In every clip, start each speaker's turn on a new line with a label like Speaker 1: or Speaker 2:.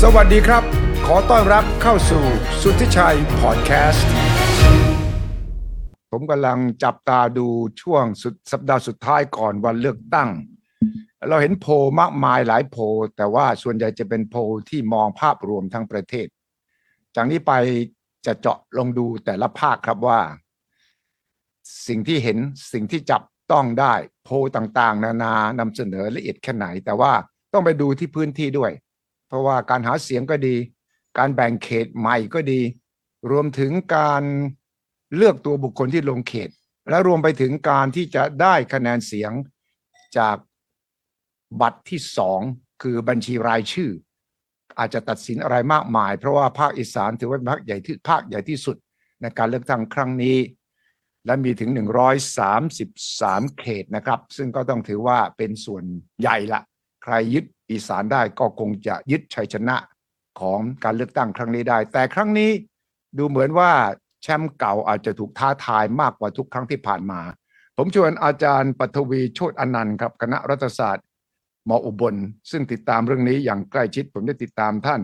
Speaker 1: สวัสดีครับ ขอต้อนรับเข้าสู่สุทธิชัยพอดแคสต์ ผมกำลังจับตาดูช่วงสุดสัปดาห์สุดท้ายก่อนวันเลือกตั้ง เราเห็นโพลมากมายหลายโพลแต่ว่าส่วนใหญ่จะเป็นโพลที่มองภาพรวมทั้งประเทศ จากนี้ไปจะเจาะลงดูแต่ละภาคครับว่า สิ่งที่เห็นสิ่งที่จับต้องได้ โพลต่างๆ นานานำเสนอละเอียดแค่ไหน แต่ว่าต้องไปดูที่พื้นที่ด้วย เพราะว่าการหาเสียงก็ดี การแบ่งเขตใหม่ก็ดี รวมถึงการเลือกตัวบุคคลที่ลงเขต และรวมไปถึงการที่จะได้คะแนนเสียงจากบัตรที่สองคือบัญชีรายชื่อ อาจจะตัดสินอะไรมากมาย เพราะว่าภาคอีสานถือว่าเป็นภาคใหญ่ที่ภาคใหญ่ที่สุดในการเลือกตั้งครั้งนี้ และมีถึง 133 เขตนะครับ ซึ่งก็ต้องถือว่าเป็นส่วนใหญ่ละ ใครยึดอีสานได้ก็คงจะยึดชัยชนะของการเลือกตั้งครั้งนี้ได้ แต่ครั้งนี้ดูเหมือนว่าแชมป์เก่าอาจจะถูกท้าทายมากกว่าทุกครั้งที่ผ่านมา ผมชวนอาจารย์ปัทวีโชตอนันต์ครับ คณะรัฐศาสตร์มออุบล ซึ่งติดตามเรื่องนี้อย่างใกล้ชิด ผมได้ติดตามท่าน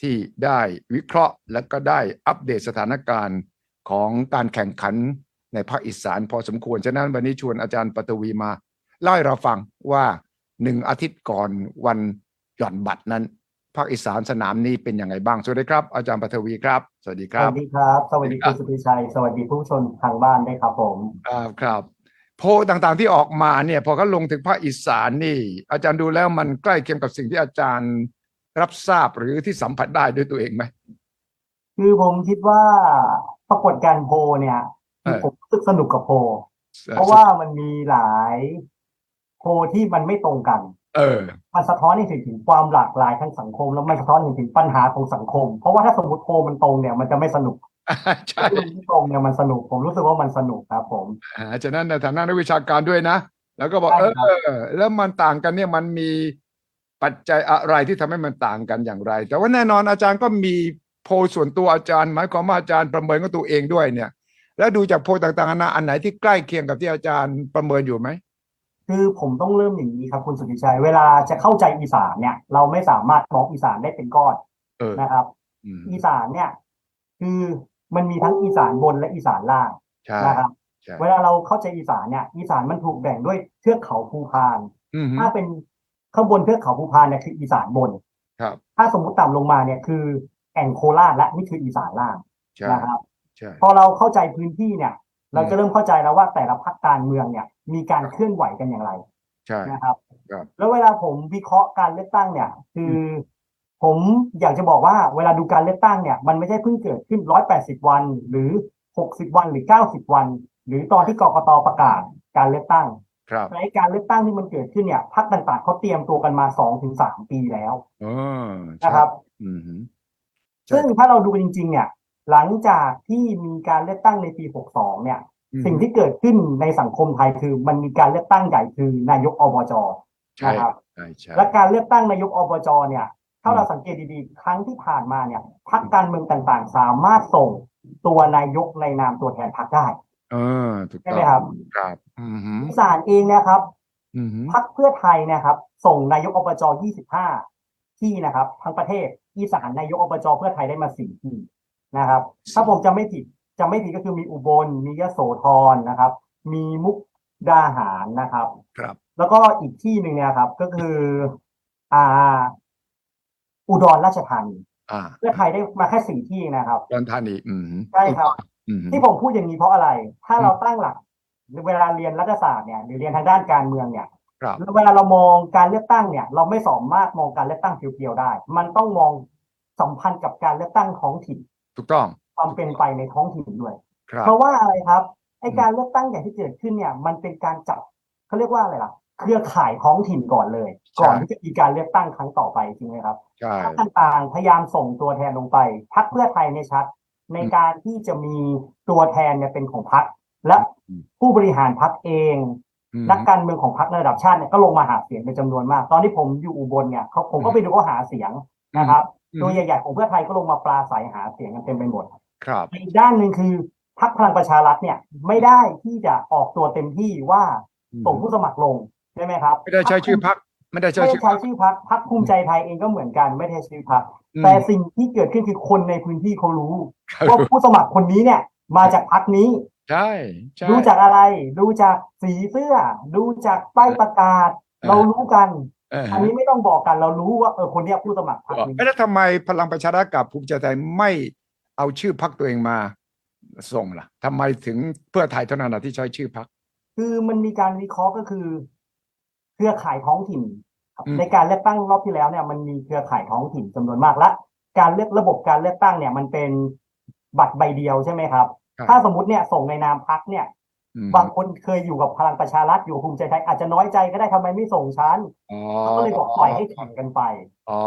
Speaker 1: ที่ได้วิเคราะห์ และก็ได้อัปเดตสถานการณ์ของการแข่งขันในภาคอีสานพอสมควร ฉะนั้นวันนี้ชวนอาจารย์ปัทวีมา เล่าให้เราฟังว่าหนึ่งอาทิตย์ก่อนวันหย่อนบัตรนั้น ภาคอีสานสนามนี้เป็นยังไงบ้าง สวัสดีครับ อาจารย์ปัทวีครับ สวัสดีค
Speaker 2: ส
Speaker 1: รับ
Speaker 2: วัสดีครับ สวัสดี
Speaker 1: ครั
Speaker 2: คุ
Speaker 1: บ
Speaker 2: ณสุธิชัย สวัสดีผู้ชมทางบ้านด้วยครับผม
Speaker 1: ครับครับโพลต่างๆที่ออกมาเนี่ย พอเขาลงถึงภาคอีสานนี่ อาจารย์ดูแล้วมันใกล้เคียงกับสิ่งที่อาจารย์รับทราบหรือที่สัมผัสได้ด้วยตัวเองไหม
Speaker 2: คือผมคิดว่าปรากฏการณ์โพลเนี่ย
Speaker 1: เออ
Speaker 2: ผมรู้สึกสนุกกับโพลเพราะว่ามันมีหลายโพลที่มันไม่ตรงกัน
Speaker 1: เออ
Speaker 2: มันสะท้อนให้เห็นถึงความหลากหลายทางสังคม แล้วมันสะท้อนให้เห็นถึงปัญหาของสังคม เพราะว่าถ้าสมมติโพลมันตรงเนี่ยมันจะไม่สนุ ก
Speaker 1: ใช่
Speaker 2: ถ้ามันไม่ตรงเนี่ยมันสนุก ผมรู้สึกว่ามันสนุกครับผม
Speaker 1: อ่าฉะนั้นในฐานะนักวิชาการด้วยนะ แล้วก็บอก
Speaker 2: ใช่
Speaker 1: เอ
Speaker 2: ครับ
Speaker 1: อ แล้วมันต่างกันเนี่ยมันมีปัจจัยอะไรที่ทำให้มันต่างกันอย่างไร แต่ว่าแน่นอนอาจารย์ก็มีโพลส่วนตัวอาจารย์ หมายความว่าอาจารย์ประเมินกับตัวเองด้วยเนี่ย แล้วดูจากโพลต่างๆนานาอันไหนที่ใกล้เคียงกับที่อาจารย์ประเมินอยู่ไหม
Speaker 2: คือผมต้องเริ่มอย่างนี้ครับคุณสุธิชัย เวลาจะเข้าใจอีสานเนี่ย เราไม่สามารถมองอีสานได้เป็นก้อน
Speaker 1: เออ
Speaker 2: นะครับ
Speaker 1: อืม
Speaker 2: อีสานเนี่ยคือมันมีทั้งอีสานบนและอีสานล่าง
Speaker 1: ใช่
Speaker 2: นะครับ
Speaker 1: ใช่
Speaker 2: เวลาเราเข้าใจอีสานเนี่ยอีสานมันถูกแบ่งด้วยเทือกเขาภูพาน
Speaker 1: อืมฮึ
Speaker 2: ถ้าเป็นข้างบนเทือกเขาภูพานเนี่ยคืออีสานบน
Speaker 1: ครับ
Speaker 2: ถ้าสมมติต่ำลงมาเนี่ยคือแอ่งโคราชและนี่คืออีสานล่าง
Speaker 1: ใช่
Speaker 2: นะครับ
Speaker 1: ใช่
Speaker 2: พอเราเข้าใจพื้นที่เนี่ย เราจะเริ่มเข้าใจแล้วว่าแต่ละพรรคการเมืองเนี่ยมีการเคลื่อนไหวกันอย่างไร
Speaker 1: ใช่
Speaker 2: นะครับ
Speaker 1: ครับ
Speaker 2: แล้วเวลาผมวิเคราะห์การเลือกตั้งเนี่ย คืออผมอยากจะบอกว่าเวลาดูการเลือกตั้งเนี่ย มันไม่ใช่เพิ่งเกิดขึ้น 180 วัน หรือ 60 วันหรือ 90 วัน หรือตอนที่กกตประกาศการเลือกตั้ง
Speaker 1: ครับ
Speaker 2: ในการเลือกตั้งที่มันเกิดขึ้นเนี่ยพรรคต่างๆเขาเตรียมตัวกันมา 2-3 ปีแล้ว
Speaker 1: เออใช่
Speaker 2: นะครับ
Speaker 1: อืมฮึ ใช่
Speaker 2: ซึ่งถ้าเราดูกันจริง ๆ เนี่ย หลังจากที่มีการเลือกตั้งในปี 62 เนี่ย
Speaker 1: อืม
Speaker 2: สิ่งที่เกิดขึ้นในสังคมไทยคือ มันมีการเลือกตั้งใหญ่คือนายกอบจ
Speaker 1: ใช่
Speaker 2: นะครับ
Speaker 1: ใช่ใช่
Speaker 2: และการเลือกตั้งนายกอบจเนี่ย ถ้า
Speaker 1: อืม
Speaker 2: เราสังเกตดีๆ ครั้งที่ผ่านมาเนี่ยพรรคการเมืองต่างๆ สามารถส่งตัวนายกในนามตัวแทนพรรคได้
Speaker 1: เออถูก
Speaker 2: ใช่
Speaker 1: ต้
Speaker 2: ไหม
Speaker 1: อง
Speaker 2: ครับ
Speaker 1: ครับอืมฮึ
Speaker 2: อีสานเองนะครับ
Speaker 1: อืมฮึ
Speaker 2: พรรคเพื่อไทยนะครับ ส่งนายกอบจ 25 ที่นะครับ ทั้งประเทศอีสานนายกอบจเพื่อไทยได้มาสี่ที่นะครับ ถ้าผมจำไม่ผิดจำไม่ผิดก็คือมีอุบล มียโสธรนะครับ มีมุกดาหารนะครับ
Speaker 1: ครับ
Speaker 2: แล้วก็อีกที่หนึ่งเนี่ยครับ ก็คืออ่าอุดรราชธานี
Speaker 1: อ่า
Speaker 2: เพื่อไทยได้มาแค่สี่ที่นะครับ
Speaker 1: ดอนธานีอืมฮึ
Speaker 2: ใช่ครับ
Speaker 1: อืมฮึ
Speaker 2: ที่ผมพูดอย่างนี้เพราะอะไร ถ้าเราตั้งหลักเวลาเรียนรัฐศาสตร์เนี่ยหรือเรียนทางด้านการเมืองเนี่ย
Speaker 1: ครับ
Speaker 2: เวลาเรามองการเลือกตั้งเนี่ย เราไม่สามารถมองการเลือกตั้งเพียวๆได้ มันต้องมองสัมพันธ์กับการเลือกตั้งท้องถิ่น
Speaker 1: ถูกต้อง
Speaker 2: ความเป็นไปในท้องถิ่นด้วย
Speaker 1: ครับ
Speaker 2: เพราะว่าอะไรครับไอ
Speaker 1: อืม
Speaker 2: การเลือกตั้งใหญ่ที่เกิดขึ้นเนี่ย มันเป็นการจับเขาเรียกว่าอะไรล่ะ เครือข่ายท้องถิ่นก่อนเลย ก่อนที่จะมีการเลือกตั้งครั้งต่อไปจริงไหมครับ
Speaker 1: ใช่
Speaker 2: พรรคต่างๆพยายามส่งตัวแทนลงไปพรรคเพื่อไทยในยชัด ในการที่จะมีตัวแทนเนี่ยเป็นของพรรคและผู้บริหารพรรคเอง
Speaker 1: อืม
Speaker 2: นักการเมืองของพรรคในระดับชาติเนี่ยก็ลงมาหาเสียงเป็นจำนวนมาก ตอนที่ผมอยู่อุบลเนี่ยเขาผมก็ไปดูเขาหาเสียงนะครับ
Speaker 1: อืม
Speaker 2: ตัวใหญ่ๆของเพื่อไทยก็ลงมาปราศัยหาเสียงกันเต็มไปหมด
Speaker 1: ครับ
Speaker 2: อีกด้านหนึ่งคือพรรคพลังประชารัฐเนี่ยไม่ได้ที่จะออกตัวเต็มที่ว่า
Speaker 1: อืม
Speaker 2: ส่งผู้สมัครลงใช่ไหมครับ
Speaker 1: ไม่ได้ใช้ชื่อพัก ไม่ได้
Speaker 2: ไม่
Speaker 1: ใช้
Speaker 2: ได้
Speaker 1: ชื่อ
Speaker 2: ใช้ชื่อพักพักภูมิใจไทยเองก็เหมือนกันไม่ได้ใช้ชื่อพัก
Speaker 1: อืม
Speaker 2: แต่สิ่งที่เกิดขึ้นคือคนในพื้นที่เขารู้
Speaker 1: ครับ
Speaker 2: ว่าผู้สมัครคนนี้เนี่ย มาจากพักนี้
Speaker 1: ใช่ใช่
Speaker 2: ดูจากอะไร ดูจากสีเสื้อ ดูจากป้ายประกาศ เรารู้กัน
Speaker 1: เออ
Speaker 2: อันนี้ไม่ต้องบอกกันเรารู้ว่าเออคนเนี้ยผู้สมัครพรรคนี้
Speaker 1: แล้วทำไมพลังประชารัฐกับภูมิใจไทยไม่เอาชื่อพักตัวเองมาส่งล่ะทำไมถึงเพื่อไทยเท่านั้นนะที่ใช้ชื่อพัก
Speaker 2: คือมันมีการวิเคราะห์ก็คือเครือข่ายท้องถิ่นครับ
Speaker 1: อืม
Speaker 2: ในการเลือกตั้งรอบที่แล้วเนี่ยมันมีเครือข่ายท้องถิ่นจำนวนมากและ การเลือกระบบการเลือกตั้งเนี่ย มันเป็นบัตรใบเดียวใช่ไหมครับ ถ้าสมมติเนี่ยส่งในนามพรรคเนี่ย
Speaker 1: อืม
Speaker 2: บางคนเคยอยู่กับพลังประชารัฐอยู่ภูมิใจไทยอาจจะน้อยใจก็ได้ทำไมไม่ส่งฉัน
Speaker 1: อ๋อ
Speaker 2: เขาก็เลยบอกปล่อยให้แข่งกันไป
Speaker 1: อ๋อ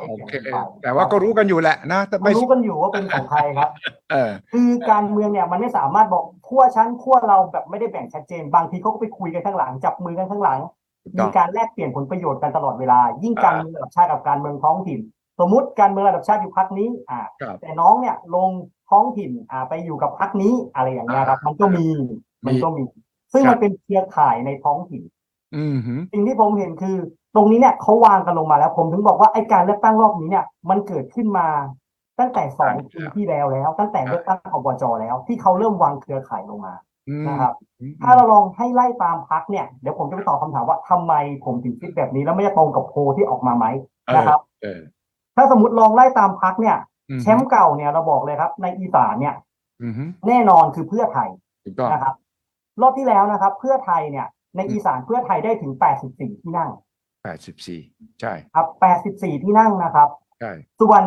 Speaker 1: โอเค
Speaker 2: ไม่เปลี่ยนไป
Speaker 1: แต่ว่าก็รู้กันอยู่แหละนะแต่ไม่
Speaker 2: รู้กันอยู่ว่าเป็นของใครครับ
Speaker 1: เออ
Speaker 2: คือการเมืองเนี่ยมันไม่สามารถบอกขั้วชั้นขั้วเราแบบไม่ได้แบ่งชัดเจน บางทีเขาก็ไปคุยกันข้างหลัง จับมือกันข้างหลัง
Speaker 1: ถูกต้อง
Speaker 2: มีการแลกเปลี่ยนผลประโยชน์กันตลอดเวลา ยิ่งการเมืองระดับชาติกับการเมืองท้องถิ่น สมมติการเมืองระดับชาติอยู่พักนี้อ่า
Speaker 1: ครับ
Speaker 2: แต่น้องเนี่ยลงท้องถิ่นอ่าไปอยู่กับพักนี้อะไรอย่างเงี้ยครับ มันก็มี
Speaker 1: มี
Speaker 2: มันก็มี ซึ่ง
Speaker 1: ครับ
Speaker 2: มันเป็นเครือข่ายในท้องถิ่น
Speaker 1: อืมหือ
Speaker 2: สิ่งที่ผมเห็นคือ ตรงนี้เนี่ยเขาวางกันลงมาแล้ว ผมถึงบอกว่าไอ้การเลือกตั้งรอบนี้เนี่ยมันเกิดขึ้นมาตั้งแต่สองปีที่แล้วแล้ว ตั้งแต่เลือกตั้งอบจแล้ว ที่เขาเริ่มวางเครือข่ายลงมา
Speaker 1: อืม
Speaker 2: นะครับ
Speaker 1: อืม
Speaker 2: ถ้าเราลองให้ไล่ตามพักเนี่ยเดี๋ยวผมจะไปตอบคำถามว่าทำไมผมถึงคิดแบบนี้แล้วไม่จะตรงกับโพลที่ออกมาไหมนะครับ
Speaker 1: เออ
Speaker 2: ถ้าสมมติลองไล่ตามพักเนี่ย
Speaker 1: เออ
Speaker 2: แชมป์เก่าเนี่ยเราบอกเลยครับ ในอีสานเนี่ย
Speaker 1: อืมหือ
Speaker 2: แน่นอนคือเพื่อไทย
Speaker 1: ถูกต้อง
Speaker 2: นะครับ รอบที่แล้วนะครับ เพื่อไทยเนี่ยในอีสานเพื่อไทยได้ถึง 84 ที่นั่ง
Speaker 1: แปดสิบสี่ใช่
Speaker 2: ครับ84 ที่นั่งนะครับ
Speaker 1: ใช่
Speaker 2: ส่วน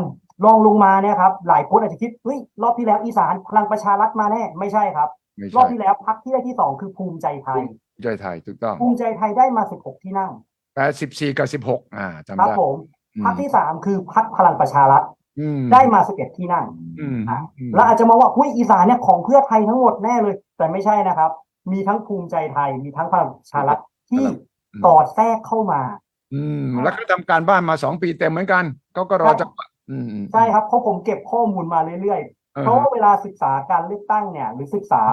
Speaker 2: รองลงมาเนี่ยครับ หลายคนอาจจะคิด เฮ้ย รอบที่แล้วอีสานพลังประชารัฐมาแน่ ไม่ใช่ครับ
Speaker 1: ไม่
Speaker 2: รอ
Speaker 1: ใช่
Speaker 2: บที่แล้วพักที่ได้ที่สองคือภูมิใจไทย
Speaker 1: ใจไทยถูกต้อง
Speaker 2: ภูมิใจไทยได้มา 16 ที่นั่ง
Speaker 1: แปดสิบสี่กับสิบหกอ่าจำ
Speaker 2: ครับ
Speaker 1: ได้
Speaker 2: ผม
Speaker 1: อืม
Speaker 2: พักที่สามคือพักพลังประชารัฐ
Speaker 1: อืม
Speaker 2: ได้มา 11 ที่นั่ง
Speaker 1: อืม
Speaker 2: อ่ะ
Speaker 1: อืม
Speaker 2: แล้วอาจจะมองว่าหุ้ยอีสานเนี่ยของเพื่อไทยทั้งหมดแน่เลย แต่ไม่ใช่นะครับ มีทั้งภูมิใจไทย มีทั้งพลังประชารัฐที่สอดแทรกเข้ามา
Speaker 1: อืมแล้วก็ทำการบ้านมาสองปีเต็มเหมือนกันเขาก็รอ
Speaker 2: ใช่
Speaker 1: จังหวะอืมอืม
Speaker 2: ใช่ครับเพราะผมเก็บข้อมูลมาเรื่อย
Speaker 1: เออ
Speaker 2: ๆเพราะว่าเวลาศึกษาการเลือกตั้งเนี่ยหรือศึกษา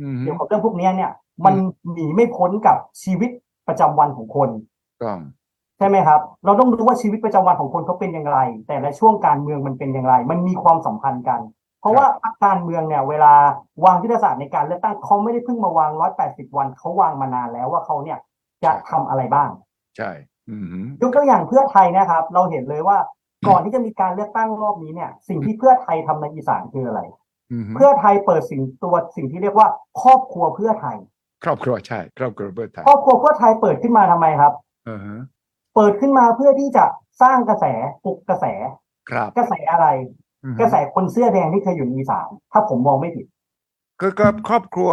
Speaker 1: อืมหื
Speaker 2: เกี่ย
Speaker 1: อ
Speaker 2: วกับเรื่องพวกเนี้ยเนี่ยมันหนีไม่พ้นกับชีวิตประจำวันของคน
Speaker 1: ถูกต้อง
Speaker 2: ใช่ไหมครับ เราต้องรู้ว่าชีวิตประจำวันของคนเขาเป็นอย่างไร แต่ละช่วงการเมืองมันเป็นอย่างไร มันมีความสัมพันธ์กัน เพราะว่าพรรคการเมืองเนี่ยเวลาวางยุทธศาสตร์ในการเลือกตั้งเขาไม่ได้เพิ่งมาวางร้อยแปดสิบวันเขาวางมานานแล้วว่าเขาเนี่ยจะทำอะไรบ้าง
Speaker 1: ใช่ อืมหือย
Speaker 2: กตัวอย่างเพื่อไทยนะครับ เราเห็นเลยว่าก่อนที่จะมีการเลือกตั้งรอบนี้เนี่ย สิ่งที่เพื่อไทยทำในอีสานคืออะไร
Speaker 1: อืมหือ
Speaker 2: เพื่อไทยเปิดสิ่งตัวสิ่งที่เรียกว่าครอบครัวเพื่อไทย
Speaker 1: ครอบครัวใช่ ครอบครัวเพื่อไทย
Speaker 2: ครอบครัวเพื่อไทยเปิดขึ้นมาทำไมครับ
Speaker 1: เออฮะ
Speaker 2: เปิดขึ้นมาเพื่อที่จะสร้างกระแสปลุกกระแส
Speaker 1: ครับ
Speaker 2: กระแสอะไร
Speaker 1: อืมหือ
Speaker 2: กระแสคนเสื้อแดงที่เคยอยู่ในอีสานถ้าผมมองไม่ผิด
Speaker 1: คือก็ครอบครัว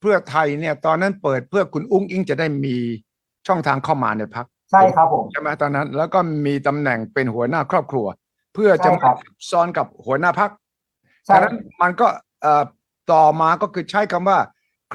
Speaker 1: เพื่อไทยเนี่ย ตอนนั้นเปิดเพื่อคุณอุ้งอิงจะได้มีช่องทางเข้ามาในพัก
Speaker 2: ใช่ครับผม
Speaker 1: ใช่ไหมตอนนั้น แล้วก็มีตำแหน่งเป็นหัวหน้าครอบครัว เพื่อจะ
Speaker 2: ใช่ครั
Speaker 1: ไม่
Speaker 2: บ
Speaker 1: ซ้อนกับหัวหน้าพัก
Speaker 2: ใช่
Speaker 1: ฉะนั้นมันก็เอ่อต่อมาก็คือใช้คำว่า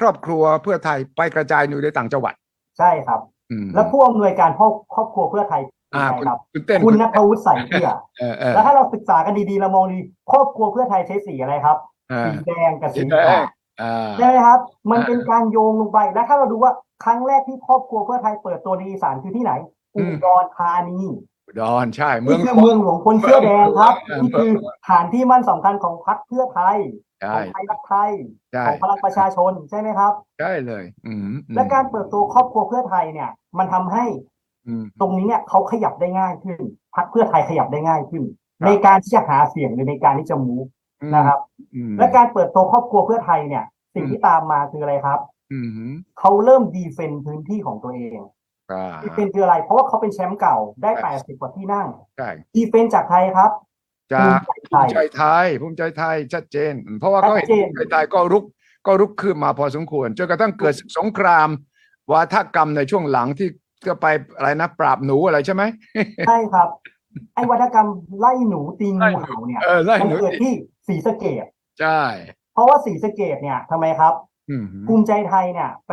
Speaker 1: ครอบครัวเพื่อไทยไปกระจายอยู่ในต่างจังหวัด
Speaker 2: ใช่ครับ
Speaker 1: อืม
Speaker 2: แล้วผู้อำนวยการพ่อครอบครัวเพื่อไทยคือ
Speaker 1: อ่า
Speaker 2: ใค
Speaker 1: คุ
Speaker 2: ร
Speaker 1: ณ
Speaker 2: ครับ
Speaker 1: คุณเต้น
Speaker 2: คุณนัทวุฒิใส่เกลื อ
Speaker 1: เออเออ
Speaker 2: แล้วถ้าเราศึกษากันดีๆเรามองดีครอบครัวเพื่อไทยใช้สีอะไรครับ
Speaker 1: เออ
Speaker 2: สีแดงกับ
Speaker 1: สี
Speaker 2: สี
Speaker 1: แด
Speaker 2: ขาง ว
Speaker 1: อ่า
Speaker 2: ใช่ไหมครับ มัน
Speaker 1: อ่า
Speaker 2: เป็นการโยงลงไปแล้วถ้าเราดูว่าครั้งแรกที่ครอบครัวเพื่อไทยเปิดตัวในอีสานคือที่ไหน
Speaker 1: อื
Speaker 2: อุ
Speaker 1: ม
Speaker 2: ดรธานี
Speaker 1: อุดอนใช่ เมือง
Speaker 2: นี่คือเมืองหลวงคนเสื้อแดงครับ
Speaker 1: เมืองหลวง
Speaker 2: นี่คือฐานที่มั่นสำคัญของพรรคเพื่อไทยข
Speaker 1: ใช่
Speaker 2: องไทยรักไทย
Speaker 1: ใช่
Speaker 2: ของพลังประชาชนใช่ไหมครับ
Speaker 1: ใช่เลย อืมอืม
Speaker 2: และการเปิดตัวครอบครัวเพื่อไทยเนี่ย มันทำให้
Speaker 1: อืม
Speaker 2: ตรงนี้เนี่ยเขาขยับได้ง่ายขึ้นพรรคเพื่อไทยขยับได้ง่ายขึ้น
Speaker 1: ครับ
Speaker 2: ในการที่จะหาเสียงหรือในการที่จะมูฟ
Speaker 1: อืม
Speaker 2: นะครับ
Speaker 1: อืม
Speaker 2: และการเปิดตัวครอบครัวเพื่อไทยเนี่ย สิ่ง
Speaker 1: อืม
Speaker 2: ที่ตามมาคืออะไรครับ
Speaker 1: อืมหือ
Speaker 2: เขาเริ่มดีเฟนต์พื้นที่ของตัวเอง
Speaker 1: อ่า
Speaker 2: ดีเฟนต์คืออะไร เพราะว่าเขาเป็นแชมป์เก่าได้80กว่าที่นั่ง
Speaker 1: ใช่
Speaker 2: ดีเฟนต์จากใครครับ
Speaker 1: จาก
Speaker 2: ภู
Speaker 1: ภู
Speaker 2: มิ
Speaker 1: มิ
Speaker 2: ใจ
Speaker 1: ใจ
Speaker 2: ไท
Speaker 1: ไท
Speaker 2: ย
Speaker 1: ยภูมิใจไทยชัดเจน เพราะว่าเขาเห็น
Speaker 2: ชัดเจน
Speaker 1: ภูมิใจไทยก็รุกก็รุกขึ้นมาพอสมควรจนกระทั่งเกิดศึกสงครามวาทกรรมในช่วงหลังที่ก็ไปอะไรนะ ปราบหนูอะไรใช่ไหม
Speaker 2: ใช่ครับ ไอ้วัฒกรรมไล่หนูตีงูเห่าเนี่ย
Speaker 1: เออไล่
Speaker 2: มัน
Speaker 1: หนู
Speaker 2: เกิด
Speaker 1: อีก
Speaker 2: ที่ศรีสะเกด
Speaker 1: ใช่
Speaker 2: เพราะว่าศรีสะเกดเนี่ยทำไมครับ
Speaker 1: อืม
Speaker 2: ภูมิใจไทยเนี่ย ไป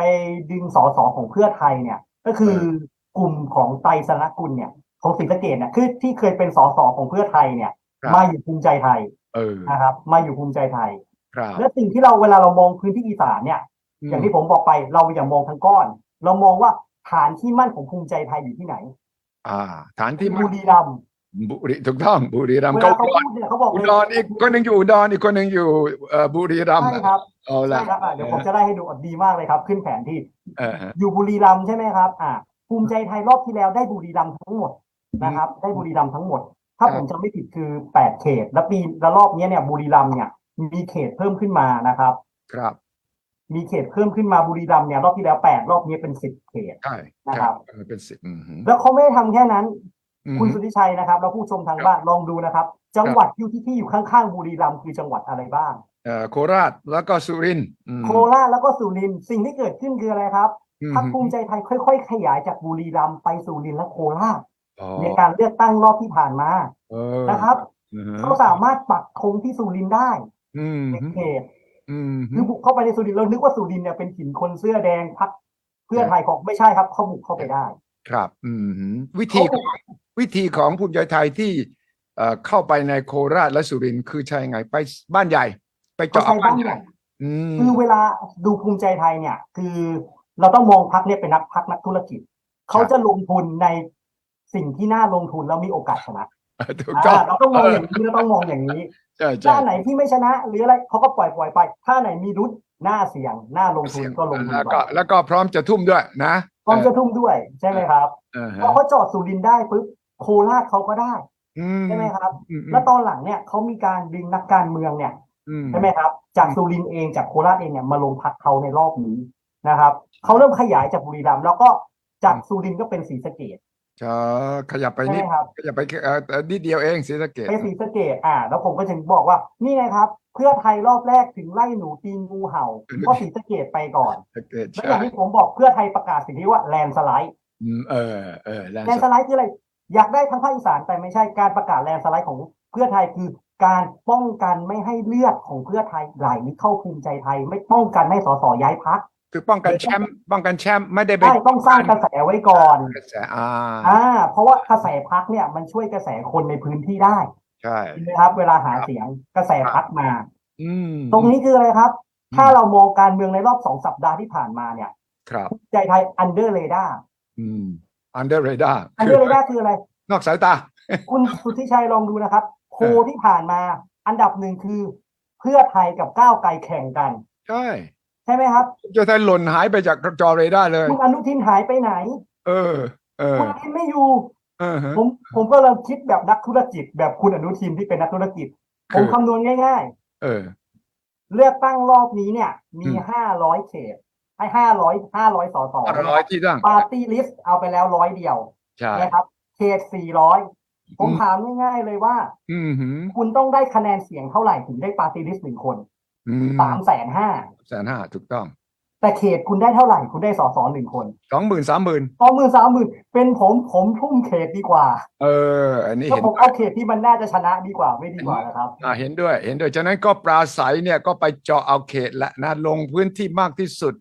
Speaker 2: ดึงสอสอของเพื่อไทยเนี่ย ก็คือ
Speaker 1: เออ
Speaker 2: กลุ่มของไตรสนกุลเนี่ย ของศรีสะเกดเนี่ยคือที่เคยเป็นสอสอของเพื่อไทยเนี่ย
Speaker 1: ครับ
Speaker 2: มาอยู่ภูมิใจไทย
Speaker 1: เออ
Speaker 2: นะครับ มาอยู่ภูมิใจไทย
Speaker 1: ครับ
Speaker 2: และสิ่งที่เราเวลาเรามองพื้นที่อีสานเนี่ย
Speaker 1: อื
Speaker 2: อ
Speaker 1: ม
Speaker 2: ย่างที่ผมบอกไปเราอย่ามองทั้งก้อน เรามองว่าฐานที่มั่นของภูมิใจไทยอยู่ที่ไหน
Speaker 1: อ่า ฐานที่
Speaker 2: บุ
Speaker 1: มั่น
Speaker 2: รีรัมย์
Speaker 1: บุรีถูกต้องบุรีรัมย์
Speaker 2: เว
Speaker 1: เขา
Speaker 2: ลา
Speaker 1: อุดร
Speaker 2: เขาพูดเนี่ยเขาบอก
Speaker 1: อุ
Speaker 2: เลย
Speaker 1: ดรอีกคนหนึ่งอยู่อุดรอีกคนหนึ่งอยู่เอ่อบุรีรัมย์
Speaker 2: ใช่ครับ
Speaker 1: เอาละ
Speaker 2: ใช่ครับอ่ะเดี๋ยวผมจะได้ให้ดูอ่ะดีมากเลยครับ ขึ้นแผนที่
Speaker 1: เออฮะ
Speaker 2: อยู่บุรีรัมย์ใช่ไหมครับ อ่า ภูมิใจไทยรอบที่แล้วได้บุรีรัมย์ทั้งหมดนะครับ ได้บุรีรัมย์ทั้งหมด ถ้า
Speaker 1: ครับ
Speaker 2: ผมจำไม่ผิดคือแปดเขต แล้วปีและรอบเนี้ยเนี่ยบุรีรัมย์เนี่ยมีเขตเพิ่มขึ้นมานะครับ
Speaker 1: ครับ
Speaker 2: มีเขตเพิ่มขึ้นมาบุรีรัมย์เนี่ยรอบที่แล้วแปดรอบนี้เป็นสิบเขต
Speaker 1: ใช่
Speaker 2: นะ
Speaker 1: ค
Speaker 2: ครั
Speaker 1: รับ บเออเป็นสิบอืมฮึ
Speaker 2: แล้วเขาไม่ได้ทำแค่นั้น
Speaker 1: อืม
Speaker 2: คุณ
Speaker 1: ฮึ
Speaker 2: สุทธิชัยนะครับ แล้วผู้ชมทางบ้านลองดูนะครับ จังหวัดที่ที่ที่อยู่ข้างๆบุรีรัมย์คือจังหวัดอะไรบ้าง
Speaker 1: เอ่อโคราชแล้วก็สุรินทร์อืม
Speaker 2: โคราชแล้วก็สุรินทร์สิ่งที่เกิดขึ้นคืออะไรครับ
Speaker 1: อืม
Speaker 2: พรรคภูมิใจไทยค่อย ๆ ขยายจากบุรีรัมย์ไปสุรินทร์และโคราช
Speaker 1: อ๋อ
Speaker 2: ในการเลือกตั้งรอบที่ผ่านมา
Speaker 1: เออ
Speaker 2: นะครับ
Speaker 1: อือฮะ
Speaker 2: เขาสามารถปักธงที่สุรินทร์ได้
Speaker 1: อืม
Speaker 2: ใน
Speaker 1: ฮึ
Speaker 2: เขต
Speaker 1: อืมฮึ
Speaker 2: คือบุกเข้าไปในสุรินทร์เรานึกว่าสุรินทร์เนี่ยเป็นถิ่นคนเสื้อแดงพักเพื่อไทยของไม่ใช่ครับเขาบุกเข้าไปได้
Speaker 1: ครับ อืมฮึวิธีของวิธีของภูมิใจไทยที่เอ่อเข้าไปในโคราชและสุรินทร์คือใช่ไงไปบ้านใหญ่ ไปเจาะ
Speaker 2: เขา
Speaker 1: บ้า
Speaker 2: ใช้บ้าน น
Speaker 1: ให
Speaker 2: ให
Speaker 1: ญ่
Speaker 2: ญ่
Speaker 1: อืม
Speaker 2: คือเวลาดูภูมิใจไทยเนี่ย คือเราต้องมองพักเนี่ยเป็นนักพักนักธุรกิจ เขาจะลงทุนในสิ่งที่น่าลงทุนแล้วมีโอกาสชนะ
Speaker 1: เออถูก
Speaker 2: อ่า
Speaker 1: ต้อง
Speaker 2: เราต้องมองอย่างนี้เราต้องมองอย่างนี้
Speaker 1: ใช่ใช่
Speaker 2: ถ้าไหนที่ไม่ชนะ หรืออะไรเขาก็ปล่อยปล่อยๆไป ถ้าไหนมีรุดหน้าเสี่ยงหน้าลงทุนก็ลงทุน
Speaker 1: แล้ว
Speaker 2: ไป
Speaker 1: ก็แล้วก็พร้อมจะทุ่มด้วยนะ
Speaker 2: พร้อมจะทุ่มด้วยใช่ไหมครับ
Speaker 1: เออฮะ
Speaker 2: พอเขาจอดสุรินทร์ได้ปุ๊บโคราชเขาก็ได้
Speaker 1: อืม
Speaker 2: ใช่ไหมครับ
Speaker 1: อืม
Speaker 2: แล้วตอนหลังเนี่ยเขามีการดึงนักการเมืองเนี่ย
Speaker 1: อืม
Speaker 2: ใช่ไหมครับ จากสุรินทร์เองจากโคราชเองเนี่ยมาลงพักเขาในรอบนี้นะครับเขาเริ่มขยายจากบุรีรัมย์แล้วก็จากสุรินทร์ก็เป็นศรีสะเกด
Speaker 1: จะขยับไป
Speaker 2: ใช่ไห
Speaker 1: นิ
Speaker 2: ม
Speaker 1: ด
Speaker 2: ครับ
Speaker 1: ขยับไปเอ่อนิดเดียวเองศรีสะเกษ
Speaker 2: เป็นศรีสะเกดอ่า แล้วผมก็จึงบอกว่านี่ไงครับ เพื่อไทยรอบแรกถึงไล่หนูตีงูเห่า
Speaker 1: อืม
Speaker 2: ก็ศรีสะเกดไปก่อน
Speaker 1: สะเกษ
Speaker 2: แล้วอ
Speaker 1: ใช่
Speaker 2: ย่างที่ผมบอกเพื่อไทยประกาศสิ่งที่ว่าแลนสไลด์
Speaker 1: อืมเออเออแล้ว
Speaker 2: แลนสไลด์คืออะไรอยากได้ทั้งภาคอีสานแต่ไม่ใช่การประกาศแลนสไลด์ของเพื่อไทยคือการป้องกันไม่ให้เลือดของเพื่อไทยไหลเข้าภูมิใจไทย ไม่ป้องกันไม่ให้สสย้ายพรรค
Speaker 1: คือป้องกันแชมป์ป้องกันแชมป์ไม่ได้ไป
Speaker 2: ใช่ต้องสร้างกระแสไว้ก่อน
Speaker 1: กระแสอ่า
Speaker 2: อ่า เพราะว่ากระแสพักเนี่ยมันช่วยกระแสคนในพื้นที่ได้
Speaker 1: ใช่
Speaker 2: นะครับ เวลาหาเสียงกระแสพักมา
Speaker 1: อืม
Speaker 2: ตรงนี้คืออะไรครับ ถ้าเรามองการเมืองในรอบสองสัปดาห์ที่ผ่านมาเนี่ย
Speaker 1: ครับ
Speaker 2: ใจไทยอันเดอร์เรดา
Speaker 1: อืม under radar
Speaker 2: อัน
Speaker 1: คื
Speaker 2: เดอร์เรดาคืออะไร
Speaker 1: นอกสายตา
Speaker 2: คุณสุทธิชัยลองดูนะครับโพล
Speaker 1: เออ
Speaker 2: ที่ผ่านมา อันดับหนึ่งคือ เพื่อไทยกับก้าวไกลแข่งกัน
Speaker 1: ใช่
Speaker 2: ใช่ไหมครับ
Speaker 1: เจะไทยหล่นหายไปจากจอเรดาร์เลย
Speaker 2: คุณอนุทินหายไปไหน
Speaker 1: เออ เออ
Speaker 2: คุณอนุทินไม่อยู่
Speaker 1: เออฮะ
Speaker 2: ผมผมก็เริ่มคิดแบบนักธุรกิจ แบบคุณอนุทินที่เป็นนักธุรกิจ
Speaker 1: คื
Speaker 2: ผ
Speaker 1: อ
Speaker 2: มคำนวณง่าย
Speaker 1: เออ
Speaker 2: ๆ เลือกตั้งรอบนี้เนี่ย มี
Speaker 1: อืม
Speaker 2: ห้าร้อยเขตไอ้ห้าร้อยห้าร้อยสอสอ
Speaker 1: ร้อยที่ตั้ง
Speaker 2: ปาร์ตี้ลิสต์เอาไปแล้วร้อยเดียว
Speaker 1: ใช่
Speaker 2: นะครับ เขตสี่ร้อยผมถามง่ายๆเลยว่า
Speaker 1: อืมหืม
Speaker 2: คุณต้องได้คะแนนเสียงเท่าไหร่ถึงได้ปาร์ตี้ลิสต์หนึ่งคน
Speaker 1: อืม
Speaker 2: สามแสนห้า
Speaker 1: แสนห้าถูกต้อง
Speaker 2: แต่เขตคุณได้เท่าไหร่ คุณได้สอสอหนึ่งคน
Speaker 1: สองหมื่นสามหมื่น
Speaker 2: สองหมื่นสามหมื่นเป็นผมผมทุ่มเขตดีกว่า
Speaker 1: เออ อันนี้
Speaker 2: แล้ว
Speaker 1: เห็น
Speaker 2: ผมเอาเขตที่มันน่าจะชนะดีกว่าไม่ดีกว่านะครับ
Speaker 1: อ่าเห็นด้วย เห็นด้วย ฉะนั้นก็ปราศัยเนี่ยก็ไปเจาะเอาเขตละนะลงพื้นที่มากที่สุด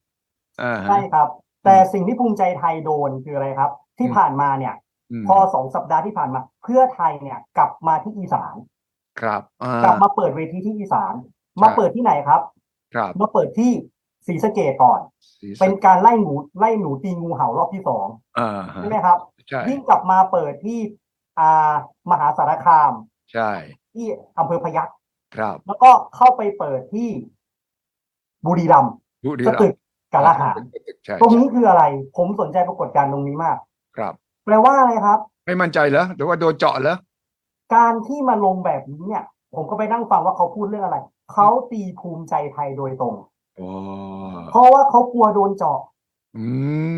Speaker 1: อ่าฮะ
Speaker 2: ใช่ครับ แต่สิ่งที่ภูมิใจไทยโดนคืออะไรครับ ที่
Speaker 1: อืม
Speaker 2: ผ่านมาเนี่ย
Speaker 1: ม
Speaker 2: พอสองสัปดาห์ที่ผ่านมา เพื่อไทยเนี่ยกลับมาที่อีสาน
Speaker 1: ครับอ่าก
Speaker 2: ลับมาเปิดเวทีที่อีสาน มาเปิดที่ไหนครับ
Speaker 1: ครับ
Speaker 2: มาเปิดที่ศรีสะเกดก่อน
Speaker 1: สีสั
Speaker 2: เป็นการไล่หนูไล่หนูตีงูเห่ารอบที่สอง
Speaker 1: อ่าฮะ
Speaker 2: ใช่ไหมครับ
Speaker 1: ใช่
Speaker 2: ยิ่งกลับมาเปิดที่อ่ามหาสารคาม
Speaker 1: ใช่
Speaker 2: ที่อำเภอพยัคฆ์
Speaker 1: ครับ
Speaker 2: แล้วก็เข้าไปเปิดที่บุรีรัมย์
Speaker 1: ผู้ดี
Speaker 2: สตึกกาลาหาร
Speaker 1: ใช่
Speaker 2: ตรง
Speaker 1: ใช่
Speaker 2: นี้คืออะไร ผมสนใจปรากฏการณ์ตรงนี้มาก
Speaker 1: ครับ
Speaker 2: แปลว่าอะไรครับ
Speaker 1: ไม่มั่นใจเหรอหรือว่าโดนเจาะเหรอ
Speaker 2: การที่มาลงแบบนี้เนี่ย ผมก็ไปนั่งฟังว่าเขาพูดเรื่องอะไร เขาตีภูมิใจไทยโดยตรง
Speaker 1: โอ้
Speaker 2: เพราะว่าเขากลัวโดนเจาะ
Speaker 1: อื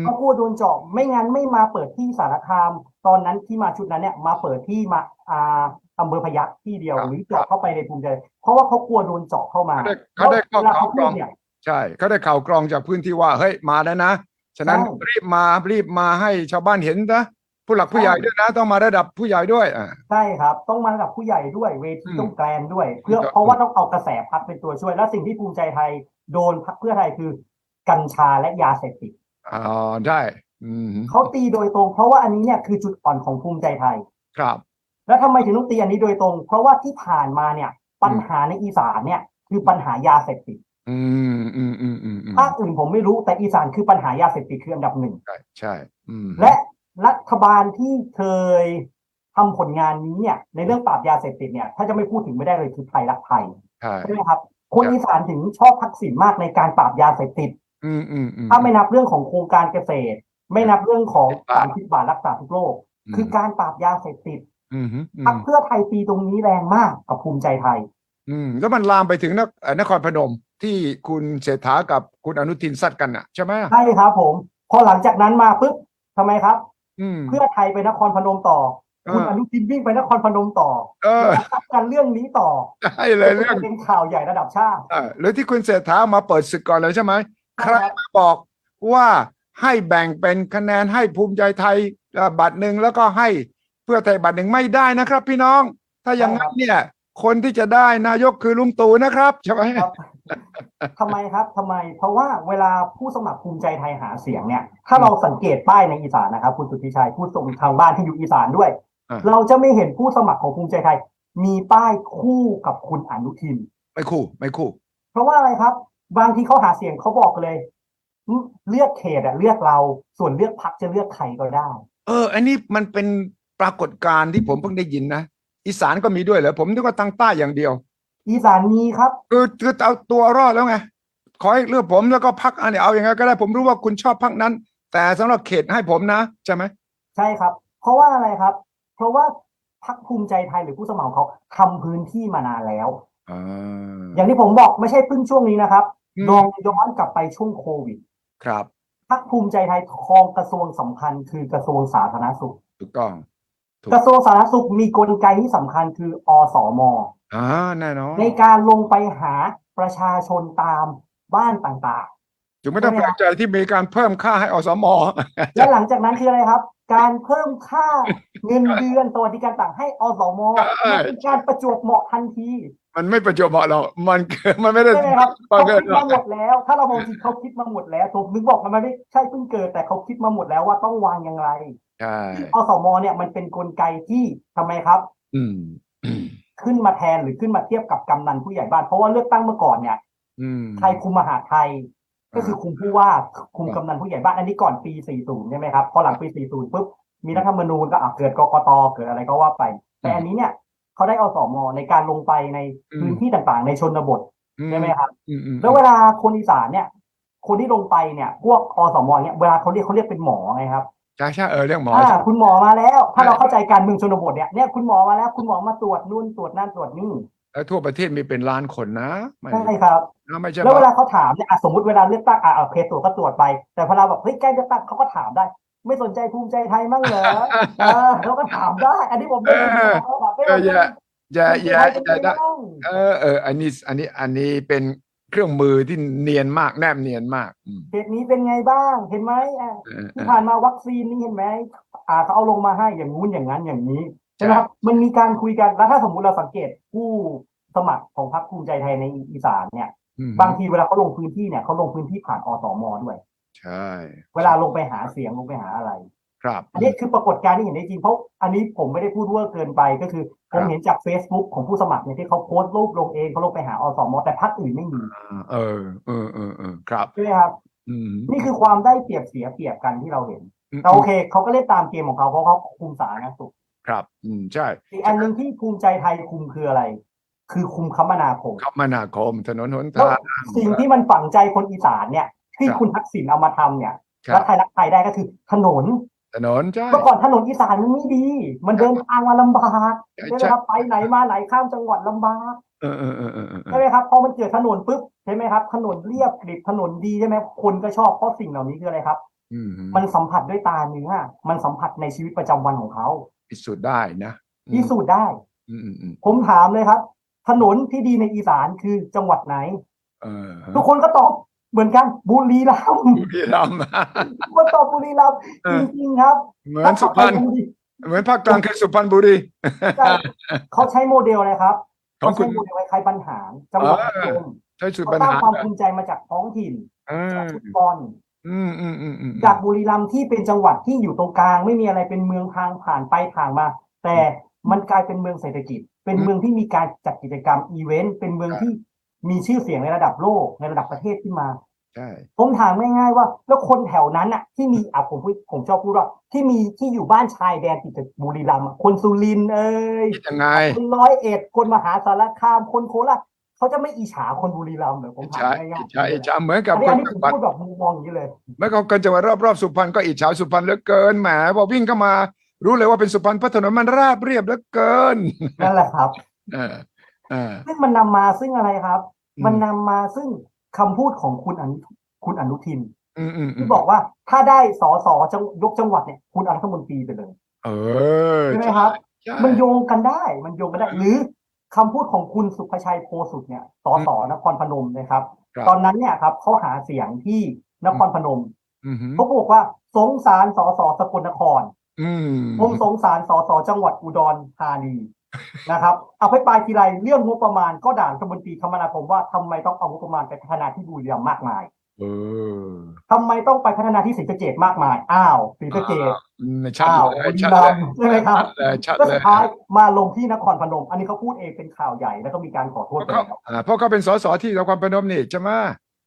Speaker 1: ม
Speaker 2: เขากลัวโดนเจาะไม่งั้นไม่มาเปิดที่สารคาม ตอนนั้นที่มาชุดนั้นเนี่ยมาเปิดที่มาอ่าอำเภอพยัคฆ์ที่เดียวหรือเจาะเข้าไปในภูมิใจเพราะว่าเขากลัวโดนเจาะเข้ามา
Speaker 1: เขาได้เขาได้ข้อข่าว
Speaker 2: วลเขา
Speaker 1: ก
Speaker 2: พู
Speaker 1: รอ
Speaker 2: ด
Speaker 1: ง
Speaker 2: เนี่ย
Speaker 1: ใช่เขาได้ข่าวกรองจากพื้นที่ว่าเฮ้ยมาแล้วนะ ฉะนั้น
Speaker 2: ใช่
Speaker 1: รีบมารีบมาให้ชาวบ้านเห็นนะผู้หลักผู้ใหญ่
Speaker 2: ใช่
Speaker 1: ด้วยนะต้องมาระดับผู้ใหญ่ด้วยอ่า
Speaker 2: ใช่ครับ ต้องมากับผู้ใหญ่ด้วยเวที
Speaker 1: อืม
Speaker 2: ต้องแกรนด้วย เพื่อ
Speaker 1: ครับ
Speaker 2: เพราะว่าต้องเอากระแสพักเป็นตัวช่วย และสิ่งที่ภูมิใจไทยโดนพักเพื่อไทยคือ กัญชาและยาเสพติด
Speaker 1: อ๋อใช่อืม
Speaker 2: เขาตีโดยตรง เพราะว่าอันนี้เนี่ยคือจุดอ่อนของภูมิใจไทย
Speaker 1: ครับ
Speaker 2: แล้วทำไมถึงต้องตีอันนี้โดยตรง เพราะว่าที่ผ่านมาเนี่ย ปัญหาในอีสานเนี่ยคือปัญหายาเสพติด
Speaker 1: อืมอืมอืมอืมอืม
Speaker 2: ภาคอื่นผมไม่รู้แต่อีสานคือปัญหายาเสพติดคืออันดับหนึ่ง
Speaker 1: ใช่ใช่อืม
Speaker 2: และ รัฐบาลที่เคยทำผลงานนี้เนี่ย ในเรื่องปราบยาเสพติดเนี่ยถ้าจะไม่พูดถึงไม่ได้เลยคือไทยรักไทย
Speaker 1: ใช่
Speaker 2: ใช่ไหมครับ คนอีสานถึงชอบทักษิณมากในการปราบยาเสพติด
Speaker 1: อืมอืมอืม
Speaker 2: ถ้าไม่นับเรื่องของโครงการเกษตร ไม่นับเรื่องของ
Speaker 1: ครับ
Speaker 2: สามพิษบาทรักษาทุกโรคคือการปราบยาเสพติด
Speaker 1: อืมอืม
Speaker 2: พรรคเพื่อไทยตีตรงนี้แรงมากกับภูมิใจไทย
Speaker 1: อืมแล้วมันลามไปถึงนครเอ่อนครพนมที่คุณเศรษฐากับคุณอนุทินซัดกันอ่ะ ใช่ไหม
Speaker 2: ใช่ครับผม พอหลังจากนั้นมาปุ๊บทำไมครับ
Speaker 1: อืม
Speaker 2: เพื่อไทยไปนครพนมต่อ
Speaker 1: เออ
Speaker 2: คุณอนุทินวิ่งไปนครพนมต่อ
Speaker 1: เออ
Speaker 2: ซัดกันเรื่องนี้ต่อ
Speaker 1: ใช่เลยเรื่อง
Speaker 2: เป็นข่าวใหญ่ระดับชาติ
Speaker 1: เออหรือที่คุณเศรษฐามาเปิดศึกก่อนเลยใช่ไหมใครมาบอกว่าให้แบ่งเป็นคะแนนให้ภูมิใจไทยเอ่อบัตรหนึ่งแล้วก็ให้เพื่อไทยบัตรหนึ่งไม่ได้นะครับ พี่น้อง ถ้าอย่างนั้นเนี่ยคนที่จะได้นายกคือลุงตู่นะครับใช่ไหม
Speaker 2: ครับทำไมครับทำไม เพราะว่าเวลาผู้สมัครภูมิใจไทยหาเสียงเนี่ย ถ้าเราสังเกตป้ายในอีสานนะครับ คุณสุทธิชัยผู้ทรงทางบ้านที่อยู่อีสานด้วย
Speaker 1: อ่ะ
Speaker 2: เราจะไม่เห็นผู้สมัครของภูมิใจไทย มีป้ายคู่กับคุณอนุทิน
Speaker 1: ไม่คู่ไม่คู่
Speaker 2: เพราะว่าอะไรครับ บางทีเขาหาเสียงเขาบอกเลยอืมเลือกเขตอะเลือกเรา ส่วนเลือกพักจะเลือกใครก็ได้
Speaker 1: เออ อันนี้มันเป็นปรากฏการณ์ที่ผมเพิ่งได้ยินนะอีสานก็มีด้วยเหรอผมนึกว่าทางใต้อย่างเดียว
Speaker 2: อีสานมีครับ
Speaker 1: คือคือเอาตัวรอดแล้วไง ขอให้เลือกผมแล้วก็พักอันนี้เอาอย่างไงก็ได้ผมรู้ว่าคุณชอบพักนั้น แต่สำหรับเขตให้ผมนะใช่ไหม
Speaker 2: ใช่ครับ เพราะว่าอะไรครับ เพราะว่าพักภูมิใจไทยหรือผู้สมัครของเขาทำพื้นที่มานานแล้ว
Speaker 1: อ่า
Speaker 2: อย่างที่ผมบอกไม่ใช่เพิ่งช่วงนี้นะครับลอง
Speaker 1: ม
Speaker 2: ย้อนกลับไปช่วงโควิด
Speaker 1: ครับ
Speaker 2: พักภูมิใจไทยครองกระทรวงสำคัญคือกระทรวงสาธารณสุข
Speaker 1: ถูกต้อง ถูก
Speaker 2: กระทรวงสาธารณสุขมีกลไกที่สำคัญคืออสม
Speaker 1: อ่าแน่นอน
Speaker 2: ในการลงไปหาประชาชนตามบ้านต่าง
Speaker 1: จึงไม่ต้องแปลกใจที่มีการเพิ่มค่าให้อสม
Speaker 2: ๆ และหลังจากนั้นคืออะไรครับ การเพิ่มค่าเงินเดือนสวัสดิการต่างให้อสม
Speaker 1: ใช่
Speaker 2: มันเป็นการประจวบเหมาะทันที
Speaker 1: มันไม่ประจวบเหมาะหรอกมันมันไม่ได้
Speaker 2: ใช่ไหมครับ
Speaker 1: บัง
Speaker 2: เขา
Speaker 1: เกิดห
Speaker 2: คิด
Speaker 1: รอ
Speaker 2: มาก หมดแล้ว ถ้าเรามองจริงเขาคิดมาหมดแล้วผมนึกบอกมันไม่ใช่เพิ่งเกิดแต่เขาคิดมาหมดแล้วว่าต้องวางอย่างไร
Speaker 1: ใช่
Speaker 2: อสมเนี่ยมันเป็นกลไกที่ทำไมครับ
Speaker 1: อืม
Speaker 2: ขึ้นมาแทนหรือขึ้นมาเทียบกับกำนันผู้ใหญ่บ้านเพราะว่าเลือกตั้งเมื่อก่อนเนี่ย
Speaker 1: อืม
Speaker 2: ไทยคุมมหาดไทย ก็คือคุมผู้ว่าคุมกำนันผู้ใหญ่บ้านอันนี้ก่อนปี 40 ใช่ไหมครับ พอหลังปี 40ปุ๊บมีรัฐธรรมนูญก็อ่ะเกิดกกตเกิดอะไรก็ว่าไป แต่อันนี้เนี่ยเขาได้อสมในการลงไปใน
Speaker 1: อืม
Speaker 2: พื้นที่ต่างๆ ในชนบทใช่ไหมครับ
Speaker 1: อืมอืม
Speaker 2: แล้วเวลาคนอีสานเนี่ย คนที่ลงไปเนี่ย พวกอสมเนี่ยเวลาเขาเรียกเขาเรียกเป็นหมอไงครับ
Speaker 1: ใช่ใช่เออเรื่องหมอ
Speaker 2: อ่าคุณหมอมาแล้ว ถ้าเราเข้าใจการเมืองชนบทเนี่ยเนี่ยคุณหมอมาแล้วคุณหมอมาตรวจนู่นตรวจนั่นตรวจนี่
Speaker 1: แล้วทั่วประเทศมีเป็นล้านคนนะไม่
Speaker 2: ใช่ครับ
Speaker 1: นะไม่ใช่
Speaker 2: แล้วเว
Speaker 1: ว่า
Speaker 2: ลาเขาถามเนี่ยอ่ะสมมติเวลาเลือกตั้งอ่ะเอาเคสตรวจก็ตรวจไป แต่พอเราแบบเฮ้ยใกล้เลือกตั้งเขาก็ถามได้ ไม่สนใจภูมิใจไทยมั่งเหรอ เอ อเขาก็ถามได้ อันนี้ผมไม่ได้ยินเขาแบบไม่
Speaker 1: เอ
Speaker 2: ต้อ
Speaker 1: อง อย่าอย่าอย่าอย่า
Speaker 2: ไม่
Speaker 1: ได้
Speaker 2: ต้อง
Speaker 1: เออเอออันนี้อันนี้อันนี้เป็นเครื่องมือที่เนียนมากแนบเนียนมากอืม
Speaker 2: เคสนี้เป็นไงบ้าง เห็นไหมอ่ะ
Speaker 1: เออเอ
Speaker 2: ที่
Speaker 1: อ
Speaker 2: ผ่านมาวัคซีนนี่เห็นไหมอ่าเขาเอาลงมาให้อย่างงู้นอย่างนั้นอย่างนี้ใช่ไหมครับมันมีการคุยกันแล้วถ้าสมมุติเราสังเกตผู้สมัครของพรรคภูมิใจไทยในอีสานเนี่ย บางทีเวลาเขาลงพื้นที่เนี่ยเขาลงพื้นที่ผ่านอสมด้วย
Speaker 1: ใช่
Speaker 2: เวลาลงไปหาเสียงลงไปหาอะไร
Speaker 1: ครับ
Speaker 2: อันนี้คือปรากฏการณ์ที่เห็นได้จริงเพราะอันนี้ผมไม่ได้พูดเวอร์เกินไปก็คือ ผมเห็นจาก Facebook ของผู้สมัครเนี่ยที่เขาโพสต์รูปลงเองเขาลงไปหาอสมแต่พรรคอื่นไม่มี
Speaker 1: เออเออเออเออครับ
Speaker 2: ใช่ไหมครับ
Speaker 1: อืม
Speaker 2: นี่คือความได้เปรียบเสียเปรียบกันที่เราเห็น
Speaker 1: ม
Speaker 2: แต่โอเคเขาก็เล่นตามเกมของเขาเพราะเขาคุมสาธารณสุข
Speaker 1: ครับ อืมใช่
Speaker 2: อีกอันหนึ่งที่ภูมิใจไทยคุมคืออะไร คือคุมคมนาคม
Speaker 1: คมนาคมถนนหน
Speaker 2: แล้ว
Speaker 1: ทาง
Speaker 2: สิ่งที่มันฝังใจคนอีสานเนี่ย ที่
Speaker 1: ครับ
Speaker 2: คุณทักษิณเอามาทำเนี่ย
Speaker 1: ค
Speaker 2: แล้
Speaker 1: รั
Speaker 2: ว
Speaker 1: บ
Speaker 2: ไทยรักไทยได้ก็คือถนน
Speaker 1: ถนนใช่
Speaker 2: เมื่อก่อนถนนอีสานมันไม่ดี มันเดินทางมาลำบาก
Speaker 1: ใช่
Speaker 2: ใช่ไหมครับไปไหนมาไหนข้ามจังหวัดลำบาก
Speaker 1: เออเออเออเออเออเอ
Speaker 2: ใช่
Speaker 1: อ
Speaker 2: ไหมครับพอมันเกิดถนนปุ๊บใช่ไหมครับ ถนนเรียบกริบถนนดีใช่ไหมคนก็ชอบเพราะสิ่งเหล่านี้คืออะไรครับ
Speaker 1: อืม
Speaker 2: มันสัมผัสด้วยตาเนื้อมันสัมผัสในชีวิตประจำวันของเขา
Speaker 1: พิสูจน์ได้นะอืม
Speaker 2: พิสูจน์ได้
Speaker 1: อืมอืมอืม
Speaker 2: ผมถามเลยครับ ถนนที่ดีในอีสานคือจังหวัดไหน
Speaker 1: เออฮะ
Speaker 2: ทุกคนก็ตอบเหมือนกันบุรีรั มย์
Speaker 1: บุรีรัมย์
Speaker 2: ทุกคนตอบบุรีรัมย์
Speaker 1: เอ
Speaker 2: จ
Speaker 1: อ
Speaker 2: ริงๆครับ
Speaker 1: เหมือนสุพรรณเหมือนภาคกลางคือสุพรรณบุรี
Speaker 2: เขาใช้โมเดลนะครับ
Speaker 1: ของคุณ
Speaker 2: เขาใช้โมเดลคล้ายๆปัญหาจังหวัดพัทยม
Speaker 1: ใช้สูตร
Speaker 2: เขา
Speaker 1: ปัญ
Speaker 2: สร้าง
Speaker 1: หา
Speaker 2: ความภูมิใจมาจากท้องถิ่น
Speaker 1: เอ
Speaker 2: จาก
Speaker 1: อ
Speaker 2: ฟุตบอล
Speaker 1: อืมอืมอืมอืม
Speaker 2: จากบุรีรัมย์ที่เป็นจังหวัดที่อยู่ตรงกลาง ไม่มีอะไรเป็นเมืองทางผ่านไปทางมา แต่มันกลายเป็นเมืองเศรษฐกิจ เป็นเมืองที่มีการจัดกิจกรรมอีเวนต์เป็นเมืองที่มีชื่อเสียงในระดับโลกในระดับประเทศขึ้นมา
Speaker 1: ใช่
Speaker 2: ผมถามง่ายๆว่า แล้วคนแถวนั้นอ่ะ ที่มีอ่ะผมพูดผมชอบพูดว่า ที่มีที่อยู่บ้านชายแดนติดกับบุรีรัมย์อะคนสุรินทร์เอ้ย
Speaker 1: คิดยังไง
Speaker 2: คนร้อยเอ็ดคนมหาสารคามคนโคราชเขาจะไม่อิจฉาคนบุรีรัมย์เหรอผมถาม
Speaker 1: ใช่
Speaker 2: ง่ายๆ
Speaker 1: ใช่ใช่เหมือนกับ
Speaker 2: อันนี้
Speaker 1: ค
Speaker 2: อั
Speaker 1: น
Speaker 2: นนี้ผม
Speaker 1: จังหวัด
Speaker 2: พูดแบบมุมมองอย่างนี้เลย
Speaker 1: เหมื่อนกับคนจังหวัดรอบๆสุพรรณก็อิจฉาสุพรรณเหลือเกินแหมพอวิ่งเข้ามา รู้เลยว่าเป็นสุพรรณเพราะถนนมันราบเรียบเหลือเกิน
Speaker 2: นั่นแหละครับ
Speaker 1: เออเออ
Speaker 2: ซึ่งมันนำมาซึ่งอะไรครับ
Speaker 1: อืม
Speaker 2: มันนำมาซึ่งคำพูดของคุณอนุคุณอนุทิน
Speaker 1: อืมอืมอื
Speaker 2: ที่
Speaker 1: ม
Speaker 2: บอกว่าถ้าได้สอสอจังยกจังหวัดเนี่ยคุณเอารัฐมนตรีไปเลย
Speaker 1: เออ
Speaker 2: ใช่ไหมครับ
Speaker 1: ใช่
Speaker 2: มันโยงกันได้ มันโยงกันได้ หรือคำพูดของคุณสุภชัยโพสุทธิ์เนี่ยสอสอนครพนมนะครับ
Speaker 1: ครับ
Speaker 2: ตอนนั้นเนี่ยครับเขาหาเสียงที่นครพนม
Speaker 1: อืม
Speaker 2: เขาบอกว่าสงสารสอสอสกลนคร
Speaker 1: อืม
Speaker 2: ผมสงสารสสจังหวัดอุดรธานีนะครับเอาไปปลายทีไรเรื่องงบประมาณก็ด่านรัฐมนตรีคมนาคมว่าทำไมต้องเอางบประมาณไปพัฒนาที่บุรีรัมย์มากมาย
Speaker 1: เออ
Speaker 2: ทำไมต้องไปพัฒนาที่ศรีสะเกษมากมาย อ้าวศรีสะเกษ
Speaker 1: อืมชัด
Speaker 2: อ้าว
Speaker 1: เล
Speaker 2: บุ
Speaker 1: ย
Speaker 2: รี
Speaker 1: ชัดเล
Speaker 2: รั
Speaker 1: ย
Speaker 2: มย์ใช่ไหมครับ
Speaker 1: ชัดเลยชัด
Speaker 2: แล้ว
Speaker 1: เล
Speaker 2: สุ
Speaker 1: ย
Speaker 2: ดท้ายมาลงที่นครพนม อันนี้เขาพูดเองเป็นข่าวใหญ่แล้วก็มีการขอโทษไป
Speaker 1: เขา
Speaker 2: แล้ว
Speaker 1: อ่าเพราะเขาเป็นสสที่นครพนมนี่ใช่ไหม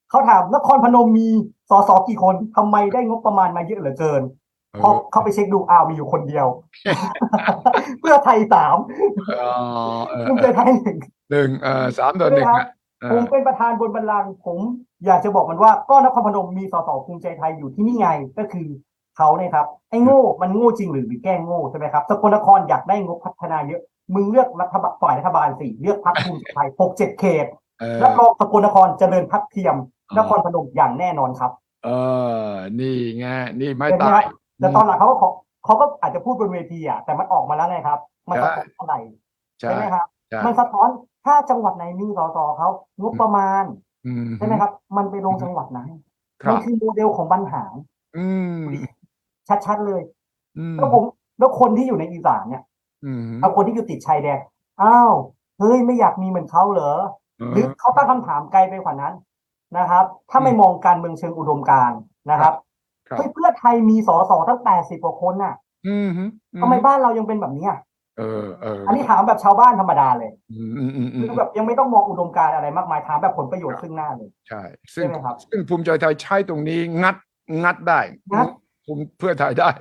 Speaker 2: เขาถามนครพนมมีสสกี่คนทำไมได้งบประมาณมาเยอะเหลือเกิน
Speaker 1: เอ
Speaker 2: พอเข้าไปเช็คดูอ้าวมีอยู่คนเดียว เพื่อไทยสาม
Speaker 1: อเออ
Speaker 2: ภูมิ
Speaker 1: เอ
Speaker 2: ใจ
Speaker 1: อ
Speaker 2: ไทยหนึ่ง
Speaker 1: หนึ่งเออสามต่อหนึ่งอ่ะเอ
Speaker 2: ผม
Speaker 1: อ
Speaker 2: เป็นประธานบนบัลลังก์ผมอยากจะบอกมันว่าก็นครพนมมีสสภูมิใจไทยอยู่ที่นี่ไงก็คือเขาเนี่ยครับไอ้โง่มันโง่จริงหรือหรือแกล้งโง่ใช่ไหมครับสกลนครอยากได้งบพัฒนาเยอะมึงเลือกรัฐบาลฝ่ายรัฐบาลสิเลือกพรรคภูมิใจไทยหกเจ็ดเขต
Speaker 1: เออ
Speaker 2: แล้วรองสกลนครเจริญพักเทียม
Speaker 1: อ๋อ
Speaker 2: นครพนมอย่างแน่นอนครับ
Speaker 1: เออ นี่ไงนี่ไม่
Speaker 2: เห็นไหม
Speaker 1: ตา
Speaker 2: ครั
Speaker 1: ย
Speaker 2: บแต่ตอนหลังเขาก็ขอเขาก็อาจจะพูดบนเวทีอ่ะแต่มันออกมาแล้วไงครับมันสะท้อนอะไร
Speaker 1: ใช่
Speaker 2: ใช่ไหมครับ
Speaker 1: ใช่
Speaker 2: มันสะท้อนถ้าจังหวัดไหนมีสสเขางบประมาณ
Speaker 1: อื
Speaker 2: ใช่ไหมครับ มันไปลงจังหวัดไหน
Speaker 1: ค
Speaker 2: มั
Speaker 1: รับ
Speaker 2: คือโมเดลของบรรหาร
Speaker 1: อืม
Speaker 2: ชัดๆเลย
Speaker 1: อืม
Speaker 2: แล้วผมแล้วคนที่อยู่ในอีสานเนี่ย
Speaker 1: อืม
Speaker 2: เอาคนที่อยู่ติดชายแดนอ้าวเฮ้ยไม่อยากมีเหมือนเขาเหรอ
Speaker 1: เอ
Speaker 2: หรือ
Speaker 1: อ
Speaker 2: เขาตั้งคำถามไกลไปกว่านั้นนะครับ ถ้าไม่
Speaker 1: อืม
Speaker 2: มองการเมืองเชิงอุดมการณ์นะครับ
Speaker 1: ครับ
Speaker 2: เฮ้ยเพื่อไทยมีสสตั้งแปดสิบกว่าคนน่ะ
Speaker 1: อืม
Speaker 2: ทำไมบ้านเรายังเป็นแบบนี้อ่ะ
Speaker 1: เออเออ
Speaker 2: อั
Speaker 1: อั
Speaker 2: นนี้ถามแบบชาวบ้านธรรมดาเลย
Speaker 1: อืมอืมอืมอืม
Speaker 2: คือแบบยังไม่ต้องมองอุดมการณ์อะไรมากมายถามแบบผลประโยช
Speaker 1: ครับ
Speaker 2: น์ซึ่งหน้าเลย
Speaker 1: ใช่ซึ่ง
Speaker 2: ใช่ไหมครับ
Speaker 1: ซึ่งภูมิใจไทยใช้ตรงนี้งัดงัดได้
Speaker 2: งัด
Speaker 1: ภูมิเพื่อไทยได้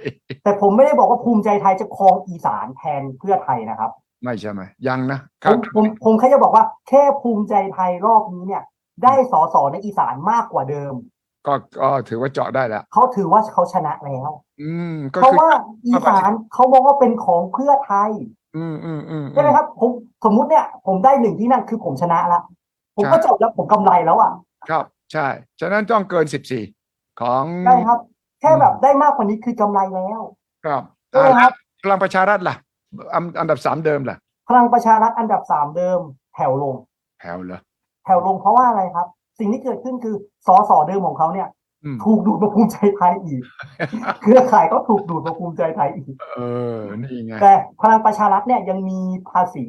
Speaker 2: แต่ผมไม่ได้บอกว่าภูมิใจไทยจะครองอีสานแทนเพื่อไทยนะครับ
Speaker 1: ไม่ใช่ไหมยังนะค
Speaker 2: ผ
Speaker 1: รับ
Speaker 2: มผมผมแค่จะบอกว่าแค่ภูมิใจไทยรอบนี้เนี่ย ได้สอสอในอีสานมากกว่าเดิม
Speaker 1: ก็ก็ถือว่าเจาะได้แล้ว
Speaker 2: เขาถือว่าเขาชนะแล้ว
Speaker 1: อืมก็
Speaker 2: เพราะ
Speaker 1: คือ
Speaker 2: ว่าอีสานเขามองว่าเป็นของเพื่อไทย
Speaker 1: อืมอืมอืม
Speaker 2: ใช่ไหม
Speaker 1: อืม
Speaker 2: ครับ ผมสมมุติเนี่ย ผมได้หนึ่งที่นั่งคือผมชนะละผม
Speaker 1: ใช่
Speaker 2: ก็จบแล้วผมกำไรแล้วอ่ะ
Speaker 1: ครับ ใช่ ฉะนั้นต้องเกินสิบสี่ของ
Speaker 2: ใช่ครับ แค่แบบได้มากกว่านี้คือกำไรแล้ว
Speaker 1: ครับ
Speaker 2: ใช่ไหมครับ
Speaker 1: พลังประชารัฐล่ะอันอันดับสามเดิมล่ะ
Speaker 2: พลังประชารัฐอันดับสามเดิม แถวลง
Speaker 1: แถวเหรอ
Speaker 2: แถวลงเพราะว่าอะไรครับ สิ่งที่เกิดขึ้นคือสอสอเดิมของเขาเนี่ย
Speaker 1: อืม
Speaker 2: ถูกดูดมาภูมิใจไทย อีก เครือข่ายก็ถูกดูดมาภูมิใจไทยอีก
Speaker 1: เออ นี่ไง
Speaker 2: แต่พลังประชารัฐเนี่ยยังมีภาษี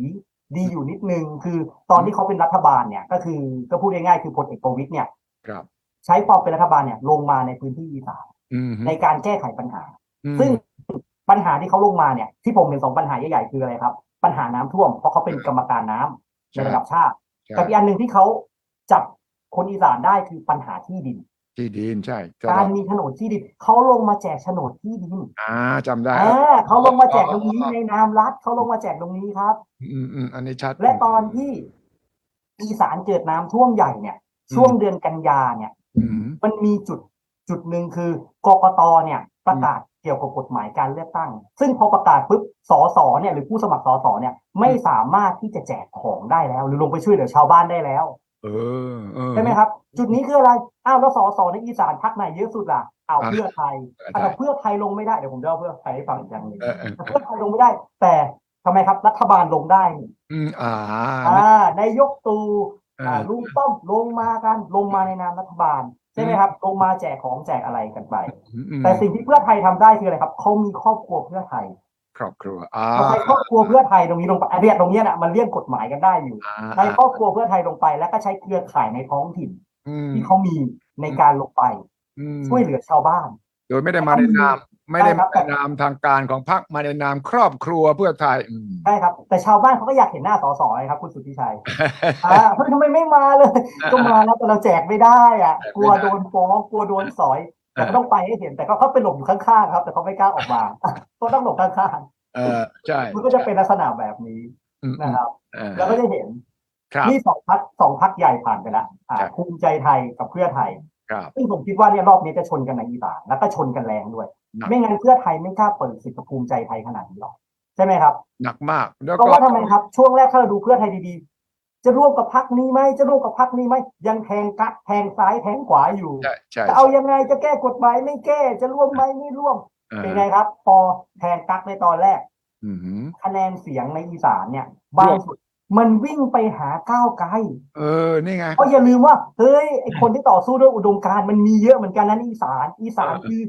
Speaker 2: ดีอยู่นิดนึง คือตอนที่เขาเป็นรัฐบาลเนี่ย ก็คือก็พูดง่ายๆคือพลเอกประวิตยเนี่ย
Speaker 1: ครับ
Speaker 2: ใช้ความเป็นรัฐบาลเนี่ยลงมาในพื้นที่อีสาน
Speaker 1: อืม
Speaker 2: ในการแก้ไขปัญหา
Speaker 1: อืม
Speaker 2: ซึ่งปัญหาที่เขาลงมาเนี่ยที่ผมเห็นสองปัญหาใหญ่ๆคืออะไรครับ ปัญหาน้ำท่วมเพราะเขาเป็นกรรมการน้ำในระดับชาติ
Speaker 1: ใช่
Speaker 2: กับอีกอันหนึ่งที่เขาจับคนอีสานได้คือปัญหาที่ดิน
Speaker 1: ที่ดินใช่จะ
Speaker 2: การมีโฉนดที่ดินเขาลงมาแจกโฉนดที่ดิน
Speaker 1: อ่าจำได้
Speaker 2: อ่าเขาลงมาแจกตรงนี้ในนามรัฐเขาลงมาแจกตรงนี้ครับ
Speaker 1: อืมอืมอันนี้ชัด
Speaker 2: และตอนที่อีสานเกิดน้ำท่วมใหญ่เนี่ย
Speaker 1: อืม
Speaker 2: ช่วงเดือนกันยาเนี่ย
Speaker 1: อืม
Speaker 2: มันมีจุดจุดหนึ่งคือกกตเนี่ย ประกาศเกี่ยวกับกฎหมายการเลือกตั้ง ซึ่งพอประกาศปุ๊บสสเนี่ยหรือผู้สมัครสสเนี่ย ไม่สามารถที่จะแจกของได้แล้ว หรือลงไปช่วยเหลือชาวบ้านได้แล้ว
Speaker 1: เออเออ
Speaker 2: ใช่ไหมครับ จุดนี้คืออะไรอ้าวแล้วสสในอีสานพักไหนเยอะสุดล่ะเอาว
Speaker 1: อ่ะ
Speaker 2: เพื่อไทย
Speaker 1: เพื่อไทย
Speaker 2: อ้าวเพื่อไทยลงไม่ได้เดี๋ยวผมจะเอาเพื่อไทยให้ฟังอีกอย่างหนึ่ง
Speaker 1: เออเออ
Speaker 2: เพื่อไทยลงไม่ได้ แต่ทำไมครับรัฐบาลลงได้นี่
Speaker 1: อืมอ่า
Speaker 2: อ่านายกตู่
Speaker 1: เอ
Speaker 2: อ่า
Speaker 1: อ
Speaker 2: ลุงป้อมลงมากันลงมาในนามรัฐบาลใช่ไหมครับ ลงมาแจกของแจกอะไรกันไป
Speaker 1: อืมอืม
Speaker 2: แต่สิ่งที่เพื่อไทยทำได้คืออะไรครับเขามีครอบครัวเพื่อไทย
Speaker 1: ครอบครัวอ่า
Speaker 2: เขาใช้ครอบครัวเพื่อไทยตรงนี้ลงไปอ่ะเรียกตรงเนี้ยน่ะมันเลี่ยงกฎหมายกันได้อยู่
Speaker 1: อ่า
Speaker 2: ใช้ครอบครัวเพื่อไทยลงไป แล้วก็ใช้เครือข่ายในท้องถิ่น
Speaker 1: อืม
Speaker 2: ที่เขามีในการลงไป
Speaker 1: อืม
Speaker 2: ช่วยเหลือชาวบ้าน
Speaker 1: โดยไม่ได้มาในนาม ไม่ได้มาในนามทางการของพรรคมาในนามครอบครัวเพื่อไทยอืม
Speaker 2: ใช่ครับ แต่ชาวบ้านเขาก็อยากเห็นหน้าสสเลยครับ คุณสุทธิชัยอ่าเฮ้ยทำไมไม่มาเลย ก็มาแล้วแต่เราแจกไม่ได้อ่ะ
Speaker 1: แจก
Speaker 2: ก
Speaker 1: ไม่ได้
Speaker 2: ลัวโดนฟ้องกลัวโดนสอยแต่ก็ต้องไปให้เห็นแต่ก็เขาไปหลบอยู่ข้างๆครับ แต่เขาไม่กล้าออกมา ก็ต้องหลบข้าง
Speaker 1: เออใช่
Speaker 2: ๆมันก็จะเป็นลักษณะแบบนี้
Speaker 1: อืมอื
Speaker 2: นะ
Speaker 1: ม
Speaker 2: ครับ
Speaker 1: เออ
Speaker 2: แล้วก็จะเห็น
Speaker 1: ครับ
Speaker 2: นี่สองพักสองพักใหญ่ผ่านไปแล้วอ่า
Speaker 1: ครับ
Speaker 2: ภูมิใจไทยกับเพื่อไทย
Speaker 1: ครับ
Speaker 2: ซึ่งผมคิดว่าเนี่ยรอบนี้จะชนกันในอีสานแล้วก็ชนกันแรงด้วย
Speaker 1: หนัก
Speaker 2: ไม่งั้นเพื่อไทยไม่กล้าเปิดสิทธิ์กับภูมิใจไทยขนาดนี้หรอกใช่ไหมครับ
Speaker 1: หนักมาก แล้ว
Speaker 2: เพราะ
Speaker 1: ก็
Speaker 2: ว่าทำไมครับช่วงแรกถ้าเราดูเพื่อไทยดีๆ จะร่วมกับพักนี้ไหมจะร่วมกับพักนี้ไหมยังแทงกัดแทงซ้ายแทงขวาอยู่
Speaker 1: ใช่ใช่
Speaker 2: จะเอายังไงจะแก้กฎหมายไม่แก้จะร่วมไหมไม่ร่วม
Speaker 1: เออ
Speaker 2: เป็นไงครับ พอแทงกักในตอนแรก
Speaker 1: อือหือ
Speaker 2: คะแนนเสียงในอีสานเนี่ยบางสุดมันวิ่งไปหาก้าวไกล
Speaker 1: เออ นี่ไง
Speaker 2: เพราะอย่าลืมว่าเฮ้ยไอคนที่ต่อสู้ด้วยอุดมการณ์มันมีเยอะเหมือนกันนะในอีสานอีสาน
Speaker 1: เออ
Speaker 2: คือ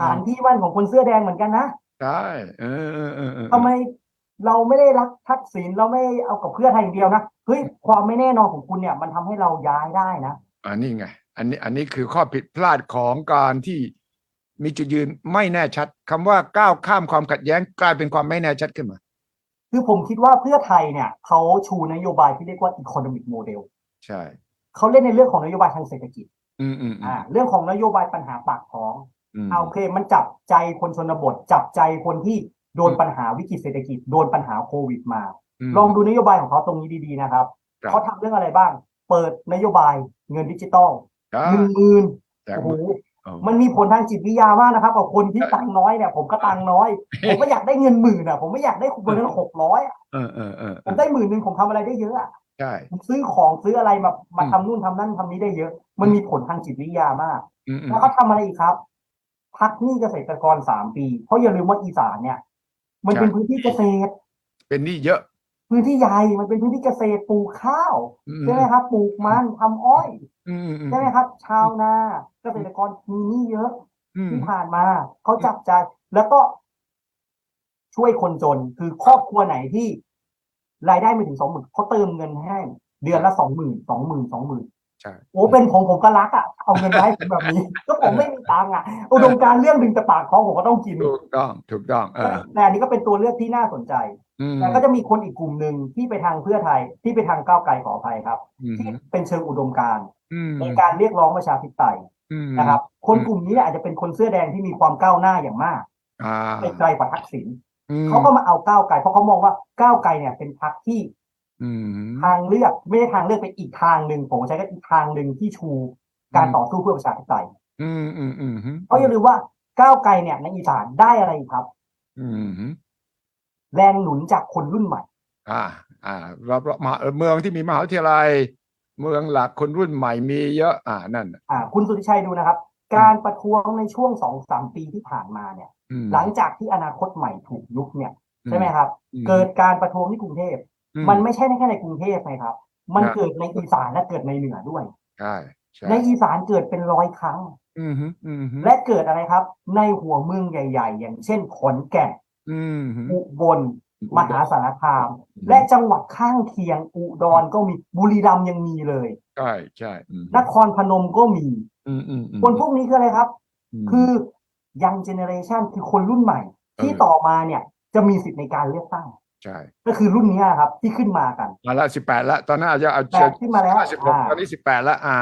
Speaker 2: ฐานที่มั่นของคนเสื้อแดงเหมือนกันนะ
Speaker 1: ใช่เออเออเออเออ
Speaker 2: ทำไมเราไม่ได้รักทักษิณเราไม่เอากับเพื่อไทยอย่างเดียวนะเฮ้ยความไม่แน่นอนของคุณเนี่ยมันทำให้เราย้ายได้นะ
Speaker 1: อันนี้ไง อันนี้ อันนี้คือข้อผิดพลาดของการที่มีจุดยืนไม่แน่ชัดคำว่าก้าวข้ามความขัดแย้งกลายเป็นความไม่แน่ชัดขึ้นมา
Speaker 2: คือผมคิดว่าเพื่อไทยเนี่ยเขาชูนโยบายที่เรียกว่า economic model
Speaker 1: ใช่
Speaker 2: เขาเล่นในเรื่องของนโยบายทางเศรษฐกิจ
Speaker 1: อืมอืมอื
Speaker 2: อ่าม เรื่องของนโยบายปัญหาปากท้อง
Speaker 1: ม
Speaker 2: เอาโอเคมันจับใจคนชนบท จับใจคนที่โดน
Speaker 1: อืม
Speaker 2: ปัญหาวิกฤตเศรษฐกิจโดนปัญหาโควิดมา
Speaker 1: ม
Speaker 2: ลองดูนโยบายของเขาตรงนี้ดีๆนะครับ
Speaker 1: ครับ
Speaker 2: เขาทำเรื่องอะไรบ้าง เปิดนโยบายเงินดิจิตอล
Speaker 1: ใช่
Speaker 2: หนึ่งหมื่น
Speaker 1: แจก
Speaker 2: โอ้
Speaker 1: ห
Speaker 2: โห
Speaker 1: มดเออ
Speaker 2: มันมีผลทางจิตวิทยามากนะครับกับคนที่
Speaker 1: ใช่
Speaker 2: ตังค์น้อยเนี่ยผมก็ตังค์น้อย
Speaker 1: เฮ้ย
Speaker 2: ผมก็อยากได้เงินหมื่นอ่ะ ผมไม่อยากได้คูปองนั้นหกร้อยอะ
Speaker 1: เออเออเออ
Speaker 2: ผมได้หมื่นหนึ่งผมทำอะไรได้เยอะอะ
Speaker 1: ใช่
Speaker 2: ผมซื้อของซื้ออะไรมามา
Speaker 1: อืม
Speaker 2: ทำนู่นทำนั่นทำนี้ได้เยอะ มันมีผลทางจิตวิทยามาก
Speaker 1: อืมอืม
Speaker 2: แล้วก็ทำอะไรอีกครับ พักหนี้เกษตรกรสามปี เพราะอย่าลืมว่าอีสานเนี่ย มันเป็นพื้นที่เกษตร
Speaker 1: เป็นหนี้เยอะ
Speaker 2: พื้นที่ใหญ่มันเป็นพื้นที่เกษตรปลูกข้าว
Speaker 1: อื
Speaker 2: ใช่ไหมครับปลูกมันทำอ้อย
Speaker 1: อืมอืมอืม
Speaker 2: ใช่ไหมครับ ชาวนาเกษตรกรมีหนี้เยอะ
Speaker 1: อืม
Speaker 2: ที่ผ่านมาเขาจับจ่ายแล้วก็ช่วยคนจนคือครอบครัวไหนที่ รายได้ไม่ถึงสองหมื่นเขาเติมเงินให้ เดือนละสองหมื่นสองหมื่นสองหมื่น
Speaker 1: ใช่
Speaker 2: โอ้เป็นผมผมก็รักอ่ะเอาเงินมาให้ผมแบบนี้ ก็ผมไม่มีตังค์อ่ะอุดมการณ์เรื่องดึงแต่ปากท้องผมก็ต้องกิน
Speaker 1: ถูกต้อง ถูกต้อง เออ
Speaker 2: แต่อันนี้ก็เป็นตัวเลือกที่น่าสนใจ
Speaker 1: อืม
Speaker 2: แต่ก็จะมีคนอีกกลุ่มหนึ่งที่ไปทางเพื่อไทย ที่ไปทางก้าวไกลขออภัยครับ
Speaker 1: อืม
Speaker 2: ที่เป็นเชิงอุดมการณ์
Speaker 1: อืม
Speaker 2: ในการเรียกร้องประชาธิปไตย
Speaker 1: อืม
Speaker 2: นะครับ คนกลุ่มนี้เนี่ยอาจจะเป็นคนเสื้อแดงที่มีความก้าวหน้าอย่างมาก
Speaker 1: อ่า
Speaker 2: ไปไกลกว่าทักษิณ
Speaker 1: อืม
Speaker 2: เขาก็มาเอาก้าวไกลเพราะเขามองว่าก้าวไกลเนี่ยเป็นพรรคที่
Speaker 1: อืม
Speaker 2: ทางเลือกไม่ได้ทางเลือกเป็นอีกทางหนึ่งผมใช้ก็อีกทางหนึ่งที่ชูการ
Speaker 1: อืม
Speaker 2: ต่อสู้เพื่อประชาธิปไตย
Speaker 1: อืมอืมอืม
Speaker 2: เพราะอย่าลืมว่าก้าวไกลเนี่ยในอีสานได้อะไรครับ
Speaker 1: อืม
Speaker 2: แรงหนุนจากคนรุ่นใหม่
Speaker 1: อ่า อ่ารับรับมาเออเมืองที่มีมหาวิทยาลัย เมืองหลักคนรุ่นใหม่มีเยอะ อ่า นั่นน่ะ
Speaker 2: อ่า คุณสุทธิชัยดูนะครับ การประท้วงในช่วงสองสามปีที่ผ่านมาเนี่ย
Speaker 1: อืม
Speaker 2: หลังจากที่อนาคตใหม่ถูกยุบเนี่ยใช่ไหมครับ
Speaker 1: อืม
Speaker 2: เกิดการประท้วงที่กรุงเทพ
Speaker 1: อื
Speaker 2: มันไม่ใช่แค่ในกรุงเทพนะครับ มันเกิดในอีสานและเกิดในเหนือด้วย
Speaker 1: ใช่ใช่
Speaker 2: ในอีสานเกิดเป็นร้อยครั้ง
Speaker 1: อืมฮึอืมฮึ
Speaker 2: และเกิดอะไรครับ ในหัวเมืองใหญ่ ๆ อย่างเช่นขอนแก่น
Speaker 1: อืมฮึ
Speaker 2: อุบล มหาสารคาม และจังหวัดข้างเคียงอุดรก็มีบุรีรัมย์ยังมีเลย
Speaker 1: ใช่ใช่อืม
Speaker 2: นครพนมก็มี
Speaker 1: อืมอืมอืม
Speaker 2: คนพวกนี้คืออะไรครับ
Speaker 1: ม
Speaker 2: คือยังเจเนเรชันคือคนรุ่นใหม่ ที่
Speaker 1: เออ
Speaker 2: ต่อมาเนี่ยจะมีสิทธิ์ในการเลือกตั้ง
Speaker 1: ใช่
Speaker 2: ก็คือรุ่นเนี้ยครับ ที่ขึ้นมากัน
Speaker 1: มาละสิบแปดละ ตอนนั้นอาจจะเอา
Speaker 2: แปดขึ้นมาแล้ว
Speaker 1: สิบหก
Speaker 2: อ่า
Speaker 1: ตอนนี้สิบแปดละ อ่า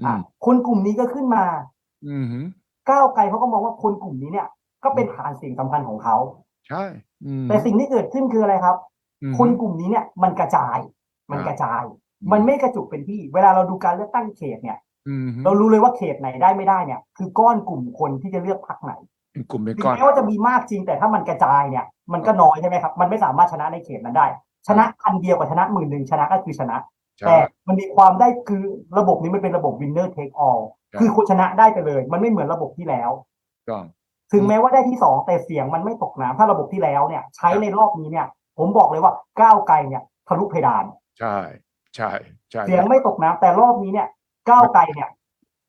Speaker 1: อื
Speaker 2: อ่ะ
Speaker 1: ม
Speaker 2: คนกลุ่มนี้ก็ขึ้นมา
Speaker 1: อืมฮึ
Speaker 2: ก้าวไกลเขาก็มองว่าคนกลุ่มนี้เนี่ยก็เป็นฐานเสิ่งสำคัญของเขา
Speaker 1: ใช่อืม
Speaker 2: แต่สิ่งที่เกิดขึ้นคืออะไรครับ
Speaker 1: อืม
Speaker 2: คนกลุ่มนี้เนี่ยมันกระจาย มัน
Speaker 1: อ่าก ก
Speaker 2: ระจาย มันไม่กระจุกเป็นที่ เวลาเราดูการเลือกตั้งเขตเนี่ย
Speaker 1: อืมฮึ
Speaker 2: เรารู้เลยว่าเขตไหนได้ไม่ได้เนี่ยคือก้อนกลุ่มคนที่จะเลือกพรรคไหน
Speaker 1: เป็นกลุ่มเป็น
Speaker 2: ถึง
Speaker 1: ก้อน
Speaker 2: แม้ว่าจะมีมากจริงแต่ถ้ามันกระจายเนี่ย มันก็น้อยใช่ไหมครับ มันไม่สามารถชนะในเขตนั้นได้ ชนะพันเดียวกับชนะหมื่นหนึ่งชนะก็คือชนะ
Speaker 1: ใช่
Speaker 2: แต่มันมีความได้คือระบบนี้มันเป็นระบบ winner take all
Speaker 1: ครับ
Speaker 2: คือคนชนะได้ไปเลย มันไม่เหมือนระบบที่แล้ว
Speaker 1: ถูกต้อง
Speaker 2: ถึงแม้ว่าได้ที่สองแต่เสียงมันไม่ตกน้ำถ้าระบบที่แล้วเนี่ย ใช้ในรอบนี้เนี่ย ผมบอกเลยว่าก้าวไกลเนี่ยทะลุเพดาน
Speaker 1: ใช่ ใช่ใช่
Speaker 2: เสียงไม่ตกน้ำแต่รอบนี้เนี่ยก้าวไกลเนี่ย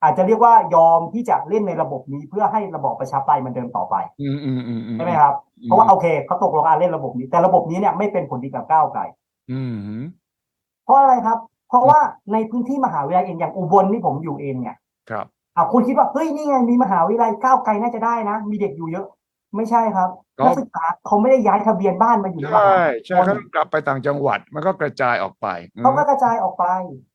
Speaker 2: อาจจะเรียกว่ายอมที่จะเล่นในระบบนี้เพื่อให้ระบอบประชาธิปไตยมันเดินต่อไป
Speaker 1: อืมอืมอืมอืม
Speaker 2: ใช่ไหมครับเพราะว่าโอเคเขาตกลงการเล่นระบบนี้ แต่ระบบนี้เนี่ยไม่เป็นผลดีกับก้าวไกล
Speaker 1: อืมฮึ
Speaker 2: เพราะอะไรครับ เพราะว่าในพื้นที่มหาวิทยาลัยเองอย่างอุบลที่ผมอยู่เองเนี่ย
Speaker 1: ครับ
Speaker 2: อ่ะคุณคิดว่าเฮ้ยนี่ไงมีมหาวิทยาลัยก้าวไกลน่าจะได้นะ มีเด็กอยู่เยอะ ไม่ใช่ครับ
Speaker 1: ครับ
Speaker 2: นักศึกษาเขาไม่ได้ย้ายทะเบียนบ้านมาอยู่ที่ม
Speaker 1: ใช่
Speaker 2: หาลัย
Speaker 1: ใช่เขาต้องกลับไปต่างจังหวัด มันก็กระจายออกไปอืม
Speaker 2: เขาก็กระจายออกไป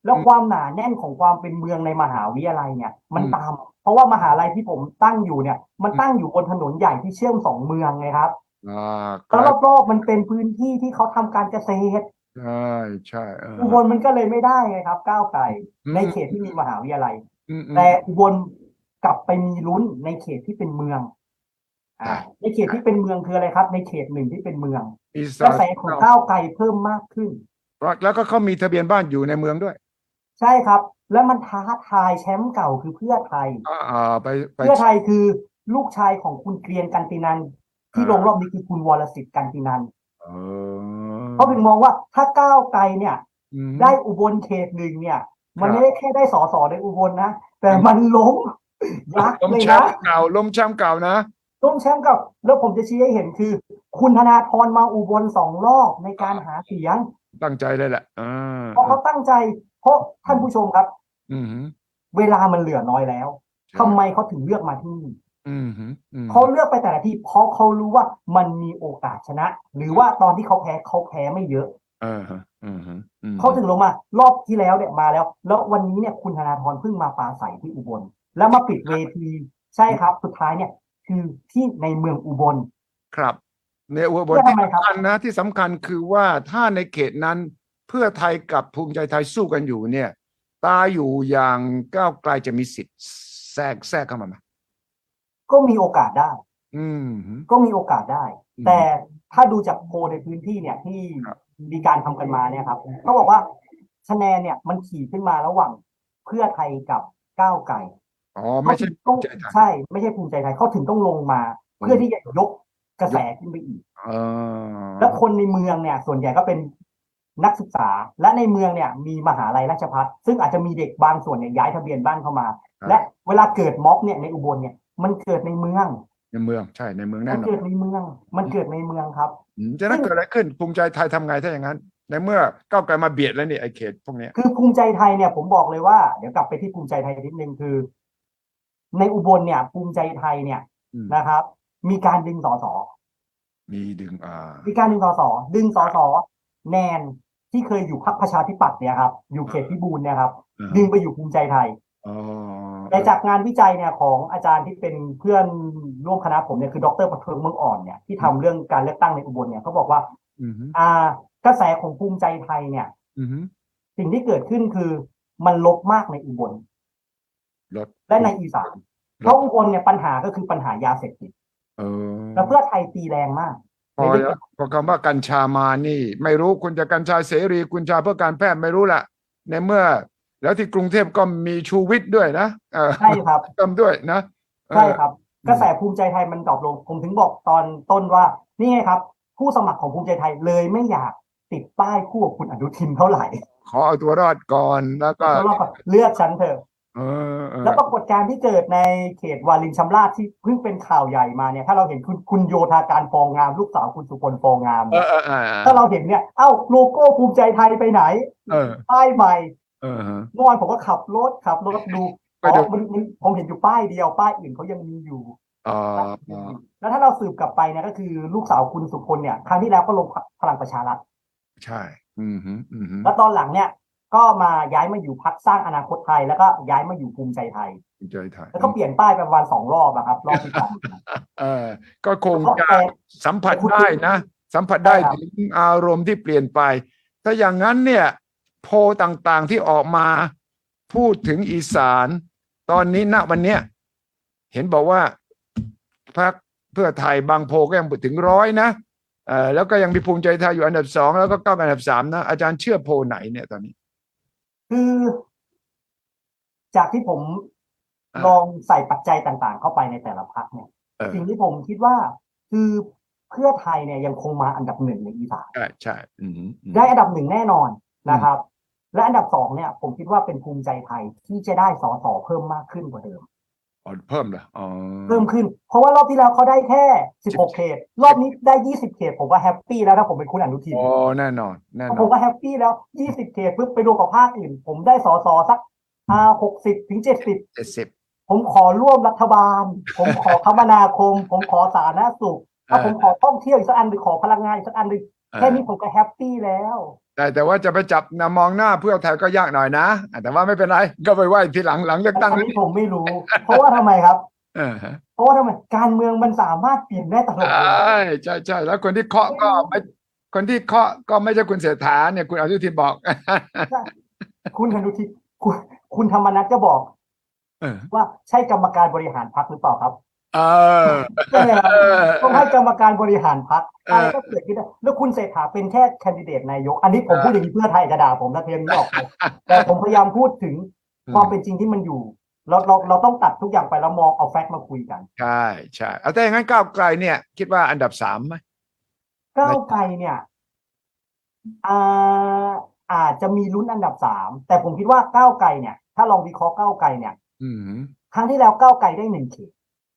Speaker 2: แล้ว
Speaker 1: อืม
Speaker 2: ความหนาแน่นของความเป็นเมืองในมหาวิทยาลัยเนี่ย มัน
Speaker 1: อืม
Speaker 2: ตาม เพราะว่ามหาลัยที่ผมตั้งอยู่เนี่ย มัน
Speaker 1: อืม
Speaker 2: ตั้งอยู่บนถนนใหญ่ที่เชื่อมสองเมืองไงครับ
Speaker 1: อ่าค
Speaker 2: แล้ว
Speaker 1: รับ
Speaker 2: รอบๆมันเป็นพื้นที่ที่เขาทำการเกษตร
Speaker 1: ใช่ใช่เออ
Speaker 2: อุบลมันก็เลยไม่ได้ไงครับ ก้าวไกล
Speaker 1: อืม
Speaker 2: ในเขตที่มีมหาวิทยาลัย
Speaker 1: อืมอืม
Speaker 2: แต่อุบลกลับไปมีลุ้นในเขตที่เป็นเมือง อ่า
Speaker 1: อ่า
Speaker 2: ในเขตที่เป็นเมืองคืออะไรครับ ในเขตหนึ่งที่เป็นเมือง
Speaker 1: อี
Speaker 2: ก
Speaker 1: สา
Speaker 2: ระ
Speaker 1: น
Speaker 2: แสของก้าวไกลเพิ่มมากขึ้น
Speaker 1: แล้วก็เขามีทะเบียนบ้านอยู่ในเมืองด้วย
Speaker 2: ใช่ครับ แล้วมันท้าทายแชมป์เก่าคือเพื่อไทย
Speaker 1: อ่าอ่าไปไป
Speaker 2: เพื่อไทยคือลูกชายของคุณเกรียนกันตินันที่
Speaker 1: อ่า
Speaker 2: ลงรอบนี้คือคุณวรสิทธิ์กันตินัน
Speaker 1: เอ
Speaker 2: เขาถึงมองว่าถ้าก้าวไกลเนี่ย
Speaker 1: อืม
Speaker 2: ได้อุบลเขตหนึ่งเนี่ย มั
Speaker 1: ครับ
Speaker 2: นไม่ได้แค่ได้สอสอในอุบลนะ แต่
Speaker 1: ครับ
Speaker 2: มันล้ มยักษ์
Speaker 1: ล้ม
Speaker 2: เลย
Speaker 1: แช
Speaker 2: นะ
Speaker 1: มป์เก่าล้มแชมป์เก่านะ
Speaker 2: ล้มแชมป์กับแล้วผมจะชี้ให้เห็นคือ คุณธนาธรมาอุบลสองรอบในการหาเสียง
Speaker 1: ตั้งใจเลยแหละอ่า
Speaker 2: เพราะเขาตั้งใจ เพราะท่านผู้ชมครับ
Speaker 1: อืมฮึ
Speaker 2: เวลามันเหลือน้อยแล้วทำไมเขาถึงเลือกมาที่นี่
Speaker 1: อืมฮึอืม
Speaker 2: เขาเลือกไปแต่ละที่เพราะเขารู้ว่ามันมีโอกาสชนะ หรือว่าตอนที่เขาแพ้เขาแพ้ไม่เยอะ
Speaker 1: เออฮะอืมฮึอืมฮึ
Speaker 2: เขาถึงลงมารอบที่แล้วเนี่ยมาแล้ว แล้ววันนี้เนี่ยคุณธนาธรเพิ่งมาปราศัยที่อุบล แล้วมาปิดเวทีใช่ครับ สุดท้ายเนี่ยคือที่ในเมืองอุบล
Speaker 1: ครับเนี่ยอุบล
Speaker 2: เพื่อ
Speaker 1: ที่
Speaker 2: ทำไมครับ
Speaker 1: สำคัญนะที่สำคัญคือว่าถ้าในเขตนั้นเพื่อไทยกับภูมิใจไทยสู้กันอยู่เนี่ย ตาอยู่อย่างก้าวไกลจะมีสิทธิ์แทรกแทรกเข้ามาไหม
Speaker 2: ก็มีโอกาสได้
Speaker 1: อืมฮึ
Speaker 2: ก็มีโอกาสได้
Speaker 1: อืม
Speaker 2: แต่ถ้าดูจากโพลในพื้นที่เนี่ยที่
Speaker 1: ครับ
Speaker 2: มีการทำกันมาเนี่ยครับเขาบอกว่าคะแนนเนี่ยมันขี่ขึ้นมาระหว่างเพื่อไทยกับก้าวไกล
Speaker 1: อ๋อไม่ใช่ภูมิใจไทย
Speaker 2: ใช่ ไม่ใช่ภูมิใจไทยเขาถึงต้องลงมา
Speaker 1: อืม
Speaker 2: เพื่อที่จะยกกระแสขึ้นไปอีก
Speaker 1: เออ
Speaker 2: แล้วคนในเมืองเนี่ย ส่วนใหญ่ก็เป็นนักศึกษา และในเมืองเนี่ย มีมหาลัยราชพัฒซึ่งอาจจะมีเด็กบางส่วนเนี่ยย้ายทะเบียนบ้านเข้ามา
Speaker 1: ครับ
Speaker 2: และเวลาเกิดม็อบเนี่ยในอุบลเนี่ยมันเกิดในเมือง
Speaker 1: ในเมืองใช่ในเมือง
Speaker 2: มั
Speaker 1: แน่
Speaker 2: น
Speaker 1: นอ
Speaker 2: เกิ
Speaker 1: น
Speaker 2: ดในเมือง มันเกิดในเมืองครับ
Speaker 1: อืมจะนั้นเกิดอะไรขึ้นภูมิใจไทยทำไงถ้าอย่างนั้น ในเมื่อก้าวไกลมาเบียดแล้วนี่ไอ้เขตพวกเนี้ย
Speaker 2: คือภูมิใจไทยเนี่ยผมบอกเลยว่าเดี๋ยวกลับไปที่ภูมิใจไทยนิดนึงคือ ในอุบลเนี่ย ภูมิใจไทยเนี่ย
Speaker 1: อืม
Speaker 2: นะครับ มีการดึงสส
Speaker 1: มีดึงอ่า
Speaker 2: มีการดึงสสดึงสสแนนที่เคยอยู่พรรคประชาธิปัตย์เนี่ยครับ อยู่เขตพิบูลเนี่ยครับ
Speaker 1: อ่า
Speaker 2: ดึงไปอยู่ภูมิใจไทย
Speaker 1: อ๋อ
Speaker 2: แต่จากงานวิจัยเนี่ยของอาจารย์ที่เป็นเพื่อนร่วมคณะผมเนี่ยคือดรประเทืองเมืองอ่อนเนี่ยที่ทำเรื่องการเลือกตั้งในอุบลเนี่ยเขาบอกว่า
Speaker 1: อืมฮึ
Speaker 2: อ่ากระแสของภูมิใจไทยเนี่ย
Speaker 1: อืมฮึ
Speaker 2: สิ่งที่เกิดขึ้นคือมันลบมากในอุบล
Speaker 1: ลด
Speaker 2: และในอีสานเพราะอุบลเนี่ยปัญหาก็คือปัญหายาเสพติด
Speaker 1: เออ
Speaker 2: และเพื่อไทยตีแรงมาก
Speaker 1: พอแล้วพอคำว่ากัญชามานี่ ไม่รู้คุณจะกัญชาเสรีคุณชาเพื่อการแพทย์ไม่รู้ละในเมื่อ แล้วที่กรุงเทพก็มีชูวิทย์ด้วยนะเออ
Speaker 2: ใช่ครับ
Speaker 1: ทำด้วยนะเออ
Speaker 2: ใช่ครับ
Speaker 1: ม
Speaker 2: กระแสภูมิใจไทยมันดรอปลงผมถึงบอกตอนต้นว่า นี่ไงครับ ผู้สมัครของภูมิใจไทยเลยไม่อยากติดป้ายคู่กับคุณอนุทินเท่าไหร่
Speaker 1: ขอเอาตัวรอดก่อนแล้วก็
Speaker 2: เพราะว่าแบบเลือกฉันเถอะ
Speaker 1: เออเออ
Speaker 2: แล้วปรากฏการณ์ที่เกิดในเขตวารินชำราบที่เพิ่งเป็นข่าวใหญ่มาเนี่ยถ้าเราเห็นคุณคุณโยธาการฟองงาม ลูกสาวคุณสุพลฟองงาม
Speaker 1: เออเออเออ
Speaker 2: ถ้าเราเห็นเนี่ยเอ้าโลโก้ภูมิใจไทยไปไหน
Speaker 1: เออ
Speaker 2: ป้ายใหม่
Speaker 1: เออฮะ
Speaker 2: เมื่อวานผมก็ขับรถขับรถดู
Speaker 1: ไป
Speaker 2: อ๋
Speaker 1: ดู
Speaker 2: อมันมันผมเห็นอยู่ป้ายเดียวป้ายอื่นเขายังมีอยู่
Speaker 1: อ่าอ่า
Speaker 2: แล้วถ้าเราสืบกลับไปเนี่ยก็คือลูกสาวคุณสุพลเนี่ยครั้งที่แล้วก็ลงพลังประชารัฐ
Speaker 1: ใช่ อืมฮึอืมฮึ
Speaker 2: แล้วตอนหลังเนี่ยก็มาย้ายมาอยู่พักสร้างอนาคตไทย แล้วก็ย้ายมาอยู่ภูมิใจไทย
Speaker 1: ภูมิใจไทย
Speaker 2: แล้วก็เปลี่ยนป้ายไปวันสองรอบนะครับรอบที่สาม
Speaker 1: เออก็คงจะ
Speaker 2: แต่
Speaker 1: สัมผัสได้นะ สัมผัสได้
Speaker 2: ใช่ครับ
Speaker 1: ถึงอารมณ์ที่เปลี่ยนไป ถ้าอย่างนั้นเนี่ย โพลต่างๆที่ออกมาพูดถึงอีสาน ตอนนี้ณวันเนี้ยเห็นบอกว่าพรรคเพื่อไทยบางโพลก็ยังถึงร้อยนะเออแล้วก็ยังมีภูมิใจไทยอยู่อันดับสองแล้วก็ก้าวไกลอันดับสามนะอาจารย์เชื่อโพลไหนเนี่ยตอนนี้
Speaker 2: คือ จากที่ผม
Speaker 1: อ่า
Speaker 2: ลองใส่ปัจจัยต่างๆ เข้าไปในแต่ละพักเนี่ย
Speaker 1: เออ
Speaker 2: สิ่งที่ผมคิดว่า คือเพื่อไทยเนี่ยยังคงมาอันดับหนึ่งในอีสาน
Speaker 1: ใช่ใช่อืมฮึอืมฮึ
Speaker 2: ได้อันดับหนึ่งแน่นอนนะครับ และอันดับสองเนี่ย ผมคิดว่าเป็นภูมิใจไทยที่จะได้สอสอเพิ่มมากขึ้นกว่าเดิม
Speaker 1: อ๋อเพิ่มเหรออ๋อ
Speaker 2: เพิ่มขึ้น เพราะว่ารอบที่แล้วเขาได้แค่ 16 เขต รอบนี้ได้ 20 เขต ผมก็แฮปปี้แล้วถ้าผมเป็นคุณอนุทิน
Speaker 1: อ๋อแน่นอนแน่น
Speaker 2: ผ
Speaker 1: อ
Speaker 2: ม
Speaker 1: น
Speaker 2: ก็แฮปปี้แล้ว 20 เขตปุ๊บไปรวมกับภาคอื่น ผมได้สอสอสักอ่า60 ถึง 70
Speaker 1: เจ็ดสิบ
Speaker 2: ผมขอร่วมรัฐบาล ผมขอคมนาคม ผมขอสาธารณสุขถ้าผมขอท่องเที่ยวอีกสักอันหรือขอพลังงานอีกสักอันหนึ่งแค่นี้ผมก็แฮปปี้แล้ว
Speaker 1: แต่แต่ว่าจะไปจับนะมองหน้าเพื่อไทยก็ยากหน่อยนะอ่ะแต่ว่าไม่เป็นไร ก็ไปไหว้ทีหลังหลังเลือกตั้ง
Speaker 2: อัน
Speaker 1: แล้ว
Speaker 2: นี้ผมไม่รู้ เพราะว่าทำไมครับ
Speaker 1: เออฮะ
Speaker 2: เพราะว่าทำไมการเมืองมันสามารถเปลี่ยนได้ตลอดเวลา
Speaker 1: ใช่ใช่ใช่แล้วคนที่เคาะก็ไม่คนที่เคาะก็ไม่ใช่คุณเสถาเนี่ยคุณอนุทินบอก
Speaker 2: คุณธนุทินคุณคุณธรรมนัฐก็บอก
Speaker 1: เออ
Speaker 2: ว่าใช่กรรมการบริหารพรรคหรือเปล่าครับ
Speaker 1: เออ
Speaker 2: ใช่ไหมครับ
Speaker 1: เออ
Speaker 2: ต้องให้กรรมการบริหารพรรค
Speaker 1: เอ
Speaker 2: อะ
Speaker 1: ออ
Speaker 2: ไรก็เกิดขึ้นได้แล้วคุณเศรษฐาเป็นแค่แคนดิเดตนายก อันนี้ผมพูดอย่างนี้เพื่อไทยจะด่าผมนะเทนบอกผมแต่ผมพยายามพูดถึงความเป็นจริงที่มันอยู่ เราเราเราต้องตัดทุกอย่างไปแล้วมองเอาแฟกต์มาคุยกัน
Speaker 1: ใช่ใช่เอาแต่อย่างนั้นก้าวไกลเนี่ย คิดว่าอันดับสามไหม
Speaker 2: ก้าวไกลเนี่ยอ่าอาจจะมีลุ้นอันดับสามแต่ผมคิดว่าก้าวไกลเนี่ย ถ้าลองวิเคราะห์ก้าวไกลเนี่ย
Speaker 1: อืม
Speaker 2: ครั้งที่แล้วก้าวไกลได้หนึ่งเขต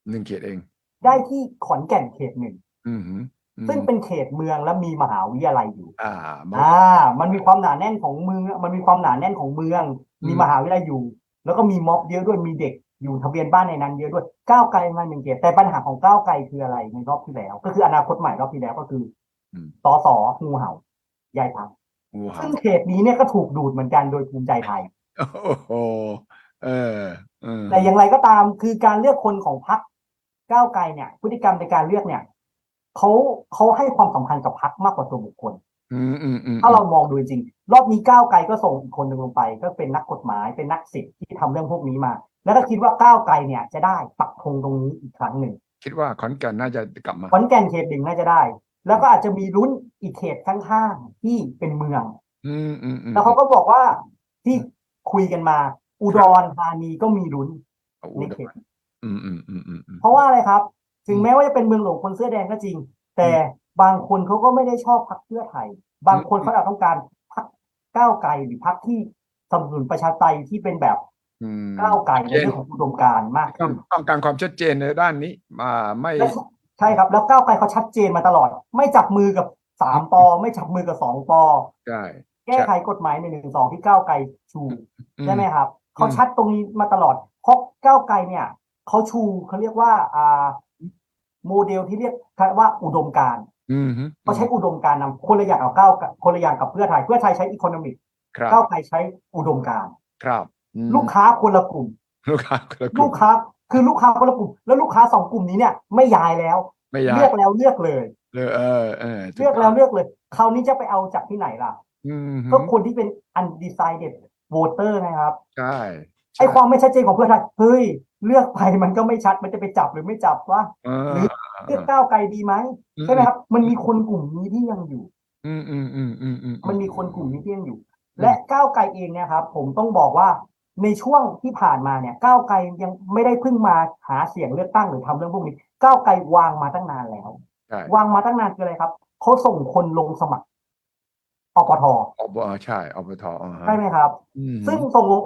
Speaker 1: หนึ่งเขตเอง
Speaker 2: ได้ที่ขอนแก่นเขตหนึ่ง
Speaker 1: อืมอืม
Speaker 2: ซึ่งเป็นเขตเมืองและมีมหาวิทยาลัยอยู่
Speaker 1: อ่าหมอ
Speaker 2: อ่า มันมีความหนาแน่นของเมือง มันมีความหนาแน่นของเมือง
Speaker 1: อืม
Speaker 2: มีมหาวิทยาลัยอยู่ แล้วก็มีม็อบเยอะด้วย มีเด็กอยู่ทะเบียนบ้านในนั้นเยอะด้วย ก้าวไกลมาหนึ่งเขต แต่ปัญหาของก้าวไกลคืออะไรในรอบที่แล้ว ก็คืออนาคตใหม่รอบที่แล้วก็คือ
Speaker 1: อืม
Speaker 2: สอสองูเห่าใหญ่พัก
Speaker 1: งูเห่า
Speaker 2: ซึ่งเขตนี้เนี่ยก็ถูกดูดเหมือนกันโดยภูมิใจไทย
Speaker 1: โอ้โหเออเออ
Speaker 2: แต่อย่างไรก็ตามคือการเลือกคนของพรรคก้าวไกลเนี่ย พฤติกรรมในการเลือกเนี่ยเขาเขาให้ความสำคัญกับพรรคมากกว่าตัวบุคคล
Speaker 1: อืมอืมอืม
Speaker 2: ถ้าเรามองดูจริงๆรอบนี้ก้าวไกลก็ส่งอีกคนหนึ่งลงไป ก็เป็นนักกฎหมายเป็นนักสิทธิ์ที่ทำเรื่องพวกนี้มา แล้วก็คิดว่าก้าวไกลเนี่ยจะได้ปักธงตรงนี้อีกครั้งหนึ่ง
Speaker 1: คิดว่าขอนแก่นน่าจะกลับมา
Speaker 2: ขอนแก่นเขตหนึ่งน่าจะได้ แล้วก็อาจจะมีลุ้นอีกเขตข้างๆที่เป็นเมือง
Speaker 1: อืมอืมอืม
Speaker 2: แล้วเขาก็บอกว่าที่คุยกันมา อุดรธานีก็มีลุ้นใน
Speaker 1: อุด
Speaker 2: เขต
Speaker 1: รอืมอืมอืมอืมอืม
Speaker 2: เพราะว่าอะไรครับ ถึงแม้ว่าจะเป็นเมืองหลวงคนเสื้อแดงก็จริง แต่บางคนเขาก็ไม่ได้ชอบพักเพื่อไทย บางคนเขาอาจต้องการพักก้าวไกลหรือพักที่สนับสนุนประชาธิปไตยที่เป็นแบบ
Speaker 1: อืม
Speaker 2: ก้าวไกลในเรื่องของอุดมการณ์มาก
Speaker 1: ต้อง
Speaker 2: ขึ้น
Speaker 1: ต้องการความชัดเจนในด้านนี้มาไม่
Speaker 2: และใช่ครับ แล้วก้าวไกลเขาชัดเจนมาตลอด ไม่จับมือกับสามปอไม่จับมือกับสองปอ
Speaker 1: ใช่
Speaker 2: แก้ไขกฎหมายในหนึ่งสองที่ก้าวไกลชู
Speaker 1: อื
Speaker 2: ใช่ไหมครับเขาชัดตรงนี้มาตลอดเพราะก้าวไกลเนี่ยเขาชูเขาเรียกว่าอ่าโมเดลที่เรียกว่าอุดมการณ์
Speaker 1: อืมฮึ
Speaker 2: เขาใช้อุดมการณ์นำคนละอย่างกับก้าวกับคนละอย่างกับเพื่อไทย เพื่อไทยใช้อีโคโนมิก
Speaker 1: ครับ
Speaker 2: ก้าวไกลใช้อุดมการณ์
Speaker 1: ครับอืม
Speaker 2: ลูกค้าคนละกลุ่ม
Speaker 1: ลูกค้าคนละก
Speaker 2: ลู
Speaker 1: ลุ่ม
Speaker 2: กค้าคือลูกค้าคนละกลุ่ม แล้วลูกค้าสองกลุ่มนี้เนี่ยไม่ย้ายแล้ว
Speaker 1: ไม่อยาก
Speaker 2: เลือกแล้วเลือกเลย
Speaker 1: เลยเออเออถู
Speaker 2: เลือกแล้วเลือกเลย คราวนี้จะไปเอาจากที่ไหนล่ะ
Speaker 1: อืมฮึ
Speaker 2: ก็คนที่เป็นอันดีไซเด็ดโวเตอร์นะครับ
Speaker 1: ใช่ใช่
Speaker 2: ไอความไม่ชัดเจนของเพื่อไทยเฮ้ยเลือกไปมันก็ไม่ชัดมันจะไปจับหรือไม่จับวะ
Speaker 1: เออ
Speaker 2: หรือ เลือกก้าวไกลดีไหมใช่ไหมครับ มันมีคนกลุ่มนี้ที่ยังอยู่
Speaker 1: อืมอืมอืมอืมอืมอื
Speaker 2: มันมีคนกลุ่มนี้ที่ยังอยู่ และก้าวไกลเองเนะครับ ผมต้องบอกว่าในช่วงที่ผ่านมาเนี่ย ก้าวไกลยังไม่ได้เพิ่งมาหาเสียงเลือกตั้งหรือทำเรื่องพวกนี้ ก้าวไกลวางมาตั้งนานแล้ว
Speaker 1: ใช่
Speaker 2: วางมาตั้งนานคืออะไรครับเขาส่งคนลงสมัครอบท
Speaker 1: อบอใช่อบทอ่าฮะ
Speaker 2: ใช่ไหมครับ
Speaker 1: อืม
Speaker 2: ซึ่งส่งลง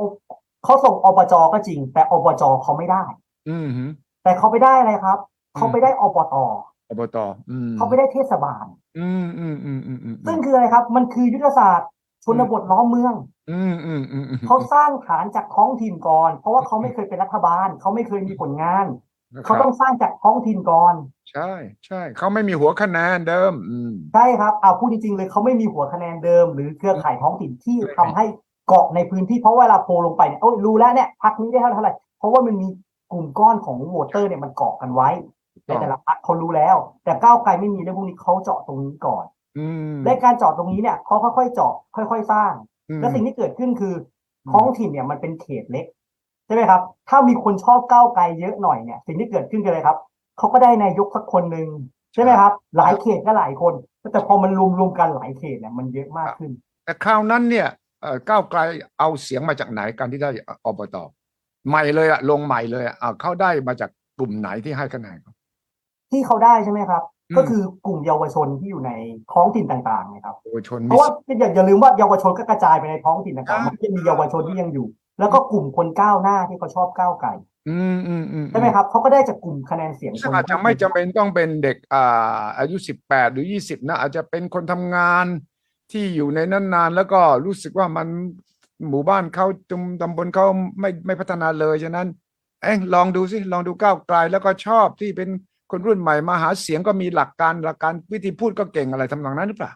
Speaker 2: เขาส่งอบจก็จริง แต่อบจเขาไม่ได้
Speaker 1: อืมฮึ
Speaker 2: แต่เขาไปได้อะไรครับเขาไปได้อบต
Speaker 1: อบตอืม
Speaker 2: เขาไปได้เทศบาล
Speaker 1: อืมอืมอืมอืมอืม
Speaker 2: ซึ่งคืออะไรครับ มันคือยุทธศาสตร์ชนบทล้อมเมือง
Speaker 1: อืมอืมอืมอืม
Speaker 2: เขาสร้างฐานจากท้องถิ่นก่อน เพราะว่าเขาไม่เคยเป็นรัฐบาล เขาไม่เคยมีผลงาน เขาต้องสร้างจากท้องถิ่นก่อน
Speaker 1: ใช่ใช่เขาไม่มีหัวคะแนนเดิม อืม
Speaker 2: ใช่ครับเอาพูดจริงๆเลยเขาไม่มีหัวคะแนนเดิม หรือเครือข่ายท้องถิ่นที่ทำให้เกาะในพื้นที่เพราะเวลาโพลลงไปเนี่ยโอ้ยรู้แล้วเนี่ยพักนี้ได้เท่าไหร่เพราะว่ามันมีกลุ่มก้อนของโหวตเตอร์เนี่ยมันเกาะกันไว้
Speaker 1: ถูก
Speaker 2: ใน
Speaker 1: ต้อง
Speaker 2: แต่ละพักเขารู้แล้ว แต่ก้าวไกลไม่มีเรื่องพวกนี้เขาเจาะตรงนี้ก่อน
Speaker 1: อืม
Speaker 2: และการเจาะตรงนี้เนี่ยเขาค่อยๆเจาะค่อยๆสร้าง และสิ่งที่เกิดขึ้นคืออ
Speaker 1: ม
Speaker 2: ท้องถิ่นเนี่ยมันเป็นเขตเล็กใช่ไหมครับ ถ้ามีคนชอบก้าวไกลเยอะหน่อยเนี่ย สิ่งที่เกิดขึ้นคืออะไรครับเขาก็ได้นายกสักคนหนึ่งใช่ไหมครับ หลายเขตก็หลายคน แต่พอมันรวมๆกันหลายเขตเนี่ยมันเยอะมากขึ้น
Speaker 1: แต่คราวนั้นเนี่ยเอ่อก้าวไกลเอาเสียงมาจากไหนการที่ได้อบตใหม่เลยอะลงใหม่เลยอะอ่าเขาได้มาจากกลุ่มไหนที่ให้คะแนนเขา
Speaker 2: ที่เขาได้ใช่ไหมครับ
Speaker 1: อืม
Speaker 2: ก็คือกลุ่มเยาวชนที่อยู่ในท้องถิ่นต่างๆนะครับ
Speaker 1: เยาวชน
Speaker 2: เพ
Speaker 1: มี
Speaker 2: ราะว่าอย่าอย่าลืมว่าเยาวชนก็กระจายไปในท้องถิ่นต่างๆมันก็ยังมีเยาวชนที่ยังอยู่ แล้วก็กลุ่มคนก้าวหน้าที่เขาชอบก้าวไกล
Speaker 1: อืมอืมอืม
Speaker 2: ใช่ไหมครับเขาก็ได้จากกลุ่มคะแนนเสียง
Speaker 1: ซึ่ง
Speaker 2: คน
Speaker 1: อาจจะไม่จำเป็นต้องเป็นเด็กอ่าอายุสิบแปดหรือยี่สิบนะอาจจะเป็นคนทำงานที่อยู่ในนั้นนานแล้วก็รู้สึกว่ามันหมู่บ้านเขาจุมตำบลเขาไม่ไม่พัฒนาเลยฉะนั้น เอ้ยลองดูสิลองดูก้าวไกลแล้วก็ชอบที่เป็นคนรุ่นใหม่มาหาเสียงก็มีหลักการหลักการวิธีพูดก็เก่งอะไรทำนองนั้นหรือเปล่า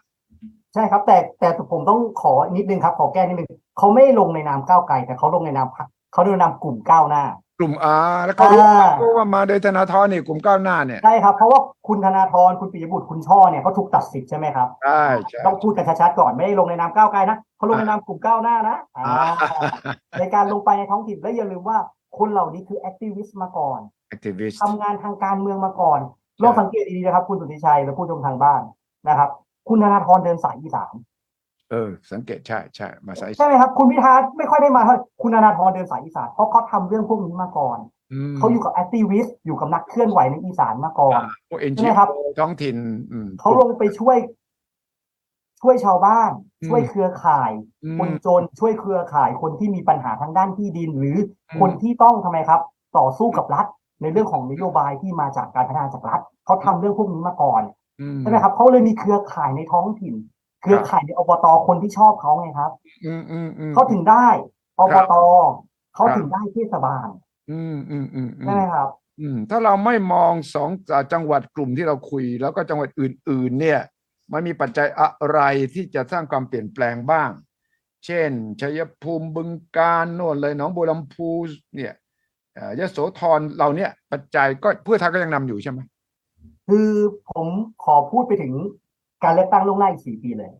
Speaker 2: ใช่ครับ แต่แต่ผมต้องขอนิดนึงครับ ขอแก้นิดนึงเขาไม่ได้ลงในนามก้าวไกล แต่เขาลงในนามพรรคเขาลงในนามกลุ่มก้าวหน้าก
Speaker 1: ลุ่มอาแล้วก็รู้
Speaker 2: อ่า
Speaker 1: รู้ว่ามาโดยธนาธรเนี่ยกลุ่มก้าวหน้าเนี่ย
Speaker 2: ใช่ครับ เพราะว่าคุณธนาธรคุณปิยบุตรคุณช่อเนี่ยเขาถูกตัดสิทธิ์ใช่ไหมครับ
Speaker 1: ใช่ใช่
Speaker 2: ต้องพูดกันชัดๆก่อนไม่ได้ลงในนามก้าวไกลนะเขาลงในนามกลุ่มก้าวหน้านะอ่า
Speaker 1: อ่า
Speaker 2: ในการลงไปในท้องถิ่นและอย่าลืมว่าคนเหล่านี้คือแอคทีฟิสต์มาก่อน
Speaker 1: activist
Speaker 2: ทำงานทางการเมืองมาก่อนลองสังเกตดีๆนะครับ คุณสุทธิชัยและผู้ชมทางบ้านนะครับ คุณธนาธรเดินสายอีสาน
Speaker 1: เออ สังเกตใช่ใช่มาสาย
Speaker 2: ใช่ไหมครับ คุณพิธาไม่ค่อยได้มาเท่าไหร่คุณธนาธรเดินสายอีสานเพราะเขาทำเรื่องพวกนี้มาก่อน
Speaker 1: ม
Speaker 2: เขาอยู่กับแอคทีฟิสต์อยู่กับนักเคลื่อนไหวในอีสานมาก่อน
Speaker 1: พวกเอ็น
Speaker 2: ใช่ไหมครับ
Speaker 1: ท้องถิ่นอืม
Speaker 2: เขาลงไปช่วย ช่วยชาวบ้าน
Speaker 1: อืม
Speaker 2: ช่วยเครือข่าย
Speaker 1: อืม
Speaker 2: คนจนช่วยเครือข่ายคนที่มีปัญหาทางด้านที่ดิน หรืออ
Speaker 1: ม
Speaker 2: คนที่ต้องทำไมครับ ต่อสู้กับรัฐ ในเรื่องของนโยบายที่มาจากการพัฒนาจากรัฐเขาทำเรื่องพวกนี้มาก่อน
Speaker 1: อืม
Speaker 2: ใช่ไหมครับเขาเลยมีเครือข่ายในท้องถิ่น เครือข่ายในอบตคนที่ชอบเขาไงครับ
Speaker 1: อืมอืมอืม
Speaker 2: เขาถึงได้อบ
Speaker 1: ครับ
Speaker 2: ตเขา
Speaker 1: ครับ
Speaker 2: ถึงได้เทศบาล
Speaker 1: อืมอืมอืมอืม
Speaker 2: ใช่ไหมครับ
Speaker 1: อืมถ้าเราไม่มองสองอ่าจังหวัดกลุ่มที่เราคุย แล้วก็จังหวัดอื่น ๆ เนี่ย มันมีปัจจัยอะไรที่จะสร้างความเปลี่ยนแปลงบ้าง เช่น ชัยภูมิบึงกาฬโน่นเลยหนองบัวลำพูเนี่ยเอ่อยโสธรเราเนี่ย ปัจจัยก็เพื่อไทยก็ยังนำอยู่ใช่ไหม
Speaker 2: คือผมขอพูดไปถึงการเลือกตั้งล่วงหน้าอีกสี่ปีเลย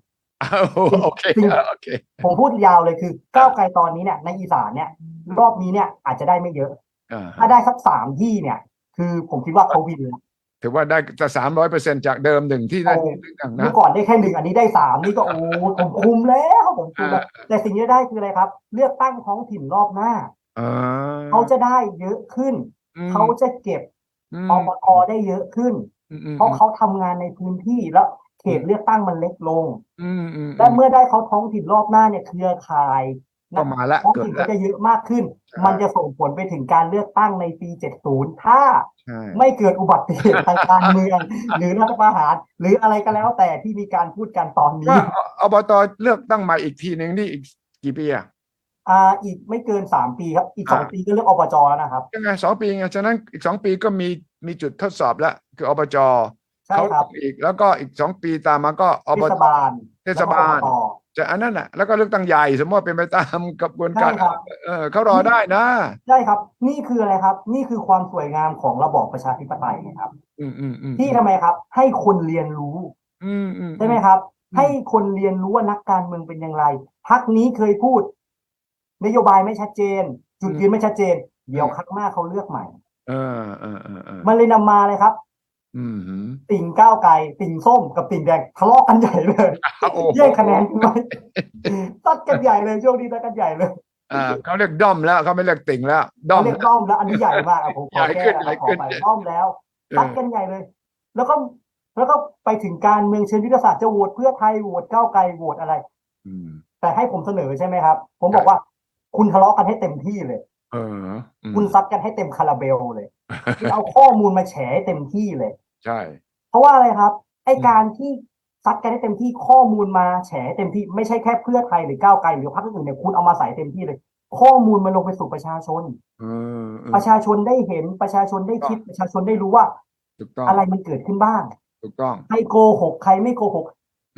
Speaker 1: อ้าวโอเคโอเค
Speaker 2: ผมพูดยาวเลยคือก้าวไกลตอนนี้เนี่ยในอีสานเนี่ยรอบนี้เนี่ยอาจจะได้ไม่เยอะ
Speaker 1: อ่า
Speaker 2: ถ้าได้สักสามที่เนี่ย คือผมคิดว่าเขาวินแล้ว
Speaker 1: ถือว่าได้จะสามร้อยเปอร์เซ็นจากเดิมหนึ่งที่ได้
Speaker 2: โอ้
Speaker 1: ที่ตั้งนะ
Speaker 2: เมื่อก่อนได้แค่หนึ่งอันนี้ได้สามนี่ก็โอ้ผมคุมแล้วผมคุมแล้วแต่สิ่งที่ได้คืออะไรครับ เลือกตั้งท้องถิ่นรอบหน้า
Speaker 1: เออ
Speaker 2: เขาจะได้เยอะขึ้น
Speaker 1: อืม
Speaker 2: เขาจะเก็บ
Speaker 1: อืม
Speaker 2: อบตได้เยอะขึ้น
Speaker 1: อืมอืม
Speaker 2: เพราะเขาทำงานในพื้นที่แล้วเขตเลือกตั้งมันเล็กลง
Speaker 1: อืมอืม
Speaker 2: และเมื่อได้เขาท้องถิ่นรอบหน้าเนี่ยเครือข่าย
Speaker 1: ก็
Speaker 2: นัก
Speaker 1: มาละ
Speaker 2: ท้อง
Speaker 1: เกิด
Speaker 2: ถิ่นก็
Speaker 1: ละ
Speaker 2: จะเยอะมากขึ้น
Speaker 1: ใช่
Speaker 2: มันจะส่งผลไปถึงการเลือกตั้งในปี 70 ถ้า
Speaker 1: ใช่
Speaker 2: ไม่เกิดอุบัติเหตุทางการเมือง หรือรัฐประหาร หรืออะไรก็แล้วแต่ที่มีการพูดกันตอนนี้
Speaker 1: ว่าอบตเลือกตั้งใหม่อีกทีหนึ่งนี่อีกกี่ปีอ่ะ
Speaker 2: อ่า อีกไม่เกิน 3 ปีครับ อีก 2 ปีก็เลือกอบจแล้วนะครับ
Speaker 1: ยังไงสองปีไงฉะนั้นอีกสองปีก็มีมีจุดทดสอบละคืออบจ
Speaker 2: ใช่
Speaker 1: เขา
Speaker 2: ครับ
Speaker 1: อีกแล้วก็อีกสองปีตามมาก็อบ
Speaker 2: เทศ
Speaker 1: ต
Speaker 2: บาล
Speaker 1: เทศบาล
Speaker 2: แวก็อบต
Speaker 1: จะอันนั้นแหละแล้วก็เลือกตั้งใหญ่สมมติว่าเป็นไปตามกระบวนการ
Speaker 2: ใช่ครับ
Speaker 1: เออเขารอได้นะ
Speaker 2: ใช่ครับ นี่คืออะไรครับ นี่คือความสวยงามของระบอบประชาธิปไตยนะครับ
Speaker 1: อืมอืมอืม
Speaker 2: ที่ทำไมครับ ให้คนเรียนรู้
Speaker 1: อืมอืม
Speaker 2: ใช่ไหมครับ
Speaker 1: อืม
Speaker 2: ให้คนเรียนรู้ว่านักการเมืองเป็นอย่างไรพักนี้เคยพูด นโยบายไม่ชัดเจน จุดยืนไม่ชัดเจน เดี๋ยวครั้งหน้าเขาเลือกใหม่
Speaker 1: เออเออเออเออ
Speaker 2: มันเลยนำมาเลยครับ
Speaker 1: อืมหืม
Speaker 2: ติ่งก้าวไกลติ่งส้มกับติ่งแดงทะเลาะกันใหญ่เลย
Speaker 1: อ้าวโอ้โห
Speaker 2: แย่งคะแนนกันไปตัดกันใหญ่เลยช่วงนี้ตัดกันใหญ่เลย
Speaker 1: อ่าเขาเรียกด้อมแล้วเขาไม่เรียกติ่งแล้วด้อม
Speaker 2: เขาเรียกด้อมแล้วอันนี้ใหญ่มากอ่ะผมขอแก้นะ
Speaker 1: ให
Speaker 2: ค
Speaker 1: ญ่
Speaker 2: รับข
Speaker 1: ขึ้
Speaker 2: อน ไป
Speaker 1: ใหญ่ขึ้น
Speaker 2: ด้อมแล้วตัดกันใหญ่เลย แล้วก็แล้วก็ไปถึงการเมืองเชิงยุทธศาสตร์จะโหวตเพื่อไทยโหวตก้าวไกลโหวตอะไร
Speaker 1: อืม
Speaker 2: แต่ให้ผมเสนอใช่ไหมครับ ผมบอกว่าคุณทะเลาะกันให้เต็มที่เลย
Speaker 1: เอออืม
Speaker 2: คุณซัดกันให้เต็มคาราเบล เลย คุณเอาข้อมูลมาแฉให้เต็มที่เลย
Speaker 1: ใช่
Speaker 2: เพราะว่าอะไรครับ ไอ
Speaker 1: อืม
Speaker 2: การที่ซัดกันให้เต็มที่ข้อมูลมาแฉให้เต็มที่ไม่ใช่แค่เพื่อไทยหรือก้าวไกลหรือพรรคอื่นๆเนี่ยคุณเอามาใส่เต็มที่เลย ข้อมูลมันลงไปสู่ประชาชน
Speaker 1: เออเออ
Speaker 2: ประชาชนได้เห็นประชาชนได้คิดประชาชนได้รู้ว่า
Speaker 1: ถูกต้อง
Speaker 2: อะไรมันเกิดขึ้นบ้าง
Speaker 1: ถูกต้อง
Speaker 2: ใครโกหกใครไม่โกหก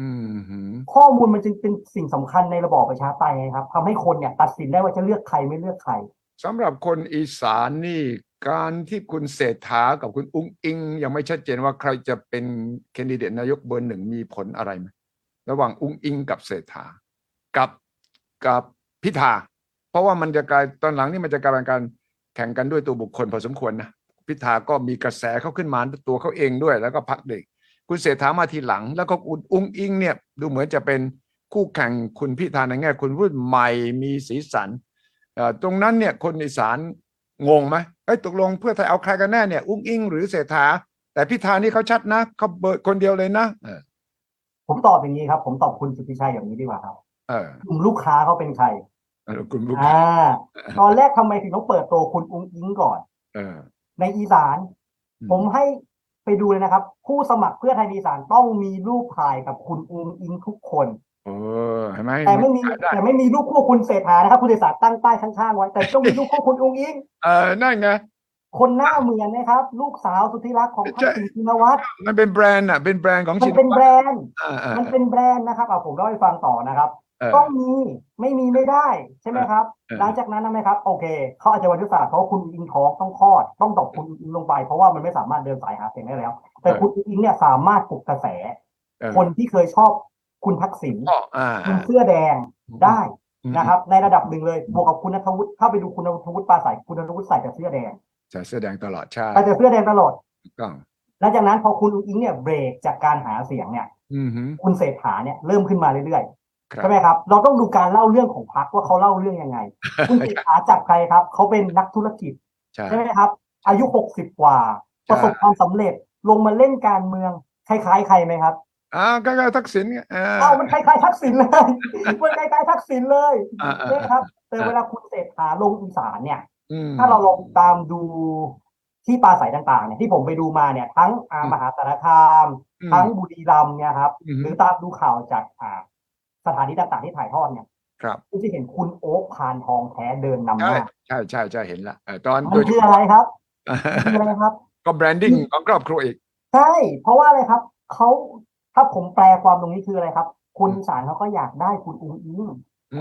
Speaker 1: อืมหืม
Speaker 2: ข้อมูลมันจึงเป็นสิ่งสำคัญในระบอบประชาธิปไตยไงครับทำให้คนเนี่ยตัดสินได้ว่าจะเลือกใครไม่เลือกใคร
Speaker 1: สำหรับคนอีสานนี่ การที่คุณเศรษฐากับคุณอุ้งอิง ยังไม่ชัดเจนว่าใครจะเป็นแคนดิเดตนายกเบอร์หนึ่งมีผลอะไรไหมระหว่างอุ้งอิงกับเศรษฐา กับกับพิธา เพราะว่ามันจะกลายตอนหลังนี่มันจะกลายเป็นการแข่งกันด้วยตัวบุคคลพอสมควรนะพิธาก็มีกระแสเขาขึ้นมาด้วยตัวเขาเองด้วย แล้วก็พักเด็ก คุณเศรษฐามาทีหลัง แล้วก็คุณอุ้งอิงเนี่ยดูเหมือนจะเป็นคู่แข่งคุณพิธาในแง่คุณรุ่นใหม่มีสีสันเอ่อตรงนั้นเนี่ยคนอีสานงงไหมเอ้ยตกลงเพื่อไทยเอาใครกันแน่เนี่ยอุ้งอิงหรือเศรษฐา แต่พิธานี่เขาชัดนะเขาเบอร์คนเดียวเลยนะเออ
Speaker 2: ผมตอบอย่างนี้ครับ ผมตอบคุณสุทธิชัยอย่างนี้ดีกว่าครับ
Speaker 1: เออก
Speaker 2: ลุ่มลูกค้าเขาเป็นใคร
Speaker 1: เออคุณบุค
Speaker 2: อ่าตอนแรกทำไมถึงต้องเปิดตัวคุณอุ้งอิงก่อน
Speaker 1: เออ
Speaker 2: ในอีสาน
Speaker 1: อืม
Speaker 2: ผมให้ไปดูเลยนะครับ ผู้สมัครเพื่อไทยในอีสานต้องมีรูปถ่ายกับคุณอุ้งอิงทุกคน
Speaker 1: เออเห็นไหม
Speaker 2: แต่ไม่มี
Speaker 1: ขายได้
Speaker 2: แต่ไม่มีรูปคู่คุณเศรษฐานะครับคุณเศรษฐาตั้งป้ายข้างๆไว้แต่ต้องมีรูปคู่คุณอุ้งอิง
Speaker 1: เออนั่นไง
Speaker 2: คนหน้าเหมือนนะครับ ลูกสาวสุดที่รักของทั
Speaker 1: ใช่
Speaker 2: กษิณชินวัตร
Speaker 1: มันเป็นแบรนด์อ่ะเป็นแบรนด์ของ
Speaker 2: มั
Speaker 1: ชิ
Speaker 2: น
Speaker 1: น
Speaker 2: เป็นแบร
Speaker 1: วัตร
Speaker 2: นด์
Speaker 1: เออเออ
Speaker 2: มันเป็นแบรนด์นะครับอ่ะผมเล่าให้ฟังต่อนะครับ
Speaker 1: เออ
Speaker 2: ต้องมีไม่มีไม่ได้ใช่ไหมครับ
Speaker 1: เออ
Speaker 2: หลังจากนั้นนะไหมครับ โอเคเขาอาจจะวันที่สามเพราะว่าคุณอิงท้องต้องคลอด ต้องตกคุณอิงลงไป เพราะว่ามันไม่สามารถเดินสายหาเสียงได้แล้ว แต่คุณอิงเนี่ยสามารถปลุกกระแส
Speaker 1: เออ
Speaker 2: คนที่เคยชอบคุณทักษิณ
Speaker 1: อ๋ออ่า
Speaker 2: คุณเสื้อแดงได้นะครับ ในระดับหนึ่งเลยบวกกับคุณนัทวุฒิถ้าไปดูคุณนัทวุฒิปลาใสคุณนัทวุฒิใส่แต่เสื้อแดง
Speaker 1: ใส่เสื้อแดงตลอดชาติ
Speaker 2: ใส่แต่เสื้อแดงตลอด
Speaker 1: ถูกต้อง
Speaker 2: หลังจากนั้นพอคุณอุ้งอิงเนี่ยเบรกจากการหาเสียงเนี่ย
Speaker 1: อือหือ
Speaker 2: คุณเศรษฐาเนี่ยเริ่มขึ้นมาเรื่อย
Speaker 1: ค
Speaker 2: ๆ
Speaker 1: รับ
Speaker 2: ใช่ไหมครับ เราต้องดูการเล่าเรื่องของพรรคว่าเขาเล่าเรื่องยังไง คุณเศรษฐาจากใครครับ เขาเป็นนักธุรกิจ
Speaker 1: ใช่
Speaker 2: ใช่ไหมครับ อายุ 60 กว่า
Speaker 1: ใช่
Speaker 2: ประสบความสำเร็จลงมาเล่นการเมืองคล้ายๆใครไหมครับ
Speaker 1: อ่าก็ก็ทักษิณไงอ่า
Speaker 2: เอ้ามันคล้ายๆทักษิณเลย มันคล้ายๆทักษิณเลย
Speaker 1: อ่าๆๆ
Speaker 2: นะครับแต่เวลาคุณเศรษฐาลงอีสานเนี่ย
Speaker 1: อืม
Speaker 2: ถ้าเราลองตามดูที่ปลาใสต่างๆเนี่ยที่ผมไปดูมาเนี่ย ทั้งอ่า
Speaker 1: อืม
Speaker 2: มหาสารคาม
Speaker 1: อืม
Speaker 2: ทั้งบุรีรัมย์เนี่ยครับ
Speaker 1: อือฮึ
Speaker 2: หรือตามดูข่าวจากอ่าสถานีต่างๆที่ถ่ายทอดเนี่ย
Speaker 1: ครับ
Speaker 2: คุณจะเห็นคุณโอ๊คพานทองแท้เดินนำห
Speaker 1: ใช่
Speaker 2: น้า
Speaker 1: ใช่ใช่ใช่เห็นละเออตอน
Speaker 2: มั
Speaker 1: โดย
Speaker 2: น
Speaker 1: เฉ
Speaker 2: คืออะ
Speaker 1: พาะ
Speaker 2: ไรครับคืออะไรครับ
Speaker 1: ก็แบรนดิ้งของครอบครัวอีก
Speaker 2: ใช่เพราะว่าอะไรครับเขาถ้าผมแปลความตรงนี้คืออะไรครับ คุณอีสารเขาก็อยากได้คุณอุ้งอิง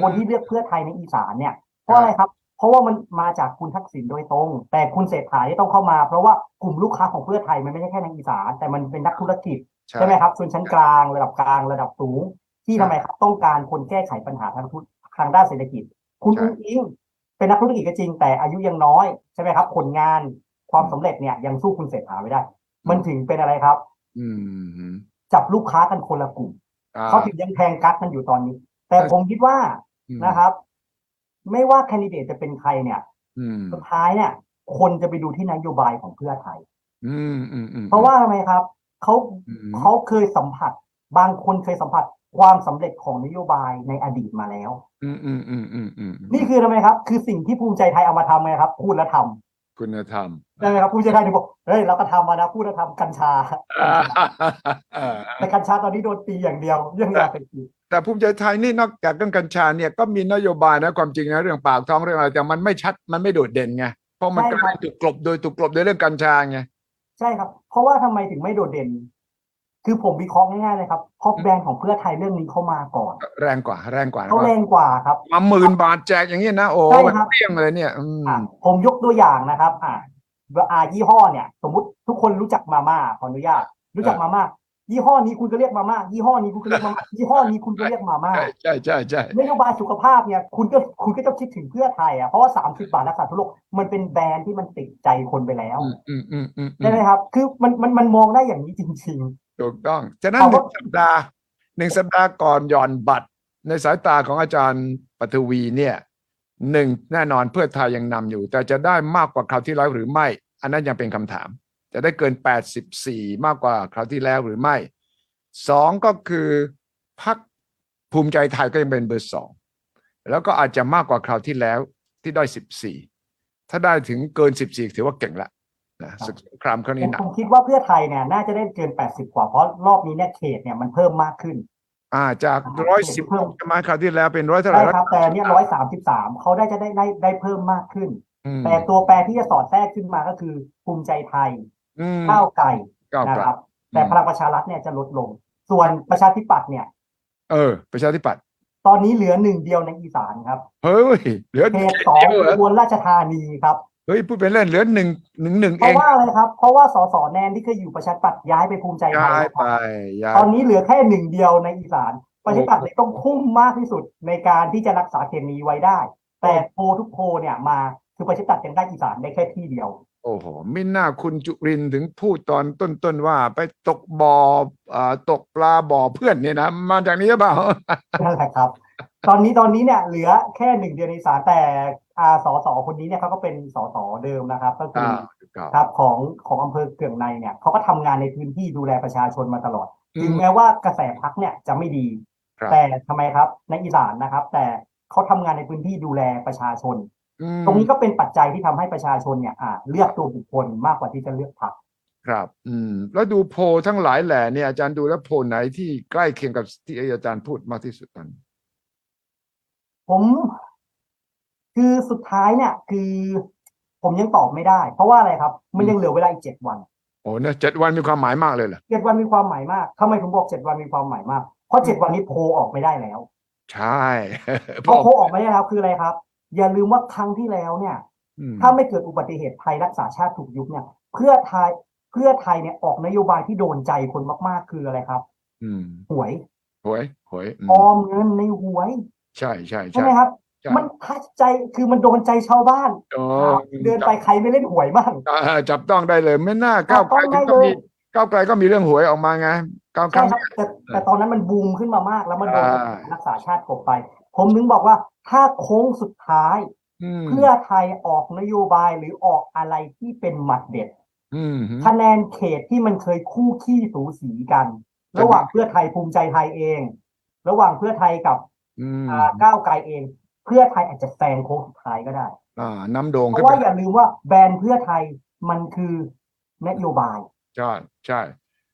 Speaker 2: คนที่เลือกเพื่อไทยในอีสานเนี่ยเพราะอะไรครับ เพราะว่ามันมาจากคุณทักษิณโดยตรง แต่คุณเศรษฐาที่ยต้องเข้ามา เพราะว่ากลุ่มลูกค้าของเพื่อไทยมันไม่ใช่แค่ในอีสาน แต่มันเป็นนักธุรกิจ ใช่ไหมครับชนชั้นกลางระดับกลางระดับสูง ที่
Speaker 1: ใช่
Speaker 2: ทำไมครับต้องการคนแก้ไขปัญหาทางธุรทางด้านเศรษฐกิจ คุณ
Speaker 1: ใช่
Speaker 2: อุ้งอิงเป็นนักธุรกิจก็จริงแต่อายุยังน้อยใช่ไหมครับ ผลงานความสำเร็จเนี่ยยังสู้คุณเศรษฐาไม่ได้ มันถึงเป็นอะไรครับ
Speaker 1: อืมอืม
Speaker 2: จับลูกค้ากันคนละกลุ่ม
Speaker 1: อ่า
Speaker 2: เขาถึงยังแทงกั๊กกันอยู่ตอนนี้ แต่
Speaker 1: ใช่
Speaker 2: ผมคิดว่า
Speaker 1: อืม
Speaker 2: นะครับ ไม่ว่าแคนดิเดตจะเป็นใครเนี่ย
Speaker 1: อืม
Speaker 2: สุดท้ายเนี่ย คนจะไปดูที่นโยบายของเพื่อไทย
Speaker 1: อืมอืมอืม
Speaker 2: เพราะว่าทำไมครับเขา
Speaker 1: อืม
Speaker 2: เขาเคยสัมผัส บางคนเคยสัมผัสความสำเร็จของนโยบายในอดีตมาแล้ว
Speaker 1: อืมอืมอืมอืมอืม
Speaker 2: นี่คือทำไมครับ คือสิ่งที่ภูมิใจไทยเอามาทำไงครับพูดแล้วท
Speaker 1: คุณธรรม
Speaker 2: ำได้ไหมครับภูมิใจไทยถึงบอกเฮ้ยเราก็ทำมานะพูดแล้วทำกัญชา
Speaker 1: อ่าอ่า
Speaker 2: แต่กัญชาตอนนี้โดนตีอย่างเดียวเรื่องยาเสพติด
Speaker 1: แต่ภูมิใจไทยนี่นอกจากเรื่องกัญชาเนี่ยก็มีนโยบายนะความจริงนะเรื่องปากท้องเรื่องอะไรแต่มันไม่ชัดมันไม่โดดเด่นไงเพราะมันกลายเป็นถูกกลบโดยถูกกลบโดยเรื่องกัญชาไง
Speaker 2: ใช่ครับ เพราะว่าทำไมถึงไม่โดดเด่น คือผมวิเคราะห์ง่ายๆเลยครับเพราะแบรนด์ของเพื่อไทยเรื่องนี้เข้ามาก่อน
Speaker 1: แรงกว่าแรงกว่านะ
Speaker 2: เขาแรงกว่าครับ
Speaker 1: มาหมื่นบาทแจกอย่างนี้ยนะโอ้
Speaker 2: ใช่
Speaker 1: มัน
Speaker 2: ครับ
Speaker 1: เปรี้ยงเลยเนี่ย อืม
Speaker 2: อ่ะผมยกตัวอย่างนะครับ อ่าอายี่ห้อเนี่ย สมมติทุกคนรู้จักมาม่าขออนุญาต รู้จักมาม่ายี่ห้อนี้คุณก็เรียกมาม่ายี่ห้อนี้คุณก็เรียก มาม่ายี่ห้อนี้คุณก็เรียกมาม่า
Speaker 1: ใช่ใช่ใช่ใช่
Speaker 2: นโยบายสุขภาพเนี่ยคุณก็คุณก็ต้องคิดถึงเพื่อไทยอ่ะเพราะว่าสามสิบบาทรักษาทุกโรคมันเป็นแบรนด์ที่มันติดใจคนไปแล้ว
Speaker 1: อืมอืมอืมอืมอื
Speaker 2: ใช่
Speaker 1: ม
Speaker 2: ไหมครับ คือมันมันมันมองได้อย่างนี้จริง
Speaker 1: ถูกต้อง ฉะนั้นห
Speaker 2: แต่
Speaker 1: นึ่
Speaker 2: ว่า
Speaker 1: งสัปดาห์หนึ่งสัปดาห์ก่อนหย่อนบัตร ในสายตาของอาจารย์ปฐวีเนี่ยหนึ่งแน่นอนเพื่อไทยยังนำอยู่ แต่จะได้มากกว่าคราวที่แล้วหรือไม่ อันนั้นยังเป็นคำถาม จะได้เกิน 84 มากกว่าคราวที่แล้วหรือไม่สองก็คือพักภูมิใจไทยก็ยังเป็นเบอร์สองแล้วก็อาจจะมากกว่าคราวที่แล้วที่ได้ 14 ถ้าได้ถึงเกิน 14 ถือว่าเก่งละนะศึกสงครามครั้ง
Speaker 2: ๆ
Speaker 1: นี้
Speaker 2: แต่
Speaker 1: หนัก
Speaker 2: ผมคิดว่าเพื่อไทยเนี่ยน่าจะได้เกินแปดสิบกว่าเพราะรอบนี้เนี่ยเขตเนี่ยมันเพิ่มมากขึ้น
Speaker 1: อ่าจาก
Speaker 2: อ่า
Speaker 1: ร้อย
Speaker 2: เพิ่
Speaker 1: สิบ
Speaker 2: มเพิ่ม
Speaker 1: ใช่ไหมคราวที่แล้วเป็นร้อยเท่าไหร่
Speaker 2: ใช่ครับแต่เนี่ยร้อยสามสิบสามเขาได้จะได้ได้ได้เพิ่มมากขึ้น
Speaker 1: อืม
Speaker 2: แต่ตัวแปรที่จะสอดแทรกขึ้นมาก็คือภูมิใจไทย
Speaker 1: อืม
Speaker 2: ก้าวไกล
Speaker 1: ก้าว
Speaker 2: นะ
Speaker 1: ไกล
Speaker 2: ครับ แต่พลังประชารัฐเนี่ยจะลดลง ส่วนประชาธิปัตย์เนี่ย
Speaker 1: เออ ประชาธิปัตย์
Speaker 2: ตอนนี้เหลือหนึ่งเดียวในอีสานครับ
Speaker 1: เฮ้ย เหลือ
Speaker 2: เข
Speaker 1: เดี
Speaker 2: ตสอง
Speaker 1: ยวเหรอ
Speaker 2: อุบลราชธานีครับ
Speaker 1: เฮ้ยพูดเป็นเล่นเหลือหนึ่งหนึ่งหนึ่ง
Speaker 2: เพ
Speaker 1: เอ
Speaker 2: ราะ
Speaker 1: ง
Speaker 2: ว่าอะไรครับ เพราะว่าสสแนนที่เคยอยู่ประชาธิปัตย์ย้ายไปภูมิใจไทย
Speaker 1: ย้าย
Speaker 2: นะค
Speaker 1: ไป
Speaker 2: รับ
Speaker 1: ย้า
Speaker 2: ต
Speaker 1: ย
Speaker 2: อนนี้เหลือแค่หนึ่งเดียวในอีสาน ประชาธิปัตย์เลยต้องคุ้มมากที่สุดในการที่จะรักษาเขตนี้ไว้ได้ แต่โพลทุกโพลเนี่ยมาคือประชาธิปัตย์ยังได้อีสานได้แค่ที่เดียว
Speaker 1: โอ้โหมิน่าคุณจุรินทร์ถึงพูดตอนต้นๆว่าไปตกบ่ออ่าตกปลาบ่อเพื่อนเนี่ยนะ มาจากนี้หรือเปล่า
Speaker 2: นั่นแหละครับ ตอนนี้ตอนนี้เนี่ยเหลือแค่หนึ่งเดือนในสารแต่อาสอสอคนนี้เนี่ยเขาก็เป็นสอสอเดิมนะครับ ก็คือ
Speaker 1: อ่า
Speaker 2: อ
Speaker 1: ครับ
Speaker 2: ครับของของอำเภอเกืองในเนี่ยเขาก็ทำงานในพื้นที่ดูแลประชาชนมาตลอด
Speaker 1: อื
Speaker 2: ถึง
Speaker 1: ม
Speaker 2: แม้ว่ากระแสพักเนี่ยจะไม่ดี
Speaker 1: ครับ
Speaker 2: แต่ทำไมครับในอีสานนะครับ แต่เขาทำงานในพื้นที่ดูแลประชาชน ตรงนี้ก็เป็นปัจจัยที่ทำให้ประชาชนเนี่ยอ่าเลือกตัวบุคคลมากกว่าที่จะเลือกพรรค
Speaker 1: ครับ อืม แล้วดูโพลทั้งหลายแหล่เนี่ยอาจารย์ดูแล้วโพลไหนที่ใกล้เคียงกับที่อาจารย์พูดมากที่สุดตอนนี้
Speaker 2: ผม คือสุดท้ายเนี่ย คือ ผมยังตอบไม่ได้ เพราะว่าอะไรครับ มันยังเหลือเวลาอีกเจ็ดวัน
Speaker 1: โอ้เนี่ยเจ็ดวันมีความหมายมากเลยเหรอ
Speaker 2: เจ็ดวันมีความหมายมากทำไมผมบอกเจ็ดวันมีความหมายมาก เพราะเจ็ดวันนี้โพลออกไม่ได้แล้ว
Speaker 1: ใช่
Speaker 2: เพราะโพลออกไม่ได้แล้วคืออะไรครับ อย่าลืมว่าครั้งที่แล้วเนี่ย
Speaker 1: อืม
Speaker 2: ถ้าไม่เกิดอุบัติเหตุไทยรักษาชาติถูกยุบเนี่ย เพื่อไทยเพื่อไทยเนี่ยออกนโยบายที่โดนใจคนมากๆ คืออะไรครับ
Speaker 1: อืม
Speaker 2: หวย
Speaker 1: หวยหวยอืม
Speaker 2: ออมเงินในหวย
Speaker 1: ใช่ใช่
Speaker 2: ใช่
Speaker 1: ใช่
Speaker 2: ไหมครับ
Speaker 1: ใช่
Speaker 2: มันทัดใจคือมันโดนใจชาวบ้าน
Speaker 1: โอ้
Speaker 2: เดินไปใครไม่เล่นหวยบ้าง
Speaker 1: จับเออจับต้องได้เลยไม่น่าก้าวไกลถึ
Speaker 2: ต้องได้
Speaker 1: ง
Speaker 2: เล
Speaker 1: ต้อง
Speaker 2: ย
Speaker 1: มีก้าวไกลก็มีเรื่องหวยออกมาไงก้าวค
Speaker 2: ใช่
Speaker 1: รั้ง
Speaker 2: ครับแต่แต่ตอนนั้นมันบูมขึ้นมามาก แล้วมันโดน
Speaker 1: ใช่
Speaker 2: รักษาชาติกบไป ผมถึงบอกว่าถ้าโค้งสุดท้าย
Speaker 1: อืม
Speaker 2: เพื่อไทยออกนโยบายหรือออกอะไรที่เป็นหมัดเด็ด
Speaker 1: อืมฮึ
Speaker 2: คะแนนเขตที่มันเคยคู่ขี้สูสีกัน
Speaker 1: จะ
Speaker 2: ระหว่างเพื่อไทยภูมิใจไทยเอง ระหว่างเพื่อไทยกับ
Speaker 1: อืม
Speaker 2: อ่าก้าวไกลเอง เพื่อไทยอาจจะแซงโค้งสุดท้ายก็ได้
Speaker 1: อ่าน้ำโด่ง
Speaker 2: เพ
Speaker 1: ขึ้นไป
Speaker 2: ราะว่าอย่าลืมว่าแบรนด์เพื่อไทยมันคือนโยบาย
Speaker 1: ใช่ใช่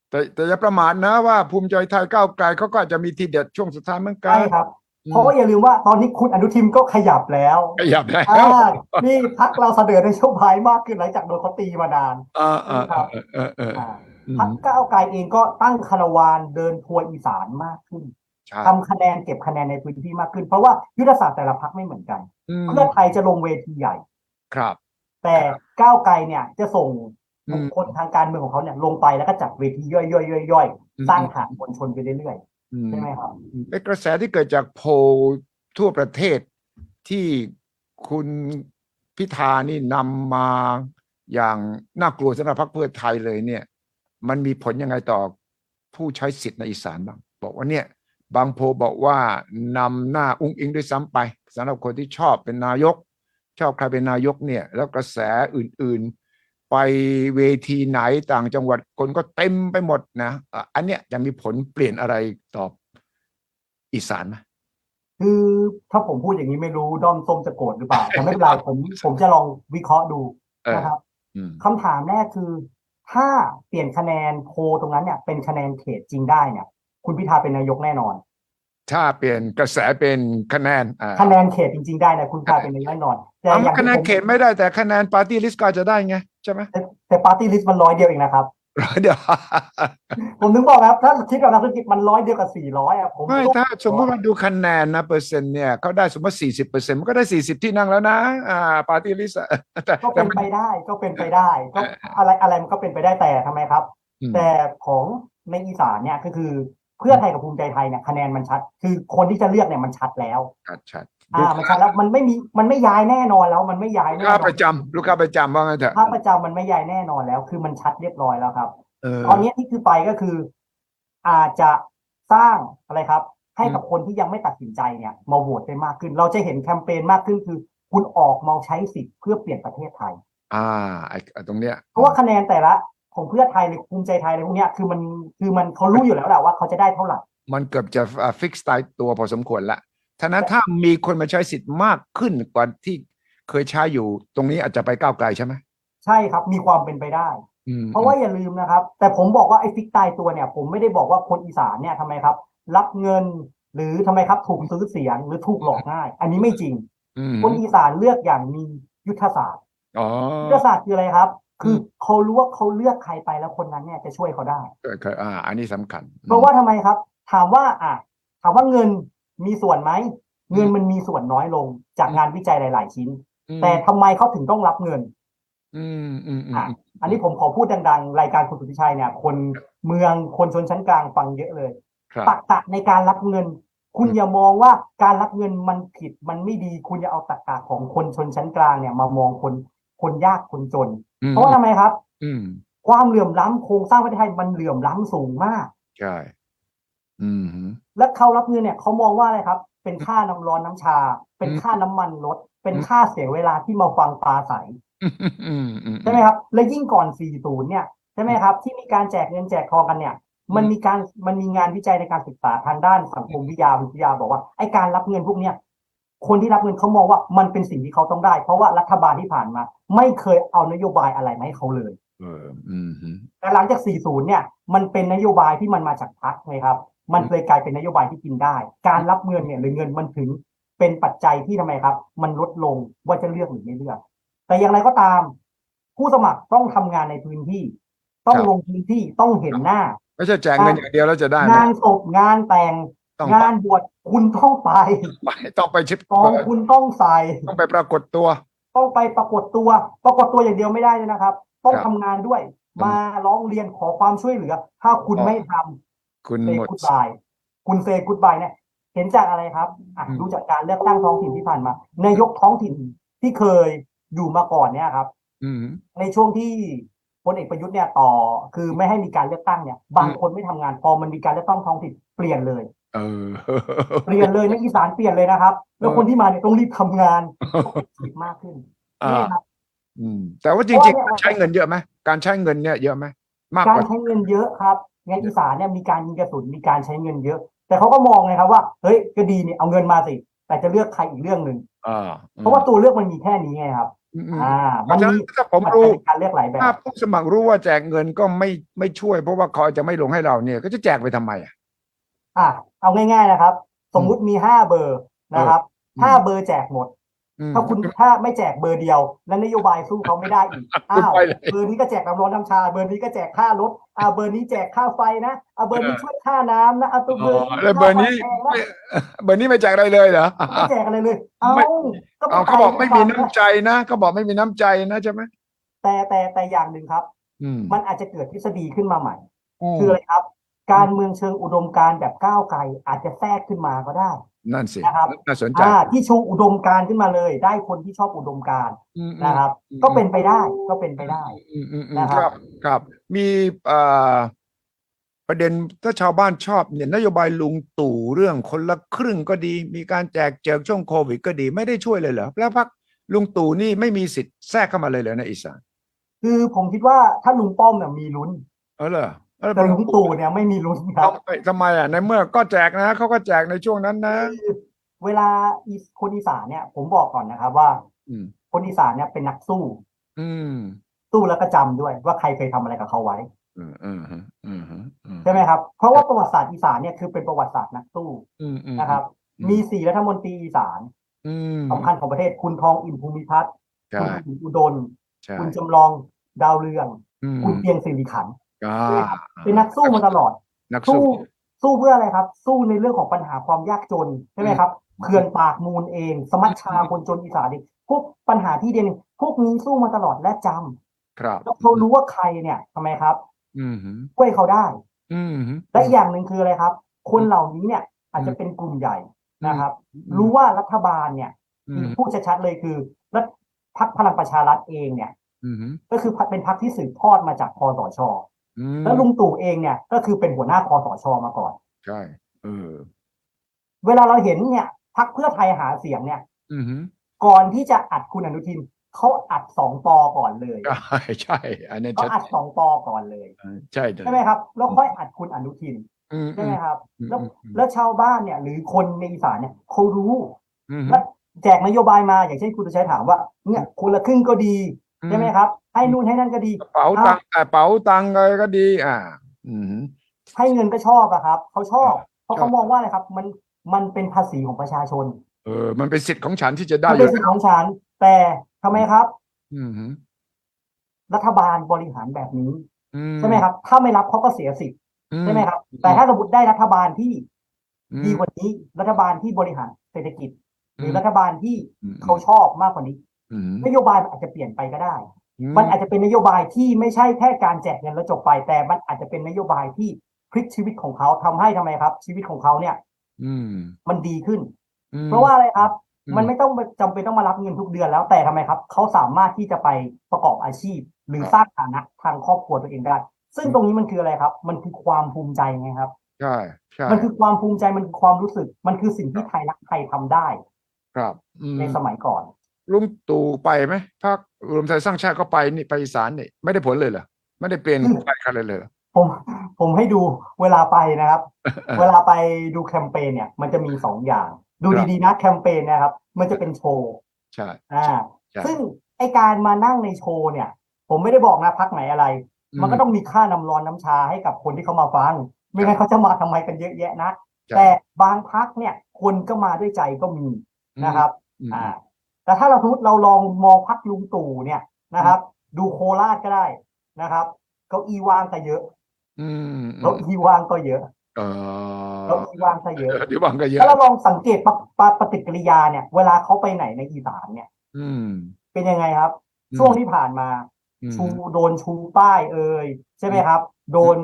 Speaker 1: แต่แต่อย่าประมาทนะว่าภูมิใจไทยก้าวไกลเขาก็อาจจะมีทีเด็ดช่วงสุดท้ายเหมือนกั
Speaker 2: ใช่
Speaker 1: น
Speaker 2: ครับ
Speaker 1: อืม
Speaker 2: เพราะว่าอย่าลืมว่าตอนนี้คุณอนุทินก็ขยับแล้ว
Speaker 1: ขยับแล้ว
Speaker 2: อ่านี่พักเราเสนอนโยบายมากขึ้นหลังจากโดนเขาตีมานาน
Speaker 1: อ่าอ่าอ่าอ่าอ่า
Speaker 2: อ่า
Speaker 1: อืม
Speaker 2: พักก้าวไกลเองก็ตั้งคารวานเดินทัวร์อีสานมากขึ้น
Speaker 1: ใช่
Speaker 2: ทำคะแนนเก็บคะแนนในพื้นที่มากขึ้น เพราะว่ายุทธศาสตร์แต่ละพักไม่เหมือนกัน
Speaker 1: อืม
Speaker 2: เพื่อไทยจะลงเวทีใหญ่
Speaker 1: ครับ
Speaker 2: แต่ก้าวไกลเนี่ยจะส่ง
Speaker 1: อืม
Speaker 2: บุคคลทางการเมืองของเขาเนี่ยลงไปแล้วก็จัดเวทีย่อยๆๆๆสร้างฐานมวลชนไปเรื่อย
Speaker 1: อื
Speaker 2: ๆ
Speaker 1: ม
Speaker 2: ใช่ไหมครับ
Speaker 1: ไอ้กระแสที่เกิดจากโพลทั่วประเทศที่คุณพิธานี่นำมาอย่างน่ากลัวสำหรับพรรคเพื่อไทยเลยเนี่ย มันมีผลยังไงต่อผู้ใช้สิทธิ์ในอีสานบ้าง บอกว่าเนี่ย บางโพลบอกว่านำหน้าอุ้งอิงด้วยซ้ำไปสำหรับคนที่ชอบเป็นนายก ชอบใครเป็นนายกเนี่ย แล้วกระแสอื่นๆ ไปเวทีไหนต่างจังหวัดคนก็เต็มไปหมดนะอ่ะอันเนี้ยจะมีผลเปลี่ยนอะไรต่ออีสานไหม
Speaker 2: คือถ้าผมพูดอย่างนี้ไม่รู้ด้อมส้มจะโกรธหรือเปล่าแต่ไม่เป็นไรผมผมจะลองวิเคราะห์ดู
Speaker 1: เออ
Speaker 2: นะครับ
Speaker 1: อืม
Speaker 2: คำถามแรกคือ ถ้าเปลี่ยนคะแนนโพลตรงนั้นเนี่ยเป็นคะแนนเขตจริงได้เนี่ย คุณพิธาเป็นนายกแน่นอน
Speaker 1: ถ้าเปลี่ยนกระแสเป็นคะแนนอ่า
Speaker 2: คะแนนเขตจริง ๆ ได้นะคุณพิธาเป็นนายกแน่นอน แต่
Speaker 1: เอา
Speaker 2: อ
Speaker 1: มั
Speaker 2: ย่าน ง
Speaker 1: คะ
Speaker 2: ที่
Speaker 1: แนน
Speaker 2: ผม
Speaker 1: เขตไม่ได้แต่คะแนนปาร์ตี้ลิสต์ก็จะได้ไง ใช่ไหม
Speaker 2: แต่แต่ปาร์ตี้ลิสต์มันร้อยเดียวเองนะครับ
Speaker 1: เดี๋ยว
Speaker 2: ผมถึงบอกนะครับ ถ้าคิดแบบนักธุรกิจมันร้อยเดียวกับสี่ร้อยอ่ะผม
Speaker 1: ไม่
Speaker 2: ก็
Speaker 1: ถ้าสมมติว่าดูคะแนนนะเปอร์เซ็นต์เนี่ยเขาได้สมมติสี่สิบเปอร์เซ็นต์มันก็ได้สี่สิบที่นั่งแล้วนะ อ่าปาร์ตี้ลิสต์แต่
Speaker 2: ก็
Speaker 1: แต่
Speaker 2: เป็น
Speaker 1: มัน
Speaker 2: ไปได้ก็เป็นไปได้ก็อะไรอะไรมันก็เป็นไปได้แต่ทำไมครับ
Speaker 1: อืม
Speaker 2: แต่ของในอีสานเนี่ยก็คือเพื่อไทยกับภูมิใจไทยเนี่ยคะแนนมันชัด คือคนที่จะเลือกเนี่ยมันชัดแล้ว
Speaker 1: ชัดชัด
Speaker 2: อ่ามันชัดแล้วมันไม่มีมันไม่ย้ายแน่นอนแล้วมันไม่ย้าย
Speaker 1: ลูก
Speaker 2: แน่น
Speaker 1: ค้า
Speaker 2: อน
Speaker 1: ประจำลูกค้าประจำว่าไงนเถอะ
Speaker 2: ภาพประจำมันไม่ย้ายแน่นอนแล้ว คือมันชัดเรียบร้อยแล้วครับ
Speaker 1: เออ
Speaker 2: ตอนนี้ที่คือไปก็คือ อาจจะสร้างอะไรครับ ให้กับคนที่ยังไม่ตัดสินใจเนี่ยมาโหวตได้มากขึ้น เราจะเห็นแคมเปญมากขึ้นคือ คุณออกมาใช้สิทธิ์เพื่อเปลี่ยนประเทศไทย
Speaker 1: อ่าไอ้ตรงเนี้ย
Speaker 2: เพราะว่าคะแนนแต่ละ ของเพื่อไทยหรือภูมิใจไทยอะไรพวกเนี้ยคือมันคือมันเขารู้อยู่แล้วแหละว่าเขาจะได้เท่าไหร่
Speaker 1: มันเกือบจะฟิกสไตล์ตัวพอสมควรละท่านั้นถ้ามีคนมาใช้สิทธิ์มากขึ้นกว่าที่เคยใช้อยู่ ตรงนี้อาจจะไปก้าวไกลใช่ไหม
Speaker 2: ใช่ครับ มีความเป็นไปได้
Speaker 1: อืม
Speaker 2: เพราะว่าอย่าลืมนะครับ แต่ผมบอกว่าไอ้ฟิกตายตัวเนี่ย ผมไม่ได้บอกว่าคนอีสานเนี่ยทำไมครับ รับเงิน หรือทำไมครับถูกซื้อเสียงหรือถูกหลอกง่าย อันนี้ไม่จริง
Speaker 1: อืม
Speaker 2: คนอีสานเลือกอย่างมียุทธศาสตร์
Speaker 1: อ๋อ
Speaker 2: ยุทธศาสตร์คืออะไรครับ คืออ
Speaker 1: ม
Speaker 2: เขารู้ว่าเขาเลือกใครไปแล้วคนนั้นเนี่ยจะช่วยเขาได้
Speaker 1: เคยเคยอ่า อันนี้สำคัญ
Speaker 2: เพราะว่าทำไมครับ ถามว่าอ่ะถามว่าเงินมีส่วนไหม เงินมันมีส่วนน้อยลงจากงานวิจัยหลาย ๆ ชิ้น
Speaker 1: อืม
Speaker 2: แต่ทำไมเขาถึงต้องรับเงิน
Speaker 1: อืมอืมอืม
Speaker 2: อ่ะ อันนี้ผมขอพูดดัง ๆ รายการคุณสุทธิชัยเนี่ย คนเมืองคนชนชั้นกลางฟังเยอะเลย
Speaker 1: ครับ
Speaker 2: ตักกะในการรับเงิน คุณ
Speaker 1: อืม
Speaker 2: อย่ามองว่าการรับเงินมันผิดมันไม่ดี คุณอย่าเอาตักกะของคนชนชั้นกลางเนี่ยมามองคนคนยากคนจน
Speaker 1: อืม
Speaker 2: เพราะว่าทำไมครับ
Speaker 1: อืม
Speaker 2: ความเหลื่อมล้ำโครงสร้างประเทศไทยมันเหลื่อมล้ำสูงมาก
Speaker 1: ใช่อืมฮึ
Speaker 2: และเขารับเงินเนี่ยเขามองว่าอะไรครับ เป็นค่าน้ำร้อนน้ำชา เป็นค่าน้ำมันรถ เป็น
Speaker 1: อืม
Speaker 2: ค่าเสียเวลาที่มาฟังปลาใส
Speaker 1: อืมอืม
Speaker 2: ใช่ไหมครับ และยิ่งก่อน 40 เนี่ยใช่ไหมครับ ที่มีการแจกเงินแจกทองกันเนี่ย มันมีการมันมีงานวิจัยในการศึกษาทางด้านสังคมวิทยาวิทยาบอกว่าไอ้การรับเงินพวกเนี้ยคนที่รับเงินเขามองว่ามันเป็นสิ่งที่เขาต้องได้ เพราะว่ารัฐบาลที่ผ่านมา ไม่เคยเอานโยบายอะไรมาให้เขาเลย
Speaker 1: เ เอออืมฮึ
Speaker 2: แต่หลังจาก 40 เนี่ย มันเป็นนโยบายที่มันมาจากพรรคไงครับ มันเลยกลายเป็นนโยบายที่กินได้ การรับเงินเนี่ยหรือเงินมันถึงเป็นปัจจัยที่ทำไมครับ มันลดลงว่าจะเลือกหรือไม่เลือก แต่อย่างไรก็ตาม ผู้สมัครต้องทำงานในพื้นที่ ต้องลงพื้นที่ต้องเห็นหน้า
Speaker 1: ไม่ใช่แจกเงินอย่างเดียวแล้วจะได้ไหม
Speaker 2: งานศพงานแต่ง
Speaker 1: ต้อง
Speaker 2: งานบวชคุณต้องไป
Speaker 1: ไปต้องไปชิป
Speaker 2: กองคุณต้องใส่
Speaker 1: ต้องไปปรากฏตัว
Speaker 2: ต้องไปปรากฏตัว ปรากฏตัวอย่างเดียวไม่ได้เลยนะครับ ต้อง
Speaker 1: ครับ
Speaker 2: ทำงานด้วย มาร้องเรียนขอความช่วยเหลือ ถ้าคุณไม่ทำ
Speaker 1: คุณ
Speaker 2: เซ
Speaker 1: หมด
Speaker 2: กูดบายคุณเซกูดบายเนี่ย เห็นจากอะไรครับอ่ะ
Speaker 1: อืม
Speaker 2: ดูจากการเลือกตั้งท้องถิ่นที่ผ่านมานายกท้องถิ่นที่เคยอยู่มาก่อนเนี่ยครับ
Speaker 1: อืมฮึ
Speaker 2: ในช่วงที่พลเอกประยุทธ์เนี่ยต่อ คือไม่ให้มีการเลือกตั้งเนี่ย บาง
Speaker 1: อืม
Speaker 2: คนไม่ทำงานพอมันมีการเลือกตั้งท้องถิ่นเปลี่ยนเลย
Speaker 1: เออ
Speaker 2: เปลี่ยนเลยนักอีสานเปลี่ยนเลยนะครับ แล้วคนที่มาเนี่ยต้องรีบทำงานรีบมากขึ้น
Speaker 1: อ่า
Speaker 2: นี่ครับ
Speaker 1: อืม แต่ว่าจริงๆการใช้เงินเยอะไหมการใช้เงินเนี่ยเยอะไหมมาก
Speaker 2: กาก ร
Speaker 1: ว่า
Speaker 2: ใช้เงินเยอะครับงานอีสานเนี่ยมีการยิงกระสุนมีการใช้เงินเยอะ แต่เขาก็มองไงครับว่าเฮ้ยก็ดีเนี่ยเอาเงินมาสิ แต่จะเลือกใครอีกเรื่องหนึ่ง
Speaker 1: อ่า
Speaker 2: เพราะว่าตัวเลือกมันมีแค่นี้ไงครับ
Speaker 1: อืมอืม
Speaker 2: อ่า
Speaker 1: เพ
Speaker 2: มัน
Speaker 1: ราะฉะนั้น
Speaker 2: มี
Speaker 1: ถ้าผมรู้
Speaker 2: ปัจจัยในการเลือกหลายแบบ
Speaker 1: ถ้าผู้สมัครรู้ว่าแจกเงินก็ไม่ไม่ช่วย เพราะว่าเขาจะไม่ลงให้เราเนี่ย ก็จะแจกไปทำไมอ่ะ
Speaker 2: อ่ะ เอาง่ายๆนะครับ สมมุติมีห้าเบอร์นะครับ
Speaker 1: อืม
Speaker 2: ห้าเบอร์แจกหมด
Speaker 1: อืม
Speaker 2: ถ้าคุณถ้าไม่แจกเบอร์เดียว แล้วนโยบายสู้เขาไม่ได้อีก อ้าว
Speaker 1: ไปเลย
Speaker 2: เบอร์นี้ก็แจกน้ำร้อนน้ำชา เบอร์นี้ก็แจกค่ารถอ่าเบอร์นี้แจกค่าไฟนะอ่าเบอร์นี้ช่วยค่าน้ำนะอ่าตัว
Speaker 1: อ๋
Speaker 2: เบอ
Speaker 1: อ
Speaker 2: ร์
Speaker 1: แล้วเบอร์นี้
Speaker 2: ค่าไฟ
Speaker 1: ไม่เบอร์นี้ไม่แจกอะไรเลยเหรอ
Speaker 2: แพงนะไม่แจกอะไรเลย เอ้า
Speaker 1: ไม่
Speaker 2: ก็ป็น
Speaker 1: เอาเขาบอกไม่มี
Speaker 2: ป
Speaker 1: น้ำใจนะเขาบอกไม่มีน้ำใจนะใช่ไหม
Speaker 2: แต่แต่แต่อย่างหนึ่งครับ
Speaker 1: อืม
Speaker 2: มันอาจจะเกิดทฤษฎีขึ้นมาใหม่
Speaker 1: อืม
Speaker 2: คืออะไรครับ การเมืองเชิงอุดมการณ์แบบก้าวไกลอาจจะแทรกขึ้นมาก็ได้
Speaker 1: นั่นสิ
Speaker 2: นะครับ
Speaker 1: น่าสนใจ
Speaker 2: อ่าที่ชูอุดมการณ์ขึ้นมาเลย ได้คนที่ชอบอุดมการณ์
Speaker 1: อืมอืม
Speaker 2: นะครับ
Speaker 1: อืม
Speaker 2: ก็เป็นไปได้ก็เป็นไปได้
Speaker 1: อืมอืมอืม
Speaker 2: นะ
Speaker 1: ค
Speaker 2: ครั
Speaker 1: รับบ ครับ มีเอ่อประเด็นถ้าชาวบ้านชอบเนี่ยนโยบายลุงตู่เรื่องคนละครึ่งก็ดี มีการแจกเจกช่วงโควิดก็ดีไม่ได้ช่วยเลยเหรอแล้วพักลุงตู่นี่ไม่มีสิทธิ์แทรกเข้ามาเลยเหรอในอีสาน
Speaker 2: คือผมคิดว่าถ้าลุงป้อมเนี่ยมีลุ้น
Speaker 1: เออเหรอเออ
Speaker 2: แต่ลุงตู่เนี่ยไม่มีลุ้นครับ
Speaker 1: ทำไมทำไมอ่ะในเมื่อก็แจกนะเขาก็แจกในช่วงนั้นนะ
Speaker 2: เวลาอีสคนอีสานเนี่ยผมบอกก่อนนะครับว่า
Speaker 1: อืม
Speaker 2: คนอีสานเนี่ยเป็นนักสู้
Speaker 1: อืม
Speaker 2: สู้แล้วก็จำด้วยว่าใครเคยทำอะไรกับเขาไว้
Speaker 1: อืมอืมอืมอืมอื
Speaker 2: ใช่ไหมครับเพราะว่าประวัติศาสตร์อีสานเนี่ยคือเป็นประวัติศาสตร์นักสู้
Speaker 1: อืมอืม
Speaker 2: นะครับ มีสี่รัฐมนตรีอีสาน
Speaker 1: อืม
Speaker 2: สำคัญของประเทศคุณทองอินภูมิพัฒน์
Speaker 1: ใช่
Speaker 2: คุณหญิงอุดม
Speaker 1: ใช่
Speaker 2: คุณจำลองดาวเรือง
Speaker 1: อืม
Speaker 2: คุณเพียงสิริขันธ์
Speaker 1: อ่า
Speaker 2: เป็นนักสู้มาตลอด
Speaker 1: นักสู้
Speaker 2: สู้สู้เพื่ออะไรครับ สู้ในเรื่องของปัญหาความยากจนใช่ไหมครับเขื่อนปากมูลเอง สมัชชาคนจนอีสานเองพวกปัญหาที่เด่นพวกนี้สู้มาตลอดและจำ
Speaker 1: ครับ
Speaker 2: แล้วเขารู้ว่าใครเนี่ยทำไมครับ
Speaker 1: อืมฮึ
Speaker 2: ช่วยเขาได้
Speaker 1: อืมฮึ
Speaker 2: และอีกอย่างหนึ่งคืออะไรครับ คนเหล่านี้เนี่ยอาจจะเป็นกลุ่มใหญ่นะครับ รู้ว่ารัฐบาลเนี่ย
Speaker 1: อืมฮึ
Speaker 2: พูดชัดๆเลยคือรัฐพักพลังประชารัฐเองเนี่ย
Speaker 1: อืมฮึ
Speaker 2: ก็คือเป็นพรรคที่สืบทอดมาจากคอสช
Speaker 1: อืม
Speaker 2: แล้วลุงตู่เองเนี่ยก็คือเป็นหัวหน้าคอสชมาก่อน
Speaker 1: ใช่เออ
Speaker 2: เวลาเราเห็นเนี่ยพักเพื่อไทยหาเสียงเนี่ย
Speaker 1: อืมฮึ
Speaker 2: ก่อนที่จะอัดคุณอนุทินเขาอัดสองปอก่อนเลย
Speaker 1: ใช่ใช่อันนี้
Speaker 2: เขา
Speaker 1: ชัด
Speaker 2: อัดสองปอก่อนเลย
Speaker 1: ใช่เลย
Speaker 2: ใช่ไหมครับแล้วค่อยอัดคุณอนุทิน
Speaker 1: อืม
Speaker 2: ใช่
Speaker 1: อื
Speaker 2: ไหม
Speaker 1: ม
Speaker 2: ครับ
Speaker 1: อืม
Speaker 2: แล้วแล้วชาวบ้านเนี่ย หรือคนในอีสานเนี่ยเขารู้
Speaker 1: อืมฮึ
Speaker 2: และแจกนโยบายมาอย่างเช่นคุณตุชัยถามว่าเนี่ยคนละครึ่งก็ดีใช่ไหมครับ ให้นู่นให้นั่นก็ดี
Speaker 1: กระเป๋าตังค์กระเป๋าตังค์อะไรก็ดี อ่า อืมฮึ
Speaker 2: ให้เงินก็ชอบอะครับเขาชอบเพราะ
Speaker 1: ชอบ
Speaker 2: เขามองว่าอะไรครับ มันมันเป็นภาษีของประชาชน
Speaker 1: เออ มันเป็นสิทธิ์ของฉันที่จะได้
Speaker 2: มั
Speaker 1: อ
Speaker 2: นเป็น
Speaker 1: ยู่
Speaker 2: สิทธิ์ของฉันแต่ทำไมครับ
Speaker 1: อืมฮึ
Speaker 2: รัฐบาลบริหารแบบนี้
Speaker 1: อื
Speaker 2: ใช่ไหมครับ ถ้าไม่รับเขาก็เสียสิทธิ์
Speaker 1: อื
Speaker 2: ใช่ไหมครับ แต่ถ้าสมมติได้รัฐบาลที่
Speaker 1: อืม
Speaker 2: ดีกว่านี้ รัฐบาลที่บริหารเศรษฐกิจ หรือรัฐบาลที่
Speaker 1: ม
Speaker 2: เขาชอบมากกว่านี้
Speaker 1: อืม
Speaker 2: นโยบายมันอาจจะเปลี่ยนไปก็ได้
Speaker 1: อื
Speaker 2: มันอาจจะเป็นนโยบายที่ไม่ใช่แค่การแจกเงินแล้วจบไป แต่มันอาจจะเป็นนโยบายที่พลิกชีวิตของเขาทำให้ทำไมครับ ชีวิตของเขาเนี่ย
Speaker 1: อืม
Speaker 2: มันดีขึ้น
Speaker 1: อืม
Speaker 2: เพราะว่าอะไรครับ
Speaker 1: อืม
Speaker 2: มันไม่ต้องจำเป็นต้องมารับเงินทุกเดือนแล้วแต่ทำไมครับ เขาสามารถที่จะไปประกอบอาชีพ หรือสร้างฐานะทางครอบครัวตัวเองได้ ซึ่งตรงนี้มันคืออะไรครับ มันคือความภูมิใจไงครับ
Speaker 1: ใช่ใช่
Speaker 2: มันคือความภูมิใจมันคือความรู้สึก มันคือสิ่งที่ไทยรักไทยทำได้
Speaker 1: ครับอืม
Speaker 2: ในสมัยก่อน
Speaker 1: ลุงตู่ไปไหมพรรครวมไทยสร้างชาติก็ไปนี่ไปอีสานนี่ไม่ได้ผลเลยเหรอไม่ได้เปลี่ยน
Speaker 2: อืม
Speaker 1: ใครใครเลยเลยเหรอ
Speaker 2: ผมผมให้ดูเวลาไปนะครับ
Speaker 1: เออ
Speaker 2: เวลาไปดูแคมเปญเนี่ย มันจะมีสองอย่าง ดู
Speaker 1: ครับ
Speaker 2: ดีๆนะแคมเปญนะครับ มันจะเป็นโชว์
Speaker 1: ใช่
Speaker 2: อ่า
Speaker 1: ใช่
Speaker 2: ซึ่งไอการมานั่งในโชว์เนี่ย ผ ผมไม่ได้บอกนะพักไหนอะไร
Speaker 1: อืม
Speaker 2: มันก็ต้องมีค่าน้ำร้อนน้ำชาให้กับคนที่เขามาฟัง ไม่งั้นเขาจะมาทำไมกันเยอะแยะนะ
Speaker 1: ใช่
Speaker 2: แต่บางพักเนี่ยคนก็มาด้วยใจก็มีนะครับ
Speaker 1: อืม
Speaker 2: อ่า แต่ถ้าเราสมมติเราลองมองพักลุงตู่เนี่ยนะครับ ดูโคราชก็ได้นะครับเก้าอี้ว่างก็เยอะ
Speaker 1: อืมอื
Speaker 2: เก้ามอี้ว่างก็เยอะ
Speaker 1: เออ
Speaker 2: เก้าอี้ว่างก็เยอะ
Speaker 1: เดี๋ยวบังก็เยอะ
Speaker 2: ถ้าเราลองสังเกตปะปะปฏิกิริยาเนี่ย เวลาเขาไปไหนในอีสานเนี่ย
Speaker 1: อืม
Speaker 2: เป็นยังไงครับ ช่วงที่ผ่านมา
Speaker 1: อืม
Speaker 2: ชูโดนชูป้ายเอ่ยใช่ไหมครับ โดน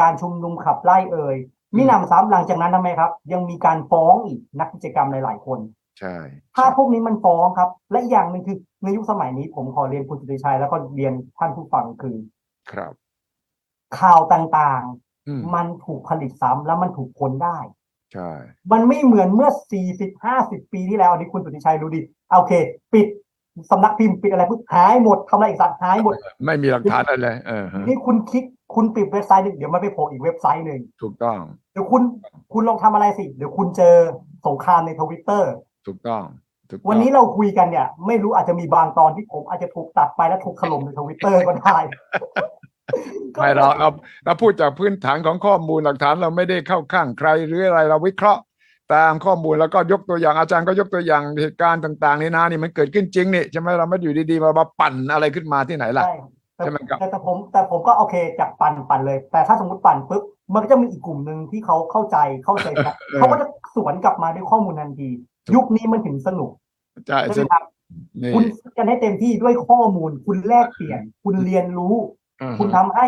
Speaker 2: การชุมนุมขับไล่เอ่ยมิหนำซ้ำหลังจากนั้นทำไมครับ ยังมีการฟ้องอีกนักกิจกรรมหลาย ๆ คน
Speaker 1: ใช่
Speaker 2: ถ้าพวกนี้มันฟ้องครับ และอีกอย่างหนึ่งคือในยุคสมัยนี้ผมขอเรียนคุณสุริชัยแล้วก็เรียนท่านผู้ฟังคือ
Speaker 1: ครับ
Speaker 2: ข่าวต่าง
Speaker 1: อืม
Speaker 2: ๆ มันถูกผลิตซ้ำแล้วมันถูกคนได้
Speaker 1: ใช่
Speaker 2: มันไม่เหมือนเมื่อ 40 50 ปีที่แล้วอันนี้คุณสุริชัยรู้ดีเอาโอเค ปิดสำนักพิมพ์ปิดอะไรปุ๊บหายหมดทำอะไรอีกสัตว์หายหมด
Speaker 1: ไม่มีหลักฐานอะไรเลยเออฮะ
Speaker 2: นี่คุณคลิกคุณปิดเว็บไซต์หนึ่งเดี๋ยวมันไปโผล่อีกเว็บไซต์หนึ่ง
Speaker 1: ถูกต้อง
Speaker 2: เดี๋ยวคุณคุณลองทำอะไรสิเดี๋ยวคุณเจอสงครามในทวิตเตอร์
Speaker 1: ถูกต้องถูกต้อง
Speaker 2: วันนี้เราคุยกันเนี่ย ไม่รู้อาจจะมีบางตอนที่ผมอาจจะถูกตัดไปแล้วถูกถล่มในทวิตเตอร์ก็ได้
Speaker 1: ไม่เราเราเราพูดจากพื้นฐานของข้อมูลหลักฐานเราไม่ได้เข้าข้างใครหรืออะไรเราวิเคราะห์ ตามข้อมูลแล้วก็ยกตัวอย่างอาจารย์ก็ยกตัวอย่างเหตุการณ์ต่างๆนี่นะนี่มันเกิดขึ้นจริงนี่ใช่ไหมเราไม่อยู่ดีๆมามาปั่นอะไรขึ้นมาที่ไหนล่ะ
Speaker 2: ใช่
Speaker 1: ใช่ไหมครับ
Speaker 2: แต่แต่ผมแต่ผมก็โอเคจากปั่นปั่นเลย แต่ถ้าสมมติปั่นปุ๊บมันก็จะมีอีกกลุ่มหนึ่งที่เขาเข้าใจเข้าใจ นะเขาก็จะสวนกลับมาด้วยข้อมูลทันที ยุคนี้มันถึงสนุก
Speaker 1: ใช่
Speaker 2: ใช่
Speaker 1: ใช่
Speaker 2: ไหมครับ
Speaker 1: นี่
Speaker 2: คุณซื้อกันให้เต็มที่ด้วยข้อมูล คุณแลกเปลี่ยน คุณเรียนรู้
Speaker 1: อือ
Speaker 2: คุณ
Speaker 1: ฮะ
Speaker 2: ทำให้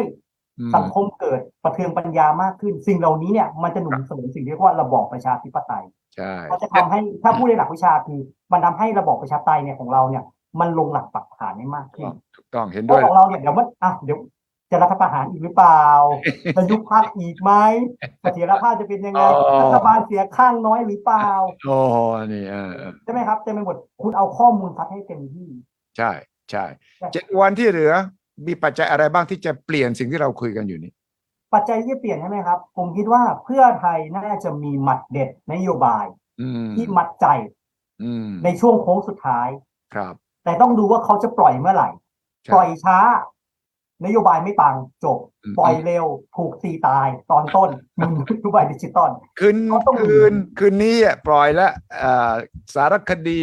Speaker 1: อืม
Speaker 2: สังคมเกิดประเทืองปัญญามากขึ้น สิ่งเหล่านี้เนี่ยมันจะหนุนเสริมสิ่งที่เรียกว่าระบอบประชาธิปไตย
Speaker 1: ใช่
Speaker 2: มันจะทำให้ถ้าพูดในหลักวิชาคือมันทำให้ระบอบประชาธิปไตยเนี่ยของเราเนี่ย มันลงหลักปักฐานได้มากขึ้น
Speaker 1: ถูกต้องเห็น
Speaker 2: เพ
Speaker 1: ด้วย
Speaker 2: ราะของเราเนี่ยเดี๋ยวมันอ่ะเดี๋ยวจะรัฐประหารอีกหรือเปล่า จะยุบพรรคอีกไหมเสถียรภาพจะเป็น ยังไงรัฐบาลเสียข้างน้อยหรือเปล่า
Speaker 1: โอ้โหนี่เออ
Speaker 2: ใช่ไหมครับเต็มไปหมดคุณเอาข้อมูลซัดให้เต็มที่
Speaker 1: ใช่ใช่
Speaker 2: ใช่
Speaker 1: เจ็ดวันที่เหลือ มีปัจจัยอะไรบ้างที่จะเปลี่ยนสิ่งที่เราคุยกันอยู่นี้
Speaker 2: ปัจจัยที่จะเปลี่ยนใช่ไหมครับ ผมคิดว่าเพื่อไทยน่าจะมีหมัดเด็ดนโยบาย
Speaker 1: อืม
Speaker 2: ที่มัดใจ
Speaker 1: อืม
Speaker 2: ในช่วงโค้งสุดท้าย
Speaker 1: ครับ
Speaker 2: แต่ต้องดูว่าเขาจะปล่อยเมื่อไหร่
Speaker 1: ใช่
Speaker 2: ปล่อยช้า นโยบายไม่ปังจบ
Speaker 1: อืม
Speaker 2: ปล่อยเร็ว ถูกตีตาย ตอนต้น มึงนโยบายดิจิตอล
Speaker 1: คืน
Speaker 2: เขาต้อง
Speaker 1: คืนคืนนี้อ่ะปล่อยแล้วอ่าสารคดี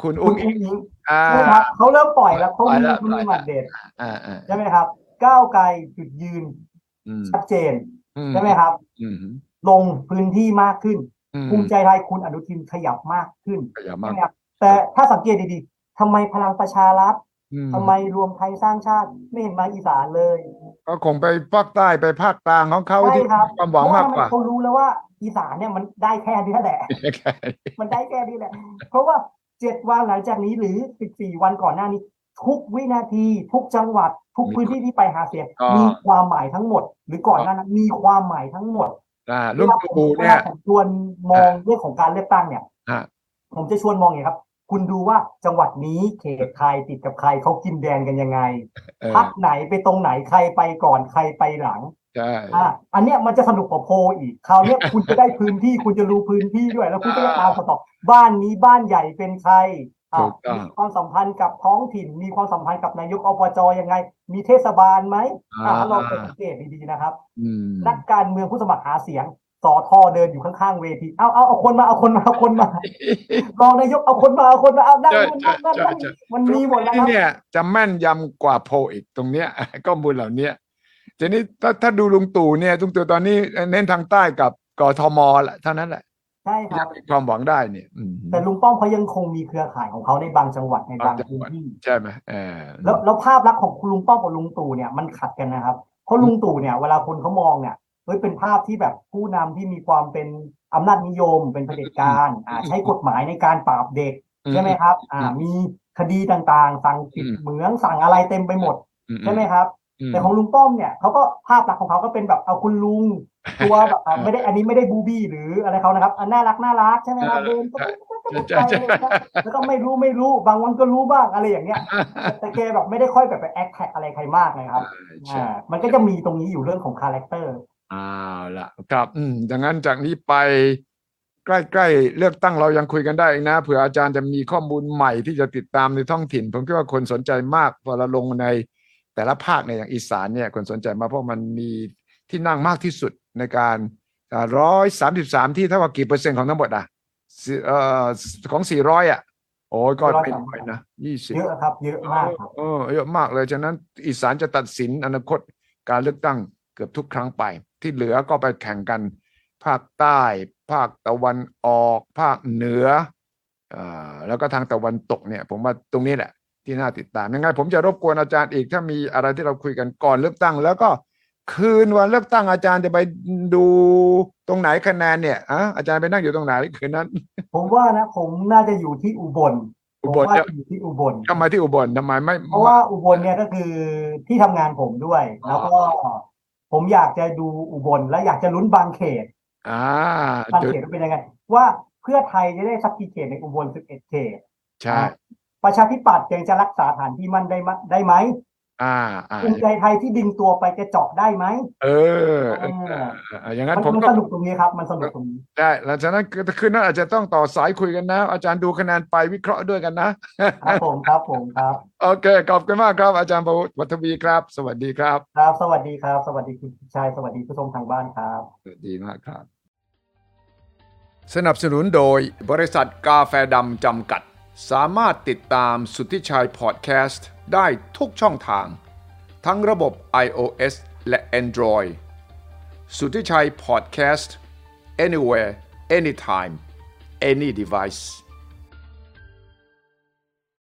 Speaker 1: คุณ
Speaker 2: คุ
Speaker 1: อุ้
Speaker 2: ณ
Speaker 1: ง
Speaker 2: อิ
Speaker 1: อิ
Speaker 2: ง
Speaker 1: ง
Speaker 2: อิง
Speaker 1: อ่า
Speaker 2: ใช่ไหมครับเขาเริ่มปล่อยแล้วเขา
Speaker 1: ปล่อย
Speaker 2: มี
Speaker 1: แล้ว
Speaker 2: คุณมี
Speaker 1: ปล่อยแล้ว
Speaker 2: มาเดต
Speaker 1: อ่าอ่า
Speaker 2: ใช่ไหมครับ ก้าวไกลจุดยืน
Speaker 1: อืม
Speaker 2: ชัดเจน
Speaker 1: อื
Speaker 2: ใช่ไหมครับ
Speaker 1: อืม
Speaker 2: ลงพื้นที่มากขึ้น
Speaker 1: อืม
Speaker 2: ภูมิใจไทยคุณอนุทินขยับมากขึ้น
Speaker 1: ขยับมาก
Speaker 2: ใช่ไหมครับแต่ถ้าสังเกตดีๆทำไมพลังประชารัฐ
Speaker 1: อื
Speaker 2: ทำไมรวมไทยสร้างชาติไม่เห็นมาอีสานเลย
Speaker 1: ก็คงไปภาคใต้ไปภาคกลางของเขา
Speaker 2: ใช่
Speaker 1: ที่
Speaker 2: ครับ
Speaker 1: ความหวังมากกว่า
Speaker 2: เพระทำไเขารู้แล้วว่า อีสานเนี่ยมันได้แค่นี้แหละ มันได้แค่นี้แหละ เพราะว่าเจ็ดวันหลังจากนี้หรือสิบสี่วันก่อนหน้านี้ ทุกวินาที ทุกจังหวัด ทุกพื้นที่ที่ไปหาเสียงมีความหมายทั้งหมด หรือก่อนหน้านั้นมีความหมายทั้งหมด
Speaker 1: อ่าลุงตู่
Speaker 2: เว
Speaker 1: เนี่
Speaker 2: ลาย ผมชวนมองเรื่องของการเลือกตั้งเนี่ย
Speaker 1: ฮะ
Speaker 2: ผมจะชวนมองอย่างนี้ครับ คุณดูว่าจังหวัดนี้เขตใครติดกับใครเขากินแดนกันยังไง
Speaker 1: เออ
Speaker 2: พักไหนไปตรงไหนใครไปก่อนใครไปหลัง
Speaker 1: ใช่
Speaker 2: อ่ะอันเนี้ยมันจะสนุกกว่าโพลอีก คราวเนี้ย คุณจะได้พื้นที่ คุณจะรู้พื้นที่ด้วย แล้วคุณก็จะตามต่อบ้านนี้บ้านใหญ่เป็นใครอ่ะ
Speaker 1: ถูกต้อง
Speaker 2: มีความสัมพันธ์กับท้องถิ่น มีความสัมพันธ์กับนายกอบจยังไง มีเทศบาลไหมอ่ะ
Speaker 1: อ่า
Speaker 2: ลองไปสังเกตดีๆนะครับ
Speaker 1: อืม
Speaker 2: นักการเมืองผู้สมัครหาเสียง สอทอเดินอยู่ข้างๆเวที เอาเอาเอาคนมาเอาคนมาเอาคน มารองนายกเอาคนมาเอาคนมาเอานั่งนู่นนั่งนั่นนั่งนี่มันมีหมดแล้วค
Speaker 1: ที่
Speaker 2: รับ
Speaker 1: เนี่ยจะแม่นยำกว่าโพลอีกตรงเนี้ย ข้อมูลเหล่าเนี้ยทีนี้ถ้าถ้าดูลุงตู่เนี่ยลุงตู่ตอนนี้เน้นทางใต้กับกทมแหละเท่านั้นแหละ
Speaker 2: ใช่ค
Speaker 1: ยั
Speaker 2: รับ
Speaker 1: งมีความหวังได้เนี่ยอืม
Speaker 2: แต่ลุงป้อมเขายังคงมีเครือข่ายของเขาในบางจังหวัดในบา
Speaker 1: บา
Speaker 2: ง
Speaker 1: งจัง
Speaker 2: พื้
Speaker 1: ห
Speaker 2: น
Speaker 1: วัด
Speaker 2: ที่
Speaker 1: ใช่ไหมเออ
Speaker 2: แล้วแล้วภาพลักษณ์ของคุณลุงป้อมกับลุงตู่เนี่ยมันขัดกันนะครับ เพราะลุงตู่เนี่ยเวลาคนเขามองเนี่ยเฮ้ยเป็นภาพที่แบบผู้นำที่มีความเป็นอำนาจนิยม เป็นเผด็จการอ่าใช้กฎหมายในการปราบเด็กใช่ไหมครับอ่ามีคดีต่างๆ สั่งปิดเหมืองสั่งอะไรเต็มไปหมด
Speaker 1: อื
Speaker 2: ใช่ไหมครับ
Speaker 1: อืม
Speaker 2: แต่ของลุงป้อมเนี่ยเขาก็ภาพลักษณ์ของเขาก็เป็นแบบเอาคุณลุงตัวแบบอ่ะไม่ได้อันนี้ไม่ได้บูบี้หรืออะไรเขานะครับอันน่ารักน่ารักใช่ไหมครับเดินก็
Speaker 1: ใช่ใช่ใช่
Speaker 2: แล้วก็ไม่รู้ไม่รู้บางวันก็รู้บ้างอะไรอย่างเงี้ย แต่แกแบบไม่ได้ค่อยแบบไปแอคแท็กอะไรใครมากนะครับ
Speaker 1: ใช่
Speaker 2: อ่ามันก็จะมีตรงนี้อยู่เรื่องของคาแรคเตอร์
Speaker 1: เอาละครับอืมดังนั้นจากนี้ไป ใกล้ๆเลือกตั้งเรายังคุยกันได้อีกนะเผื่ออาจารย์จะมีข้อมูลใหม่ที่จะติดตามในท้องถิ่น ผมคิดว่าคนสนใจมากพอเราลงใน แต่ละภาคเนี่ยอย่างอีสานเนี่ยคนสนใจมากเพราะมันมีที่นั่งมากที่สุดในการร้อยสามสิบสามที่เท่ากับกี่เปอร์เซ็นต์ของทั้งหมดอ่ะสี่เอ่อของสี่ร้อยอ่ะ โอ้ยก็ไม่น้อยนะยี่สิบ
Speaker 2: เยอะครับ เยอะมากครับ
Speaker 1: เออเยอะมากเลย ฉะนั้นอีสานจะตัดสินอนาคตการเลือกตั้งเกือบทุกครั้งไป ที่เหลือก็ไปแข่งกัน ภาคใต้ ภาคตะวันออก ภาคเหนือเอ่อแล้วก็ทางตะวันตกเนี่ย ผมว่าตรงนี้แหละ ที่น่าติดตามยังไงผมจะรบกวนอาจารย์อีก ถ้ามีอะไรที่เราคุยกันก่อนเลือกตั้ง แล้วก็คืนวันเลือกตั้งอาจารย์จะไปดูตรงไหนคะแนนเนี่ยอะอาจารย์ไปนั่งอยู่ตรงไหนคืนนั้น
Speaker 2: ผมว่านะ ผมน่าจะอยู่ที่อุบล
Speaker 1: อุบล
Speaker 2: ผมว่า
Speaker 1: จะ
Speaker 2: อยู่ที่อุบล
Speaker 1: ทำไมที่อุบลทำไมไม่
Speaker 2: เพราะว่าอุบลเนี่ยก็คือที่ทำงานผมด้วย
Speaker 1: อ๋อ
Speaker 2: แล้วก็ผมอยากจะดูอุบลและอยากจะลุ้นบางเขต
Speaker 1: อ่า
Speaker 2: บาง
Speaker 1: จุด
Speaker 2: เขตว่าเป็นยังไง ว่าเพื่อไทยจะได้สักกี่เขตในอุบล11เขต
Speaker 1: ใช่
Speaker 2: ประชาธิปัตย์ยังจะรักษาฐานที่มั่นได้มั้ยได้ไหม
Speaker 1: อ่าอ่า
Speaker 2: ภูมิใจไทยที่ดึงตัวไปจะเจาะได้ไหม
Speaker 1: เออเออ
Speaker 2: เออ
Speaker 1: เอออย่าง
Speaker 2: มั
Speaker 1: นั้น นผม
Speaker 2: มัน
Speaker 1: ก็
Speaker 2: สนุกตรงนี้ครับ มันสนุกตรงนี้
Speaker 1: ได้หลังจากนั้นคือคืนนั้นอาจจะต้องต่อสายคุยกันนะ อาจารย์ดูคะแนนไปวิเคราะห์ด้วยกันนะ
Speaker 2: ครับผมครับผมครับ
Speaker 1: โอเค ขอบคุณมากครับ อาจารย์ประวุฒิวัฒวีครับ สวัสดีครับ
Speaker 2: ครับ สวัสดีครับ สวัสดีคุณชายสวัสดีผู้ชมทางบ้านครับ
Speaker 1: สวัสดีมากครับ สนับสนุนโดยบริษัทกาแฟดำจำกัด สามารถติดตามสุทธิชัยพอดแคสต์ได้ทุกช่องทาง ทั้งระบบ iOS และ Android สุทธิชัยพอดแคสต์ anywhere anytime any device